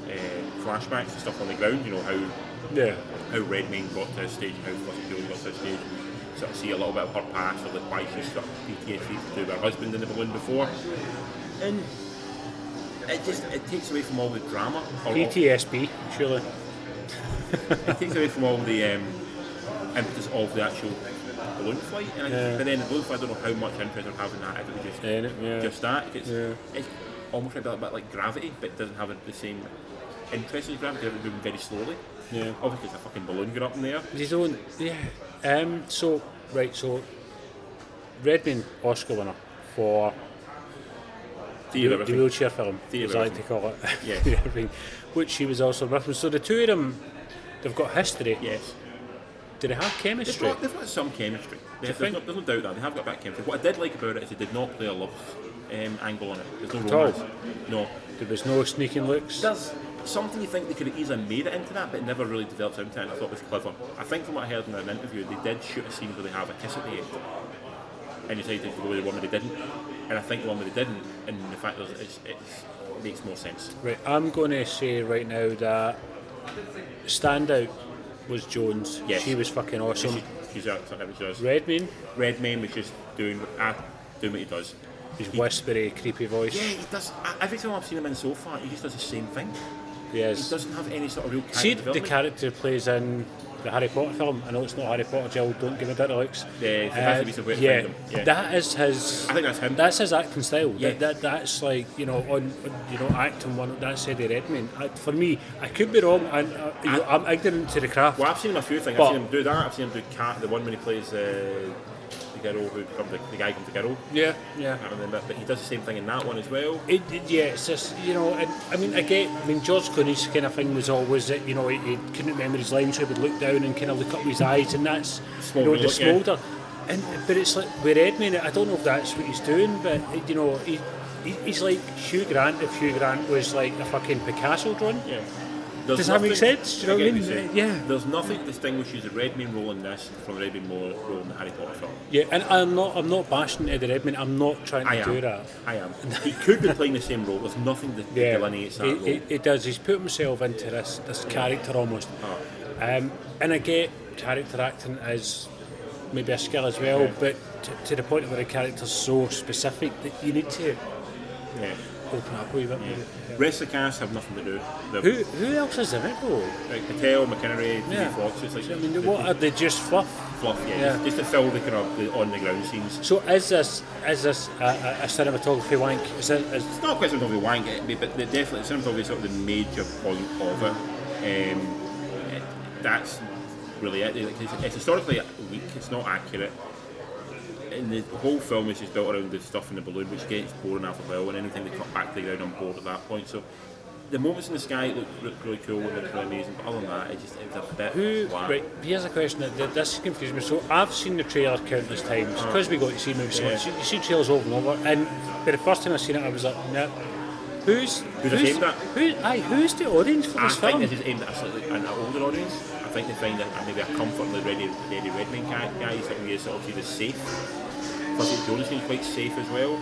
[SPEAKER 2] uh, flashbacks and stuff on the ground. You know how
[SPEAKER 3] Yeah.
[SPEAKER 2] how Redmayne got to this stage and how Fluffy Jones got to this stage. And sort of see a little bit of her past or like why she's got PTSD to do with her husband in the balloon before. And it just it takes away from all the drama. Or all-
[SPEAKER 3] PTSD, surely.
[SPEAKER 2] it takes away from all the um, impetus of the actual balloon flight. And I just,
[SPEAKER 3] Yeah.
[SPEAKER 2] But then the balloon flight, I don't know how much interest I'm having that if it was just,
[SPEAKER 3] Yeah, it- yeah.
[SPEAKER 2] just that. It's,
[SPEAKER 3] Yeah.
[SPEAKER 2] it's almost a bit, a bit like gravity, but it doesn't have the same interest as gravity. It's moving very slowly.
[SPEAKER 3] Yeah.
[SPEAKER 2] Obviously, it's a fucking balloon going up in the air.
[SPEAKER 3] His own. Yeah. Um. So right. So Redman Oscar winner for
[SPEAKER 2] Theory of
[SPEAKER 3] the
[SPEAKER 2] everything.
[SPEAKER 3] wheelchair film,
[SPEAKER 2] Theory of
[SPEAKER 3] as I like to call it.
[SPEAKER 2] Yes.
[SPEAKER 3] Theory of everything, Which she was also referenced. So the two of them, they've got history.
[SPEAKER 2] Yes.
[SPEAKER 3] Do they have
[SPEAKER 2] They've
[SPEAKER 3] chemistry?
[SPEAKER 2] got, they've got some chemistry. They have,
[SPEAKER 3] you
[SPEAKER 2] there's, no, there's no doubt that they have got that chemistry. What I did like about it is they did not play a love um, angle on it. There's no
[SPEAKER 3] At all?
[SPEAKER 2] romance. No.
[SPEAKER 3] There was no sneaking looks.
[SPEAKER 2] There's something you think they could have easily made it into that, but it never really developed into it. And I thought it was clever. I think from what I heard in an interview, they did shoot a scene where they have a kiss at the end, and you decided to go with the one where they didn't. And I think the one where they didn't, and the fact is, it's, it's, it makes more sense.
[SPEAKER 3] Right. I'm going to say right now that standout was Jones.
[SPEAKER 2] Yes.
[SPEAKER 3] She was fucking awesome.
[SPEAKER 2] She, she's out, something she does.
[SPEAKER 3] Redman,
[SPEAKER 2] Redmayne was just doing, uh, doing what he does.
[SPEAKER 3] his whispery, creepy voice.
[SPEAKER 2] Yeah, he does. I- Every time I've seen him in so far, he just does the same thing. He
[SPEAKER 3] Yes.
[SPEAKER 2] doesn't have any sort of real character
[SPEAKER 3] See the
[SPEAKER 2] development.
[SPEAKER 3] character plays in the Harry Potter film. I know it's not Harry Potter, Jill. Don't give me that, Alex.
[SPEAKER 2] Yeah, Fantastic Beasts and Where to
[SPEAKER 3] yeah,
[SPEAKER 2] Find Them, yeah.
[SPEAKER 3] that is his.
[SPEAKER 2] I think that's him.
[SPEAKER 3] That's his acting style.
[SPEAKER 2] Yeah.
[SPEAKER 3] That, that that's like you know on, on you know acting one. That's Eddie Redmayne. I, for me, I could be wrong, and uh, you know, I'm ignorant to the craft.
[SPEAKER 2] Well, I've seen him a few things.
[SPEAKER 3] But-
[SPEAKER 2] I've seen him do that. I've seen him do Cat, the one when he plays uh, the girl who becomes the, the guy becomes the girl.
[SPEAKER 3] Yeah, yeah.
[SPEAKER 2] I can't remember, but he does the same thing in that one as well.
[SPEAKER 3] It, it- yeah, it's just, you know, and, I mean, I get, I mean, George Clooney's kind of thing was always that, you know, he, he couldn't remember his lines, so he would look down and kind of look up with his eyes, and that's, you know,
[SPEAKER 2] Smolder
[SPEAKER 3] the
[SPEAKER 2] look, yeah.
[SPEAKER 3] smolder. And, but it's like, with Edmund, I don't know if that's what he's doing, but, you know, he, he, he's like Hugh Grant if Hugh Grant was like a fucking Picasso drawing.
[SPEAKER 2] Yeah. There's
[SPEAKER 3] Does that make sense? Do you know what I
[SPEAKER 2] get
[SPEAKER 3] mean?
[SPEAKER 2] you're saying.
[SPEAKER 3] Yeah.
[SPEAKER 2] There's nothing that distinguishes the Redmayne role in this from the Redmayne role role in the Harry Potter film.
[SPEAKER 3] Yeah, and I'm not, I'm not bashing Eddie Redmayne, I'm not trying to
[SPEAKER 2] I am.
[SPEAKER 3] do that.
[SPEAKER 2] I am. he could be playing the same role. There's nothing that that delineates that
[SPEAKER 3] he,
[SPEAKER 2] role.
[SPEAKER 3] he- he does. He's put himself into this this character almost.
[SPEAKER 2] Ah,
[SPEAKER 3] Um, and I get character acting is maybe a skill as well, but t- to the point where a character's so specific that you need to
[SPEAKER 2] yeah.
[SPEAKER 3] open up a wee bit.
[SPEAKER 2] Rest of the cast have nothing to do. They're
[SPEAKER 3] Who, who else is in it though?
[SPEAKER 2] Like Patel, McHenry, Jamie
[SPEAKER 3] Yeah.
[SPEAKER 2] Foxx. It's like
[SPEAKER 3] I mean, what are they just fluff?
[SPEAKER 2] fluff. Yeah,
[SPEAKER 3] Yeah.
[SPEAKER 2] just to fill the kind of the on the ground scenes.
[SPEAKER 3] So is this is this a, a, a cinematography wank? Is it, is,
[SPEAKER 2] It's not a question of the wank, it- but they definitely it's obviously sort of the major point of it. Um, it that's really it. Like, It's, it's historically weak. It's not accurate. And the whole film is just built around the stuff in the balloon, which gets boring after a while, and anything they cut back to the ground on board at that point. So the moments in the sky look re- really cool, it looked really amazing, but other than that, it just it was a bit.
[SPEAKER 3] Who,
[SPEAKER 2] flat.
[SPEAKER 3] right, here's a question that, that this confused me. So I've seen the trailer countless times because we got to see movies so
[SPEAKER 2] Oh. Yeah.
[SPEAKER 3] much. You, you see trailers over and over, and but the first time I seen it, I was like, no. Who's
[SPEAKER 2] Who's
[SPEAKER 3] who's,
[SPEAKER 2] ashamed of
[SPEAKER 3] who, aye, who's the audience for
[SPEAKER 2] I
[SPEAKER 3] this
[SPEAKER 2] think
[SPEAKER 3] film?
[SPEAKER 2] this is aimed at a slightly an older audience. I think they find that uh, maybe a comfort in the Reddy, Reddy Redmayne guy, guys that we sort of see the safe. Plus, Jonas seems quite safe as well.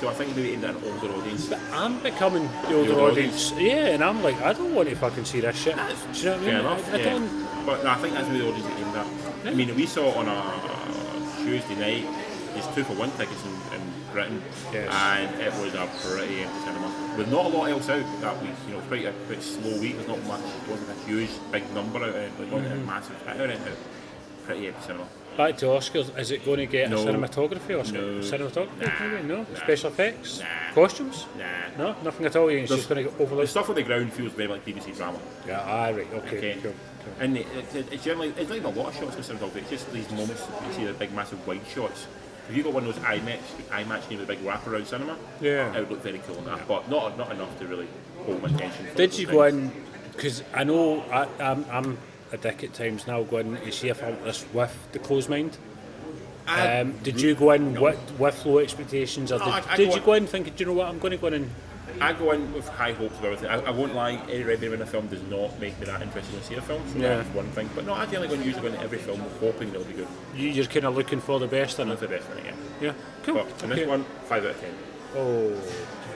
[SPEAKER 2] So I think maybe aimed at an older audience.
[SPEAKER 3] I'm becoming the older
[SPEAKER 2] older
[SPEAKER 3] audience. yeah, and I'm like, I don't want to fucking see this shit. Do you know what I mean?
[SPEAKER 2] Fair enough.
[SPEAKER 3] I, I
[SPEAKER 2] yeah.
[SPEAKER 3] don't.
[SPEAKER 2] But no, I think that's maybe the audience that aimed at. I mean, we saw it on a Tuesday night. It's two for one tickets in, in Britain,
[SPEAKER 3] Yes.
[SPEAKER 2] and it was a pretty empty cinema with not a lot else out that week. You know, it was quite a quite slow week. There's not much. It wasn't a huge big number out. It like, wasn't a massive hit on it. but Pretty empty cinema.
[SPEAKER 3] Back to Oscars, is it going to get
[SPEAKER 2] No.
[SPEAKER 3] a cinematography Oscar?
[SPEAKER 2] No.
[SPEAKER 3] Cinematography?
[SPEAKER 2] Nah.
[SPEAKER 3] maybe? No.
[SPEAKER 2] Nah.
[SPEAKER 3] Special effects?
[SPEAKER 2] Nah.
[SPEAKER 3] Costumes?
[SPEAKER 2] Nah.
[SPEAKER 3] No, nothing at all. It's
[SPEAKER 2] There's-
[SPEAKER 3] just going to get
[SPEAKER 2] The
[SPEAKER 3] overlooked.
[SPEAKER 2] stuff on the ground feels very like BBC drama.
[SPEAKER 3] Yeah, aye, right. Okay,
[SPEAKER 2] Okay.
[SPEAKER 3] cool, cool.
[SPEAKER 2] And it, it, it's generally it's not even a lot of shots with cinematography. It's just these moments that you see the big massive wide shots. If you got one of those IMAX IMAX you know, the big wraparound cinema,
[SPEAKER 3] Yeah.
[SPEAKER 2] it would look very cool on that. But not not enough to really hold my attention. for
[SPEAKER 3] Did
[SPEAKER 2] those
[SPEAKER 3] you
[SPEAKER 2] things.
[SPEAKER 3] go in? Because I know I, I'm, I'm a dick at times now going to see if I'm this with the closed mind.
[SPEAKER 2] I,
[SPEAKER 3] Um, did you go in with, with low expectations, or did,
[SPEAKER 2] No, I- I
[SPEAKER 3] did
[SPEAKER 2] go
[SPEAKER 3] you
[SPEAKER 2] in-
[SPEAKER 3] go in thinking, do you know what, I'm going to go in and
[SPEAKER 2] I go in with high hopes of everything. I, I won't lie, any Red Bear in a film does not make me that interested in see a film. So
[SPEAKER 3] Yeah.
[SPEAKER 2] that's one thing. But no, I generally go and usually go into every film hoping it'll be good.
[SPEAKER 3] you- you're kind of looking for the best in
[SPEAKER 2] That's
[SPEAKER 3] it?
[SPEAKER 2] the best thing, yeah.
[SPEAKER 3] Yeah, cool.
[SPEAKER 2] But in
[SPEAKER 3] okay.
[SPEAKER 2] this one, five out of ten.
[SPEAKER 3] Oh,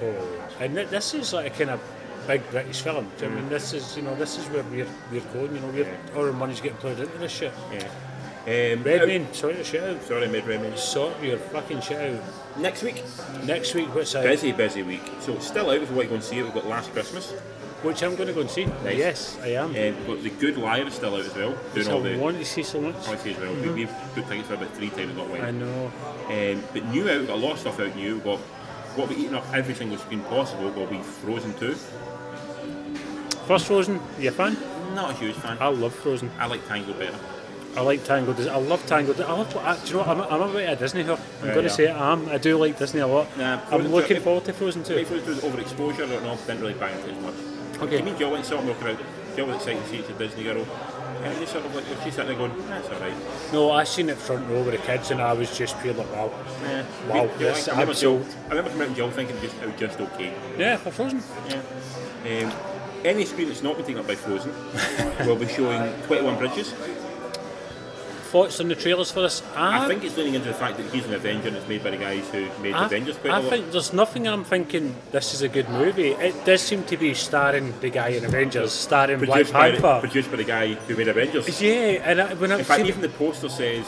[SPEAKER 3] oh. And th- this is like a kind of big British film. Do you know what I mean, this is you know this is where we're we're going. You know, we're,
[SPEAKER 2] Mm. Yeah.
[SPEAKER 3] our money's getting ploughed into this shit.
[SPEAKER 2] Yeah. Um,
[SPEAKER 3] Redmayne, sorry to shit out.
[SPEAKER 2] Sorry, mid Redmayne.
[SPEAKER 3] Sort your fucking shit out.
[SPEAKER 2] Next week,
[SPEAKER 3] Next week, what's out?
[SPEAKER 2] busy, busy week. So it's still out if you want to go and see it. We've got Last Christmas.
[SPEAKER 3] Which I'm going to go and see.
[SPEAKER 2] Nice.
[SPEAKER 3] Yes, I am.
[SPEAKER 2] Um, we've got The Good Liar is still out as well. Doing all
[SPEAKER 3] so I
[SPEAKER 2] the
[SPEAKER 3] wanted to see so much.
[SPEAKER 2] I see as well. We- We've booked tickets for about three times and not
[SPEAKER 3] I
[SPEAKER 2] went.
[SPEAKER 3] know.
[SPEAKER 2] Um, but new out, we've got a lot of stuff out new. We've got what we're eating up every single screen possible. We've got we Frozen 2.
[SPEAKER 3] First Frozen, you a fan?
[SPEAKER 2] Not a huge fan.
[SPEAKER 3] I love Frozen.
[SPEAKER 2] I like Tango better. I
[SPEAKER 3] I like Tango. Dis- I love Tango. Dis- I love. I, do you know what? I'm, a- I'm a bit of a Disney here. I'm
[SPEAKER 2] Yeah,
[SPEAKER 3] going to
[SPEAKER 2] yeah.
[SPEAKER 3] say I am. I do like Disney a lot.
[SPEAKER 2] Nah,
[SPEAKER 3] I'm
[SPEAKER 2] Frozen-
[SPEAKER 3] looking
[SPEAKER 2] if-
[SPEAKER 3] forward to Frozen too.
[SPEAKER 2] think Frozen 2 is overexposure. I don't know. Didn't really bang it as much.
[SPEAKER 3] Okay.
[SPEAKER 2] I mean, Jill went something about it. Jill was excited to see it's a Disney girl. And just sort of like, she's sitting there going, that's alright.
[SPEAKER 3] No, I seen it front row with the kids, and I was just pure like, wow,
[SPEAKER 2] Yeah.
[SPEAKER 3] wow,
[SPEAKER 2] We-
[SPEAKER 3] this
[SPEAKER 2] Eh, I
[SPEAKER 3] I'm
[SPEAKER 2] remember Joe,
[SPEAKER 3] sold.
[SPEAKER 2] I remember coming out and Joe thinking just how just okay.
[SPEAKER 3] Yeah, for Frozen.
[SPEAKER 2] Yeah. Um, any screen that's not been taken up by Frozen will be showing 21 Bridges.
[SPEAKER 3] Thoughts on the trailers for this?
[SPEAKER 2] I think it's leaning into the fact that he's an Avenger and it's made by the guys who made
[SPEAKER 3] I,
[SPEAKER 2] Avengers quite
[SPEAKER 3] I
[SPEAKER 2] a lot.
[SPEAKER 3] think there's nothing I'm thinking this is a good movie. It does seem to be starring the guy in Avengers, starring Black
[SPEAKER 2] produced, by the,
[SPEAKER 3] Panther.
[SPEAKER 2] produced by the guy who made Avengers.
[SPEAKER 3] Yeah, and I, when I
[SPEAKER 2] In
[SPEAKER 3] see
[SPEAKER 2] fact, even the poster says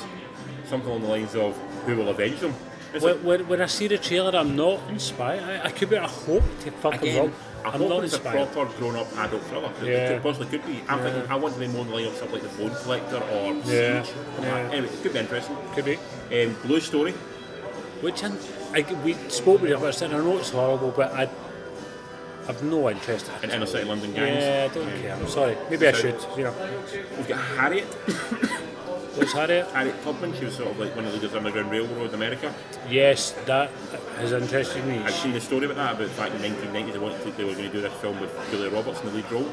[SPEAKER 2] something along the lines of who will avenge them. It's
[SPEAKER 3] When,
[SPEAKER 2] like,
[SPEAKER 3] when, when I see the trailer, I'm not inspired. I, I could be. I hope to fucking
[SPEAKER 2] again,
[SPEAKER 3] wrong.
[SPEAKER 2] I
[SPEAKER 3] I'm
[SPEAKER 2] hope
[SPEAKER 3] not
[SPEAKER 2] it's a
[SPEAKER 3] inspired.
[SPEAKER 2] proper grown-up adult thriller. It-
[SPEAKER 3] Yeah.
[SPEAKER 2] It could- possibly could be. I'm thinking, I want to be more in the line of stuff like The Bone Collector or
[SPEAKER 3] Yeah,
[SPEAKER 2] Siege.
[SPEAKER 3] yeah.
[SPEAKER 2] Anyway, it could be interesting.
[SPEAKER 3] Could be.
[SPEAKER 2] Um, Blue Story.
[SPEAKER 3] Which I, I, we spoke with you about it, and I know it's horrible, but I, I've no interest.
[SPEAKER 2] and inner city London gangs.
[SPEAKER 3] Yeah, I don't care. I'm sorry. Maybe I
[SPEAKER 2] So-
[SPEAKER 3] should. You know.
[SPEAKER 2] We've got Harriet,
[SPEAKER 3] was Harriet.
[SPEAKER 2] Harriet Tubman, she was sort of like one of the leaders of the Underground Railroad in America.
[SPEAKER 3] Yes, that has interested me.
[SPEAKER 2] I've seen a story about that, about the fact in 1990 they, wanted to, they were going to do this film with Julia Roberts in the lead role.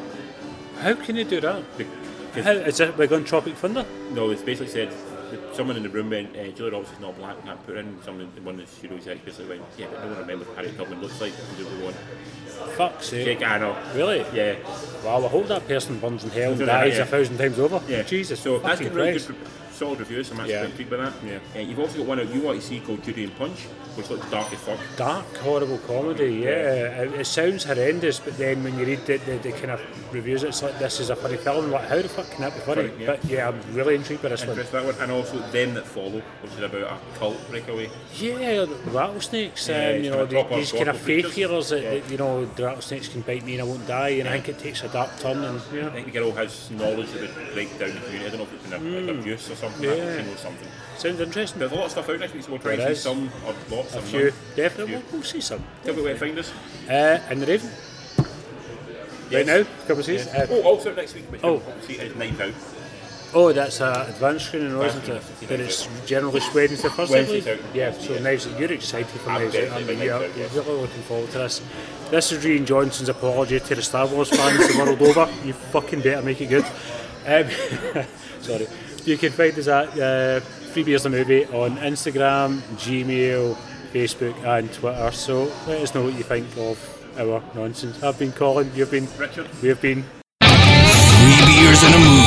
[SPEAKER 3] How can you do that?
[SPEAKER 2] Because,
[SPEAKER 3] How, is it Tropic Thunder?
[SPEAKER 2] no, it's basically said that someone in the room went, uh, Julia Roberts is not black, we can't put her in. Someone, one of the studio execs basically went, yeah, but no one remembers what Harriet Tubman looks like. We do what we want.
[SPEAKER 3] Fuck's sake.
[SPEAKER 2] Jake Anno.
[SPEAKER 3] Really?
[SPEAKER 2] Yeah.
[SPEAKER 3] Wow, I hope that person burns in hell and
[SPEAKER 2] Doesn't it,
[SPEAKER 3] dies
[SPEAKER 2] yeah.
[SPEAKER 3] a thousand times over.
[SPEAKER 2] Yeah.
[SPEAKER 3] Jesus,
[SPEAKER 2] So that's
[SPEAKER 3] fucking
[SPEAKER 2] getting really
[SPEAKER 3] Christ.
[SPEAKER 2] good, re- solid reviews. I'm actually
[SPEAKER 3] Yeah.
[SPEAKER 2] quite intrigued by that.
[SPEAKER 3] Yeah.
[SPEAKER 2] Uh, you've also got one out you want to see called Judy and Punch, which looks dark as fuck.
[SPEAKER 3] Dark, horrible comedy, yeah. Uh, It, it sounds horrendous, but then when you read the, the, the kind of reviews, it's like, this is a funny film. Like, how the fuck can that be funny?
[SPEAKER 2] Funny, yeah.
[SPEAKER 3] But yeah, I'm really intrigued by this one.
[SPEAKER 2] Interest that one, and also Them That Follow, which is about a cult breakaway.
[SPEAKER 3] Yeah, the rattlesnakes,
[SPEAKER 2] Yeah,
[SPEAKER 3] um,
[SPEAKER 2] it's
[SPEAKER 3] you
[SPEAKER 2] kinda
[SPEAKER 3] know, the,
[SPEAKER 2] proper
[SPEAKER 3] these kind of
[SPEAKER 2] gospel
[SPEAKER 3] faith
[SPEAKER 2] preachers.
[SPEAKER 3] healers that, that, you know, the rattlesnakes can bite me and I won't die, and I think it takes a dark turn. And
[SPEAKER 2] I think the girl has knowledge that would break down the community. I don't know if it's been a, like abuse or something. I
[SPEAKER 3] Hmm. Yeah.
[SPEAKER 2] think she knows something.
[SPEAKER 3] sounds interesting.
[SPEAKER 2] There's a lot of stuff out next week, so we'll try
[SPEAKER 3] There
[SPEAKER 2] and see
[SPEAKER 3] is.
[SPEAKER 2] some or lots.
[SPEAKER 3] a
[SPEAKER 2] of
[SPEAKER 3] few, definitely, we'll, we'll see some.
[SPEAKER 2] Tell me where to find us.
[SPEAKER 3] Uh, and the Raven, right now, couple of seasons.
[SPEAKER 2] Yeah.
[SPEAKER 3] Uh,
[SPEAKER 2] oh, also next week, which
[SPEAKER 3] Oh.
[SPEAKER 2] oh. we'll see is Night Out.
[SPEAKER 3] oh, that's uh, advanced screening, isn't
[SPEAKER 2] Advanced
[SPEAKER 3] it?
[SPEAKER 2] screening,
[SPEAKER 3] But
[SPEAKER 2] yeah.
[SPEAKER 3] it's generally Wednesday, Thursday. I
[SPEAKER 2] Wednesday's
[SPEAKER 3] believe.
[SPEAKER 2] out.
[SPEAKER 3] Yeah, so now that you're excited for
[SPEAKER 2] I'm
[SPEAKER 3] Knives Out, aren't
[SPEAKER 2] definitely
[SPEAKER 3] you? Yeah,
[SPEAKER 2] Knives
[SPEAKER 3] yeah,
[SPEAKER 2] Out,
[SPEAKER 3] really looking forward to this. This is Rian Johnson's apology to the Star Wars fans the world over. You fucking better make it good. Um, sorry. You can find us at uh, Free Beers the Movie on Instagram, Gmail, Facebook, and Twitter. So let us know what you think of our nonsense. I've been Colin, you've been
[SPEAKER 2] Richard.
[SPEAKER 3] we've been.
[SPEAKER 1] Three beers and a movie.